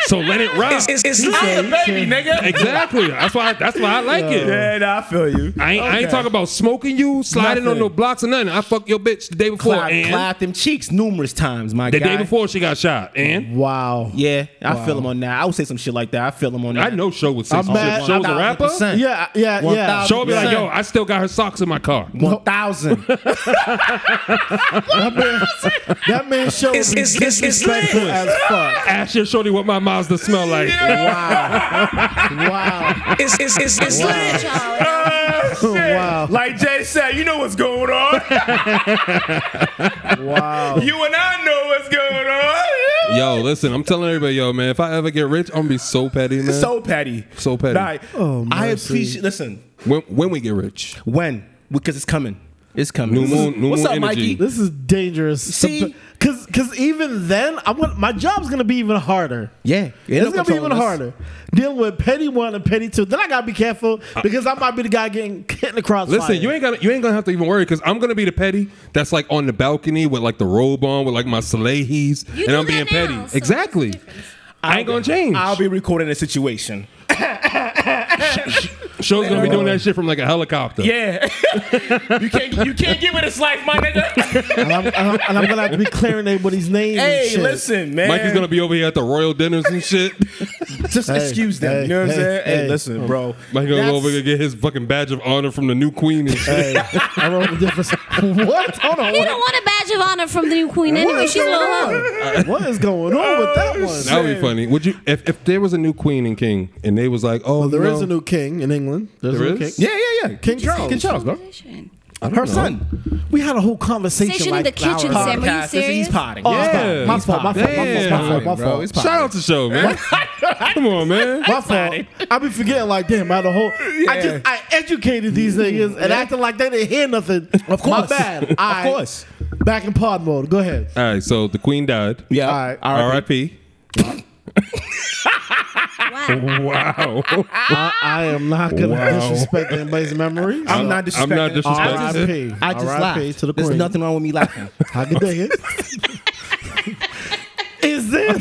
Speaker 4: So let it rock.
Speaker 11: It's, it's, it's lit.
Speaker 1: baby, nigga.
Speaker 4: exactly. That's why. that's why I like it.
Speaker 1: I feel you.
Speaker 4: I ain't, I ain't talking about smoking you, sliding on no blocks or nothing. I fuck your bitch the day before
Speaker 1: Clap,
Speaker 4: and
Speaker 1: clap them cheeks numerous times, my
Speaker 4: the
Speaker 1: guy.
Speaker 4: day before she got shot. And
Speaker 3: burning. Wow.
Speaker 1: Yeah, I feel him on that. I would say some shit like that. I feel him on that.
Speaker 4: I know Show would say
Speaker 3: I'm
Speaker 4: some
Speaker 3: mad.
Speaker 4: shit. Show was a rapper.
Speaker 1: 1000%.
Speaker 3: Yeah, yeah,
Speaker 1: One
Speaker 3: yeah.
Speaker 1: thousand.
Speaker 4: Show be like, yo, I still got her socks in my car.
Speaker 1: One thousand.
Speaker 3: That man, that man show
Speaker 11: It's-
Speaker 3: is
Speaker 11: it's- it's- it's lit.
Speaker 3: disrespectful as fuck.
Speaker 4: Asher tell Shorty what my Mazda smell like.
Speaker 11: It's it's it's it's lit.
Speaker 3: wow.
Speaker 5: Like Jay said, you know what's going on.
Speaker 3: Wow.
Speaker 5: You and I know what's going on.
Speaker 4: Yo, listen, I'm telling everybody, yo, man, if I ever get rich, I'm gonna be so petty, man.
Speaker 5: So petty.
Speaker 4: So petty.
Speaker 5: Like,
Speaker 3: Oh,
Speaker 5: I
Speaker 3: mercy.
Speaker 5: appreciate. Listen,
Speaker 4: when, when we get rich,
Speaker 5: when? Because it's coming. It's coming.
Speaker 4: New moon- new
Speaker 5: What's
Speaker 4: moon
Speaker 5: up,
Speaker 4: energy.
Speaker 5: Mikey?
Speaker 3: This is dangerous.
Speaker 5: See?
Speaker 3: cause, cause even then, I'm gonna, my job's gonna be even harder.
Speaker 5: Yeah, they
Speaker 3: it's
Speaker 5: don't
Speaker 3: gonna be
Speaker 5: control
Speaker 3: even
Speaker 5: us.
Speaker 3: harder. Dealing with petty one and petty two. Then I gotta be careful because I might be the guy getting hit in the crossfire.
Speaker 4: Listen, you ain't gonna you ain't gonna have to even worry because I'm gonna be the petty that's like on the balcony with like the robe on with like my Salehis,
Speaker 2: You
Speaker 4: and
Speaker 2: do that
Speaker 4: I'm being
Speaker 2: now,
Speaker 4: petty.
Speaker 2: so what's the
Speaker 4: exactly. I ain't gonna change.
Speaker 5: I'll be recording the situation.
Speaker 4: Show's gonna be doing that shit from like a helicopter.
Speaker 5: Yeah, you can't. You can't give it this life, my nigga.
Speaker 3: and, I'm, and I'm- and I'm gonna have to be clearing everybody's name. and
Speaker 5: hey,
Speaker 3: shit.
Speaker 5: listen, man.
Speaker 4: Mikey's gonna be over here at the royal dinners and shit.
Speaker 5: just excuse them.
Speaker 3: hey,
Speaker 5: you know what I'm
Speaker 3: hey,
Speaker 5: saying? Hey,
Speaker 3: hey.
Speaker 5: listen, bro.
Speaker 4: Mikey gonna go over here
Speaker 5: That's-
Speaker 4: and get his fucking badge of honor from the new queen and shit.
Speaker 3: Hey, I wrote the difference. What? Hold on.
Speaker 2: He don't
Speaker 3: What,
Speaker 2: want a badge of honor from the new queen
Speaker 3: what
Speaker 2: anyway.
Speaker 3: is
Speaker 2: She's a
Speaker 3: going
Speaker 2: little hoe.
Speaker 3: on? What is going on with that one?
Speaker 4: Oh, That would be funny. Would you if, if there was a new queen and king and they was like, oh,
Speaker 3: Well, there
Speaker 4: you
Speaker 3: is
Speaker 4: know,
Speaker 3: a new king in England. There's
Speaker 4: There
Speaker 3: a new
Speaker 4: is?
Speaker 3: king.
Speaker 5: Yeah, yeah, yeah.
Speaker 3: King Charles.
Speaker 5: King Charles, bro.
Speaker 2: Conversation.
Speaker 5: Her son.
Speaker 3: We had a whole conversation
Speaker 2: Station in
Speaker 3: like
Speaker 2: the kitchen,
Speaker 3: hours.
Speaker 2: Sam. Are you
Speaker 5: Podcast. Listen, he's
Speaker 2: serious?
Speaker 5: potting.
Speaker 3: Oh,
Speaker 5: Yeah.
Speaker 4: Yeah.
Speaker 3: my fault. My fault. My fault. My fault. My
Speaker 5: Bro,
Speaker 3: fault.
Speaker 5: it's
Speaker 4: Shout out to show man. Come on, man.
Speaker 3: My fault. I be forgetting like damn, I the whole. I just I educated these niggas and acting like they didn't hear nothing. Of course, my bad.
Speaker 5: Of
Speaker 3: Alright.
Speaker 5: course.
Speaker 3: Back in pod mode. Go ahead.
Speaker 4: All right, so the queen died.
Speaker 5: Yeah.
Speaker 3: All right.
Speaker 5: All right.
Speaker 4: R.I.P.
Speaker 2: Wow.
Speaker 4: Wow.
Speaker 3: I, I am not gonna disrespect anybody's memory.
Speaker 5: I'm not disrespecting.
Speaker 4: I'm not
Speaker 5: I just,
Speaker 4: disrespecting.
Speaker 3: R.I.P.
Speaker 5: I just
Speaker 3: R.I.P.
Speaker 5: laughed.
Speaker 3: to the
Speaker 5: There's
Speaker 3: queen.
Speaker 5: nothing wrong with me laughing.
Speaker 3: I can dig it. Is there?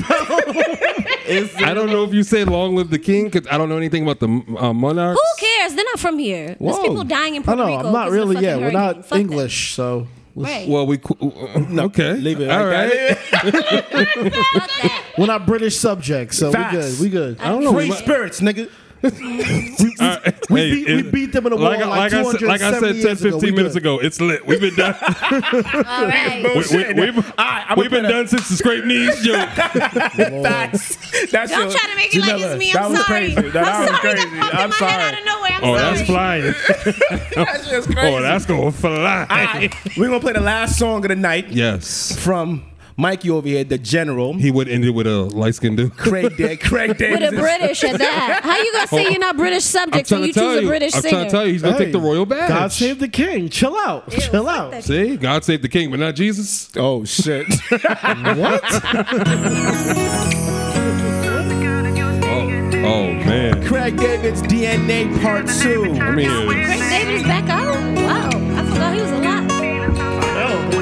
Speaker 4: I don't know if you say long live the king because I don't know anything about the uh, monarchs.
Speaker 2: Who cares? They're not from here. There's
Speaker 4: Whoa.
Speaker 2: people dying in
Speaker 3: I
Speaker 2: Puerto
Speaker 3: know.
Speaker 2: Rico.
Speaker 3: I'm not
Speaker 2: 'cause of
Speaker 3: really.
Speaker 2: fucking
Speaker 3: Yeah, we're
Speaker 2: hurricane.
Speaker 3: not
Speaker 2: Fuck them.
Speaker 3: English, so
Speaker 2: Right.
Speaker 4: Well, we qu- okay.
Speaker 5: Leave it.
Speaker 4: All right.
Speaker 2: Fuck that.
Speaker 3: we're not British subjects. So
Speaker 5: Facts.
Speaker 3: we good. We good.
Speaker 2: I don't
Speaker 5: Free spirits, nigga.
Speaker 3: We beat- we beat them in the
Speaker 4: like,
Speaker 3: war
Speaker 4: I-
Speaker 3: like
Speaker 4: I said, like I said
Speaker 3: 270 years
Speaker 4: 15
Speaker 3: ago, we
Speaker 4: minutes
Speaker 3: good.
Speaker 4: ago. It's lit. We've been done.
Speaker 2: All right.
Speaker 4: we, we, we've
Speaker 5: I'ma
Speaker 4: we've been
Speaker 5: put a-
Speaker 4: done since the scrape knees joke.
Speaker 5: Facts. That's
Speaker 2: Y'all
Speaker 5: your-
Speaker 2: trying to make it like
Speaker 5: Jamila,
Speaker 2: it's me.
Speaker 5: that
Speaker 2: I'm
Speaker 5: was
Speaker 2: sorry.
Speaker 5: Crazy. That, that
Speaker 2: I'm
Speaker 5: was
Speaker 2: sorry.
Speaker 5: crazy.
Speaker 2: That popped
Speaker 5: I'm
Speaker 2: in my
Speaker 5: sorry.
Speaker 2: head out of nowhere. I'm
Speaker 4: Oh,
Speaker 2: sorry.
Speaker 4: that's flying.
Speaker 5: That's just crazy.
Speaker 4: Oh, that's going to fly.
Speaker 5: We're gonna play the last song of the night
Speaker 4: Yes.
Speaker 5: from Mikey over here, the general.
Speaker 4: He would end it with a light skinned dude.
Speaker 5: Craig Day. Craig Day.
Speaker 2: With a British at that. How you gonna say you're not British
Speaker 4: I'm
Speaker 2: subjects
Speaker 4: trying
Speaker 2: when you
Speaker 4: to
Speaker 2: choose
Speaker 4: tell
Speaker 2: a
Speaker 4: you.
Speaker 2: British
Speaker 4: I'm trying
Speaker 2: singer?
Speaker 4: to tell you. He's going to
Speaker 3: Hey,
Speaker 4: take the royal badge.
Speaker 3: God save the king. Chill out. Chill
Speaker 2: fuck
Speaker 3: out.
Speaker 2: that
Speaker 4: See? God save the king, but not Jesus.
Speaker 5: Oh shit.
Speaker 4: Oh, man.
Speaker 5: Craig David's DNA Part Two.
Speaker 4: I mean,
Speaker 2: Rick David is back out. Wow, I forgot he was alive.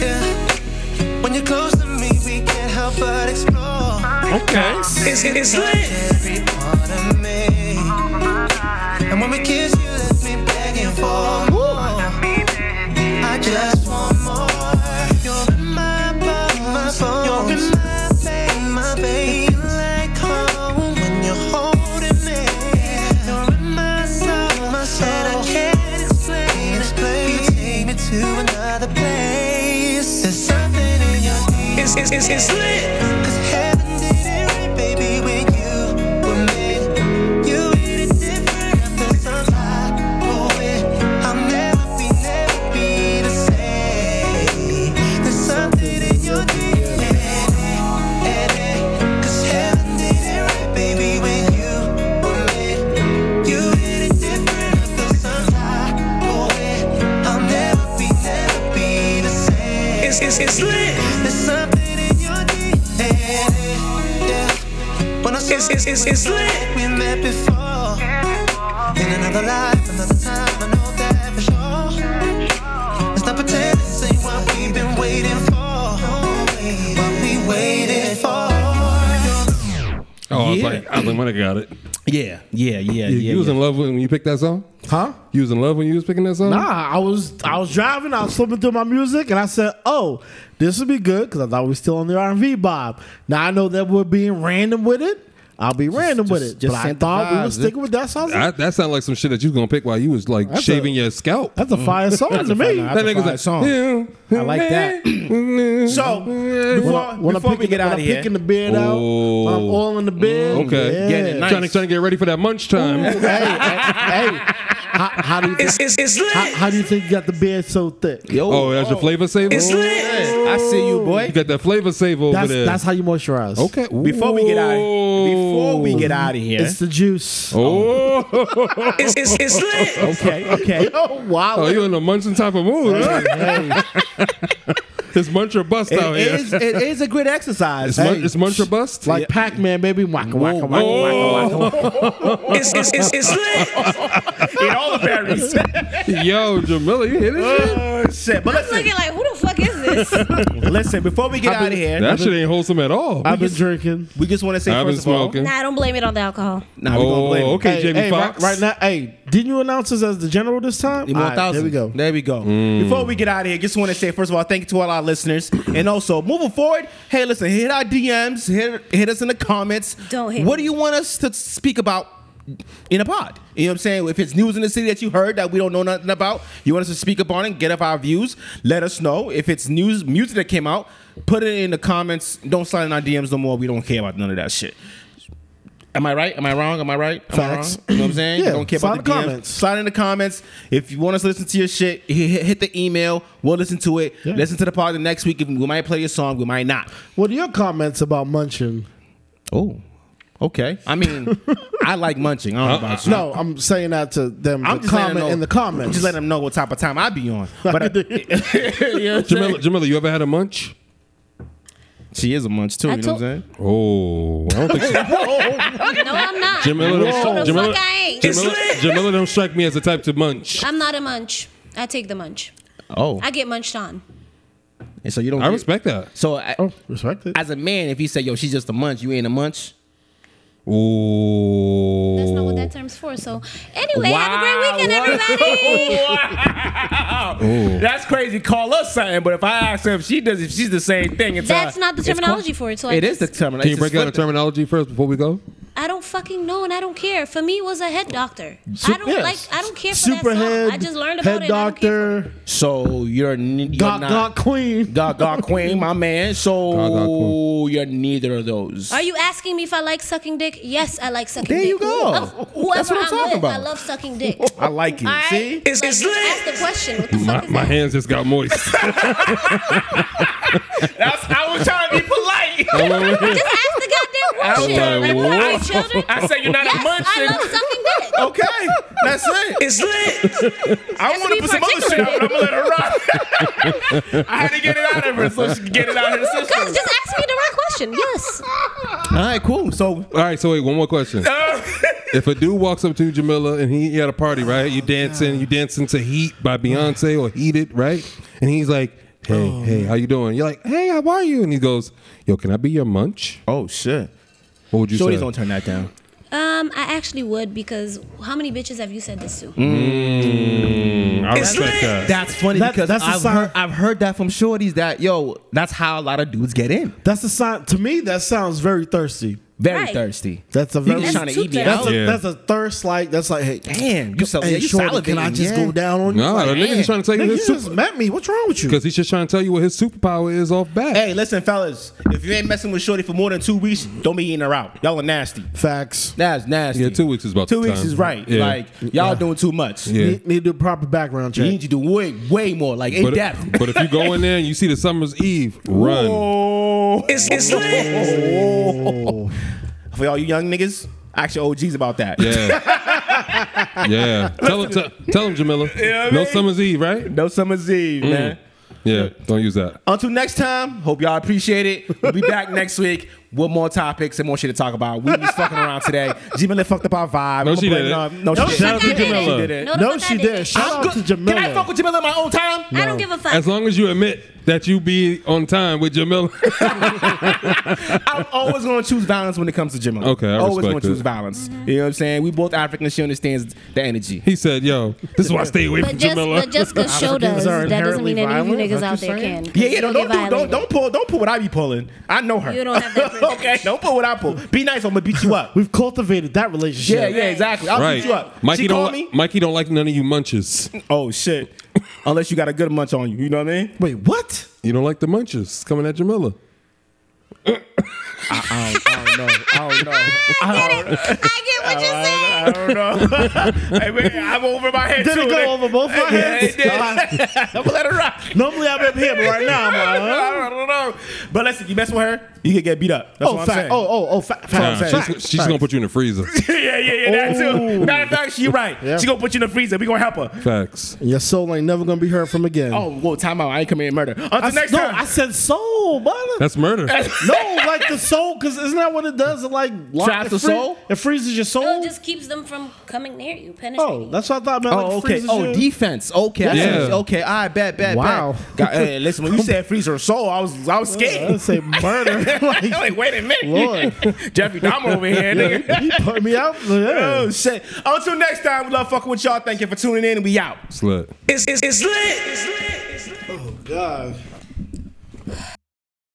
Speaker 11: When you're close to me, we can't help but explore.
Speaker 4: okay.
Speaker 11: It's, it's lit. Every part of me. And when we kiss, you left me begging for more. I just want more. You're in my bones. You're in my face. My baby. like home when you're holding me. You're in my soul. My soul. And I can't explain. You take me to another place. There's something in your It's, it's, it's, it's lit. Cause heaven did it right, baby, when you were made. You hit it different after some time. Oh, yeah. I'll never be, never be the same. There's something in your DNA. Cause heaven did it right, baby, when you were made. You hit it different after some time. Oh, yeah. I'll never be, never be the same. It's, it's, it's lit. There's something in your DNA. Yeah. When I saw it's, it's, it's, it's lit. We met before. In another life, another time, I know that for sure. Let's not pretend this ain't what we've been waiting for. What we waited for.
Speaker 4: Oh, I was
Speaker 5: Yeah.
Speaker 4: like, I was like, when I got it.
Speaker 5: Yeah, yeah, yeah,
Speaker 4: You,
Speaker 5: yeah.
Speaker 4: you was
Speaker 5: yeah.
Speaker 4: in love when you picked that song?
Speaker 3: Huh?
Speaker 4: You was in love when you was picking that song?
Speaker 3: Nah, I was I was driving, I was flipping through my music, and I said, "Oh, this would be good," because I thought we were still on the R and B bob. Now I know that we're being random with it. I'll be random with
Speaker 5: just-
Speaker 3: it.
Speaker 5: just
Speaker 3: but I
Speaker 5: sent the
Speaker 3: thought we
Speaker 5: vibes.
Speaker 3: were sticking with that song.
Speaker 4: I, that sounded like some shit that you was gonna pick while you was like
Speaker 3: That's
Speaker 4: shaving
Speaker 3: a-
Speaker 4: your scalp. Mm.
Speaker 3: That's a
Speaker 4: uh,
Speaker 3: fire song to me.
Speaker 5: That's a fire song.
Speaker 4: I
Speaker 5: like that.
Speaker 1: So
Speaker 3: When,
Speaker 1: before,
Speaker 3: I, when I'm
Speaker 1: before
Speaker 3: picking,
Speaker 1: we get
Speaker 3: when
Speaker 1: out
Speaker 3: I'm
Speaker 1: of here,
Speaker 3: picking the beard out, when I'm
Speaker 4: Oh.
Speaker 3: oiling the beard.
Speaker 4: Okay.
Speaker 3: yeah.
Speaker 4: Getting
Speaker 5: it
Speaker 4: Trying to, trying to get ready for that munch time.
Speaker 3: hey, hey, hey. How, how do you think, how, how do you think you got the beard so thick?
Speaker 5: Yo,
Speaker 4: Oh, that's your flavor saver.
Speaker 5: I see you, boy.
Speaker 4: You got that flavor saver over
Speaker 3: That's
Speaker 4: there.
Speaker 3: that's how you moisturize.
Speaker 4: okay.
Speaker 1: before we get out, before we get out of here,
Speaker 3: It's the juice.
Speaker 4: Oh,
Speaker 1: okay, okay.
Speaker 3: Oh, wow.
Speaker 4: oh, you in a munching type of mood? Huh?
Speaker 3: Hey,
Speaker 4: It's munch or bust out
Speaker 1: It
Speaker 4: here.
Speaker 1: is, it is a good
Speaker 4: It's,
Speaker 1: exercise.
Speaker 4: mun- it's munch or bust. Oh.
Speaker 3: like Pac Man, baby. Waka, waka, waka, waka, waka.
Speaker 1: Eat all the berries.
Speaker 4: Yo, Jamila, you hear this? shit?
Speaker 1: Oh, shit. But
Speaker 2: I'm looking like,
Speaker 1: listen,
Speaker 2: who the fuck is this?
Speaker 1: listen. Before we get out of here,
Speaker 4: That shit ain't wholesome at all.
Speaker 3: I've been drinking.
Speaker 1: we just want to say
Speaker 4: I've been
Speaker 1: first of all,
Speaker 4: smoking.
Speaker 2: nah, I don't blame it on the alcohol.
Speaker 1: nah, we gonna
Speaker 4: Oh,
Speaker 1: blame.
Speaker 4: okay,
Speaker 3: hey,
Speaker 4: Jamie
Speaker 3: hey, right-
Speaker 4: Foxx.
Speaker 3: Right, now, hey, didn't you announce us as the general this time?
Speaker 5: You want
Speaker 3: All right, there
Speaker 5: 1,000.
Speaker 3: we go.
Speaker 5: There we go.
Speaker 1: Before we get out of here, just want to say first of all, thank you to all our listeners, and also moving forward. Hey, listen, hit our DMs, hit hit us in the comments.
Speaker 2: Don't hit
Speaker 1: What
Speaker 2: me.
Speaker 1: do you want us to speak about? In a pod, you know what I'm saying. If it's news in the city that you heard that we don't know nothing about, you want us to speak upon it, get up our views, let us know. If it's news, music that came out, put it in the comments. Don't slide in our DMs no more. We don't care about none of that shit. Am I right? Am I wrong? Am I right? Am I wrong?
Speaker 3: Facts.
Speaker 1: You know what I'm saying?
Speaker 3: Yeah,
Speaker 1: You don't care
Speaker 3: slide
Speaker 1: about the
Speaker 3: in the
Speaker 1: DMs.
Speaker 3: comments.
Speaker 1: Slide in the comments. If you want us to listen to your shit, hit, hit- hit the email. We'll listen to it.
Speaker 3: Yeah.
Speaker 1: Listen to the pod the next week. If we might play your song, we might not.
Speaker 3: What are your comments about munching?
Speaker 1: Oh, okay. I mean, I like munching. I don't know about
Speaker 4: Uh-uh.
Speaker 1: you.
Speaker 3: Uh-uh. No, I'm saying that to them.
Speaker 1: I'm
Speaker 3: I'm
Speaker 1: just letting
Speaker 3: comment
Speaker 1: them know-
Speaker 3: in the comments.
Speaker 1: Just let them know what type of time I be on. But I,
Speaker 4: Jamila, Jamila, you ever had a munch?
Speaker 1: she is a munch too.
Speaker 2: I
Speaker 1: You know what
Speaker 2: told-
Speaker 1: I'm saying?
Speaker 4: Oh, I don't think so.
Speaker 2: No, I'm not.
Speaker 4: Jamila, don't,
Speaker 2: No, the
Speaker 4: Jamila,
Speaker 2: fuck I ain't.
Speaker 4: Jamila, Jamila don't strike me as the type to munch.
Speaker 2: I'm not a munch. I take the munch.
Speaker 1: Oh,
Speaker 2: I get munched on.
Speaker 1: and so uh, you don't.
Speaker 4: I
Speaker 1: get-
Speaker 4: respect that.
Speaker 5: So, I,
Speaker 3: Oh, Respect it.
Speaker 5: as a man, if you say, "Yo, she's just a munch," you ain't a munch.
Speaker 4: Oh,
Speaker 2: That's not what that term's for. So, anyway, have a great weekend, everybody.
Speaker 5: That's crazy. Call us something, but if I ask her if she does, if she's the same thing, it's
Speaker 2: That's not the terminology for it. So I,
Speaker 5: It is the terminology.
Speaker 4: Can you break out the terminology first before we go?
Speaker 2: I don't fucking know, and I don't care. For me, it was a head doctor. I don't
Speaker 3: yes.
Speaker 2: like. I don't care for that
Speaker 3: Superhead.
Speaker 2: song. I just learned about
Speaker 3: head
Speaker 2: it. and I don't care for it.
Speaker 3: doctor.
Speaker 5: So you're, n- you're
Speaker 3: God,
Speaker 5: not
Speaker 3: God, queen.
Speaker 5: God, God, Queen, my man. So
Speaker 4: God, God, Queen.
Speaker 5: you're neither of those.
Speaker 2: Are you asking me if I like sucking dick? Yes, I like sucking
Speaker 5: There
Speaker 2: dick.
Speaker 5: you go.
Speaker 2: Of whoever
Speaker 5: That's what I'm talking
Speaker 2: with,
Speaker 5: about.
Speaker 2: I love sucking dick.
Speaker 1: I like it.
Speaker 2: All right?
Speaker 1: See,
Speaker 2: Like, just ask the question. What the fuck
Speaker 4: My,
Speaker 2: is
Speaker 4: my
Speaker 2: that?
Speaker 4: hands just got moist.
Speaker 1: That's, I was trying to be polite.
Speaker 4: I'm over here.
Speaker 2: Just ask the goddamn question.
Speaker 4: I'm
Speaker 2: Like,
Speaker 4: like,
Speaker 2: what, are you
Speaker 4: what?
Speaker 2: children?
Speaker 1: I say you're not
Speaker 2: Yes,
Speaker 1: a munch.
Speaker 2: I
Speaker 1: and-
Speaker 2: love sucking dick.
Speaker 1: Okay, that's it. It's lit. I want
Speaker 2: be
Speaker 1: to put some other shit out, but I'm gonna let her rock. I had to get it out of her so she could get it out of her
Speaker 2: Guys,
Speaker 1: system.
Speaker 2: just ask me the right question. Yes.
Speaker 1: All right, cool. So
Speaker 4: All right, so wait, one more question. if a dude walks up to you, Jamila, and he you at a party, right? You dancing, you dancing to Heat by Beyonce or Heated, right? And he's like, Hey,
Speaker 3: Oh,
Speaker 4: hey, how you doing? You're like, Hey, how are you? And he goes, Yo, can I be your munch?
Speaker 1: oh shit,
Speaker 4: What would you
Speaker 1: Shorty's
Speaker 4: say?
Speaker 1: gonna turn that down.
Speaker 2: Um, I actually would because how many bitches have you said this to?
Speaker 4: Mm, I respect that.
Speaker 5: That's funny
Speaker 3: That-
Speaker 5: because
Speaker 3: that's a
Speaker 5: I've,
Speaker 3: sign-
Speaker 5: heard, I've heard that from shorties that yo, that's how a lot of dudes get in.
Speaker 3: That's a sign. To me, that sounds very thirsty.
Speaker 5: Very
Speaker 2: Right.
Speaker 5: thirsty.
Speaker 3: That's a
Speaker 5: You
Speaker 3: very.
Speaker 5: just trying
Speaker 2: That's
Speaker 5: to eat me
Speaker 2: too
Speaker 5: out.
Speaker 3: That's a,
Speaker 4: Yeah.
Speaker 3: that's a thirst like that's like hey
Speaker 5: Damn, you so-
Speaker 3: hey,
Speaker 5: yeah, you
Speaker 3: shorty, can I
Speaker 5: salivating,
Speaker 3: just
Speaker 5: yeah.
Speaker 3: go down on you?
Speaker 4: No, the nigga's trying to tell you
Speaker 3: Nigga, you
Speaker 4: his
Speaker 3: just
Speaker 4: super
Speaker 3: met me. What's wrong with you?
Speaker 4: because he's just trying to tell you what his superpower is off bat.
Speaker 1: Hey, listen, fellas, if you ain't messing with Shorty for more than two weeks, don't be eating her out. Y'all are nasty.
Speaker 3: Facts.
Speaker 5: That's nasty.
Speaker 4: yeah, two weeks is about
Speaker 1: Two
Speaker 4: the
Speaker 1: weeks
Speaker 4: time.
Speaker 1: is right.
Speaker 4: Yeah.
Speaker 1: Like y'all doing too much.
Speaker 4: yeah.
Speaker 3: Need, need to do a proper background
Speaker 1: You
Speaker 3: check.
Speaker 1: need to do way, way more. Like in
Speaker 4: But,
Speaker 1: depth.
Speaker 4: but if you go in there and you see the summer's eve, run.
Speaker 1: Oh, it's, it's lit. For y'all you young niggas, ask your OGs about that.
Speaker 4: Yeah. yeah. Tell him, tell, tell him, Jamila. no summer's eve, right? Mm.
Speaker 1: No summer's eve, man.
Speaker 4: Yeah, don't use that.
Speaker 1: Until next time, hope y'all appreciate it. We'll be back next week with more topics and more shit to talk about. We was fucking around today. Jamila fucked up our vibe.
Speaker 4: No,
Speaker 1: I'm
Speaker 4: she
Speaker 1: gonna blame
Speaker 4: didn't.
Speaker 1: it on- No, she
Speaker 4: shout out to
Speaker 1: didn't.
Speaker 2: didn't.
Speaker 4: Jamila.
Speaker 1: She didn't.
Speaker 2: No, the
Speaker 3: no,
Speaker 2: fuck
Speaker 3: she
Speaker 2: I
Speaker 3: did.
Speaker 2: didn't.
Speaker 3: Shout
Speaker 1: Good-
Speaker 3: out to Jamila.
Speaker 1: Can I fuck with Jamila my own time?
Speaker 2: I don't give a fuck.
Speaker 4: As long as you admit that you be on time with Jamila.
Speaker 1: I'm always gonna choose violence when it comes to Jamila.
Speaker 4: Okay, I
Speaker 1: always
Speaker 4: respect
Speaker 1: gonna choose
Speaker 4: that.
Speaker 1: violence. You know what I'm saying? We both African. She understands the energy.
Speaker 4: he said, "Yo, this is why I stay away
Speaker 2: but
Speaker 4: from
Speaker 2: just
Speaker 4: Jamila."
Speaker 2: but just because show does,
Speaker 3: are
Speaker 2: that doesn't mean any of you
Speaker 3: inherently
Speaker 2: niggas
Speaker 3: violent,
Speaker 2: out
Speaker 3: is that
Speaker 2: there
Speaker 3: what you're
Speaker 2: can.
Speaker 1: Yeah, yeah. Don't
Speaker 2: You'll get
Speaker 1: don't, do, don't
Speaker 2: violated.
Speaker 1: don't pull don't pull what I be pulling. I know her.
Speaker 2: You don't have that
Speaker 1: okay, don't put what I put. Be nice, I'm gonna beat you up.
Speaker 3: We've cultivated that relationship.
Speaker 1: Yeah, yeah, exactly. I'll
Speaker 4: right.
Speaker 1: beat you up.
Speaker 4: Mikey
Speaker 1: she
Speaker 4: don't
Speaker 1: called
Speaker 4: li-
Speaker 1: me.
Speaker 4: Mikey don't like none of you munches.
Speaker 1: Oh shit. Unless you got a good munch on you, you know what I mean?
Speaker 3: Wait, what?
Speaker 4: You don't like the munches coming at Jamila.
Speaker 3: Oh,
Speaker 2: I get what you're saying.
Speaker 1: I don't know. hey, wait, I'm over my head.
Speaker 3: Did
Speaker 1: too.
Speaker 3: it go over both my
Speaker 1: Yeah,
Speaker 3: heads? Uh-huh.
Speaker 1: it did. I'm gonna let her rock.
Speaker 3: Normally I'm up here, but right now I'm like, huh?
Speaker 1: I don't know. But listen, you mess with her, you could get beat up. That's
Speaker 3: oh,
Speaker 1: what I'm
Speaker 3: fact.
Speaker 1: saying.
Speaker 3: Oh, oh, oh, fact.
Speaker 4: Nah,
Speaker 3: fact.
Speaker 4: she's
Speaker 3: fact.
Speaker 4: she's gonna put you in the freezer.
Speaker 1: yeah, yeah, yeah. That too.
Speaker 3: Ooh.
Speaker 1: Matter of fact, she right. She gonna put you in the freezer. We gonna help her.
Speaker 4: Facts.
Speaker 3: Your soul ain't never gonna be heard from again.
Speaker 12: Oh, whoa, time out. I ain't committing murder. Until
Speaker 3: I,
Speaker 12: next
Speaker 3: no,
Speaker 12: time.
Speaker 3: I said soul, but
Speaker 4: That's murder.
Speaker 3: no, like the soul, because isn't that what it does? It like locks
Speaker 12: Traps the soul?
Speaker 3: It freezes your soul.
Speaker 2: It just keeps them from coming near you, penetrating.
Speaker 3: oh, that's what I thought. Man,
Speaker 12: Oh,
Speaker 3: like
Speaker 12: okay.
Speaker 3: freezes
Speaker 12: Oh,
Speaker 3: your-
Speaker 12: defense. Okay. I see.
Speaker 4: Yeah.
Speaker 12: Okay. I bet, bet,
Speaker 3: Wow.
Speaker 12: bet. God, hey, listen, when you said freeze her soul, I was, I was
Speaker 3: I
Speaker 12: scared.
Speaker 3: say murder.
Speaker 12: I'm
Speaker 3: like,
Speaker 12: like, wait a minute.
Speaker 3: Lord.
Speaker 12: Jeffrey Dahmer over here, nigga.
Speaker 3: he put me out. Yeah.
Speaker 1: Oh shit. Until next time, we love fucking with y'all. Thank you for tuning in. We out.
Speaker 4: Slut.
Speaker 5: It's, it's, it's lit.
Speaker 3: Oh, God.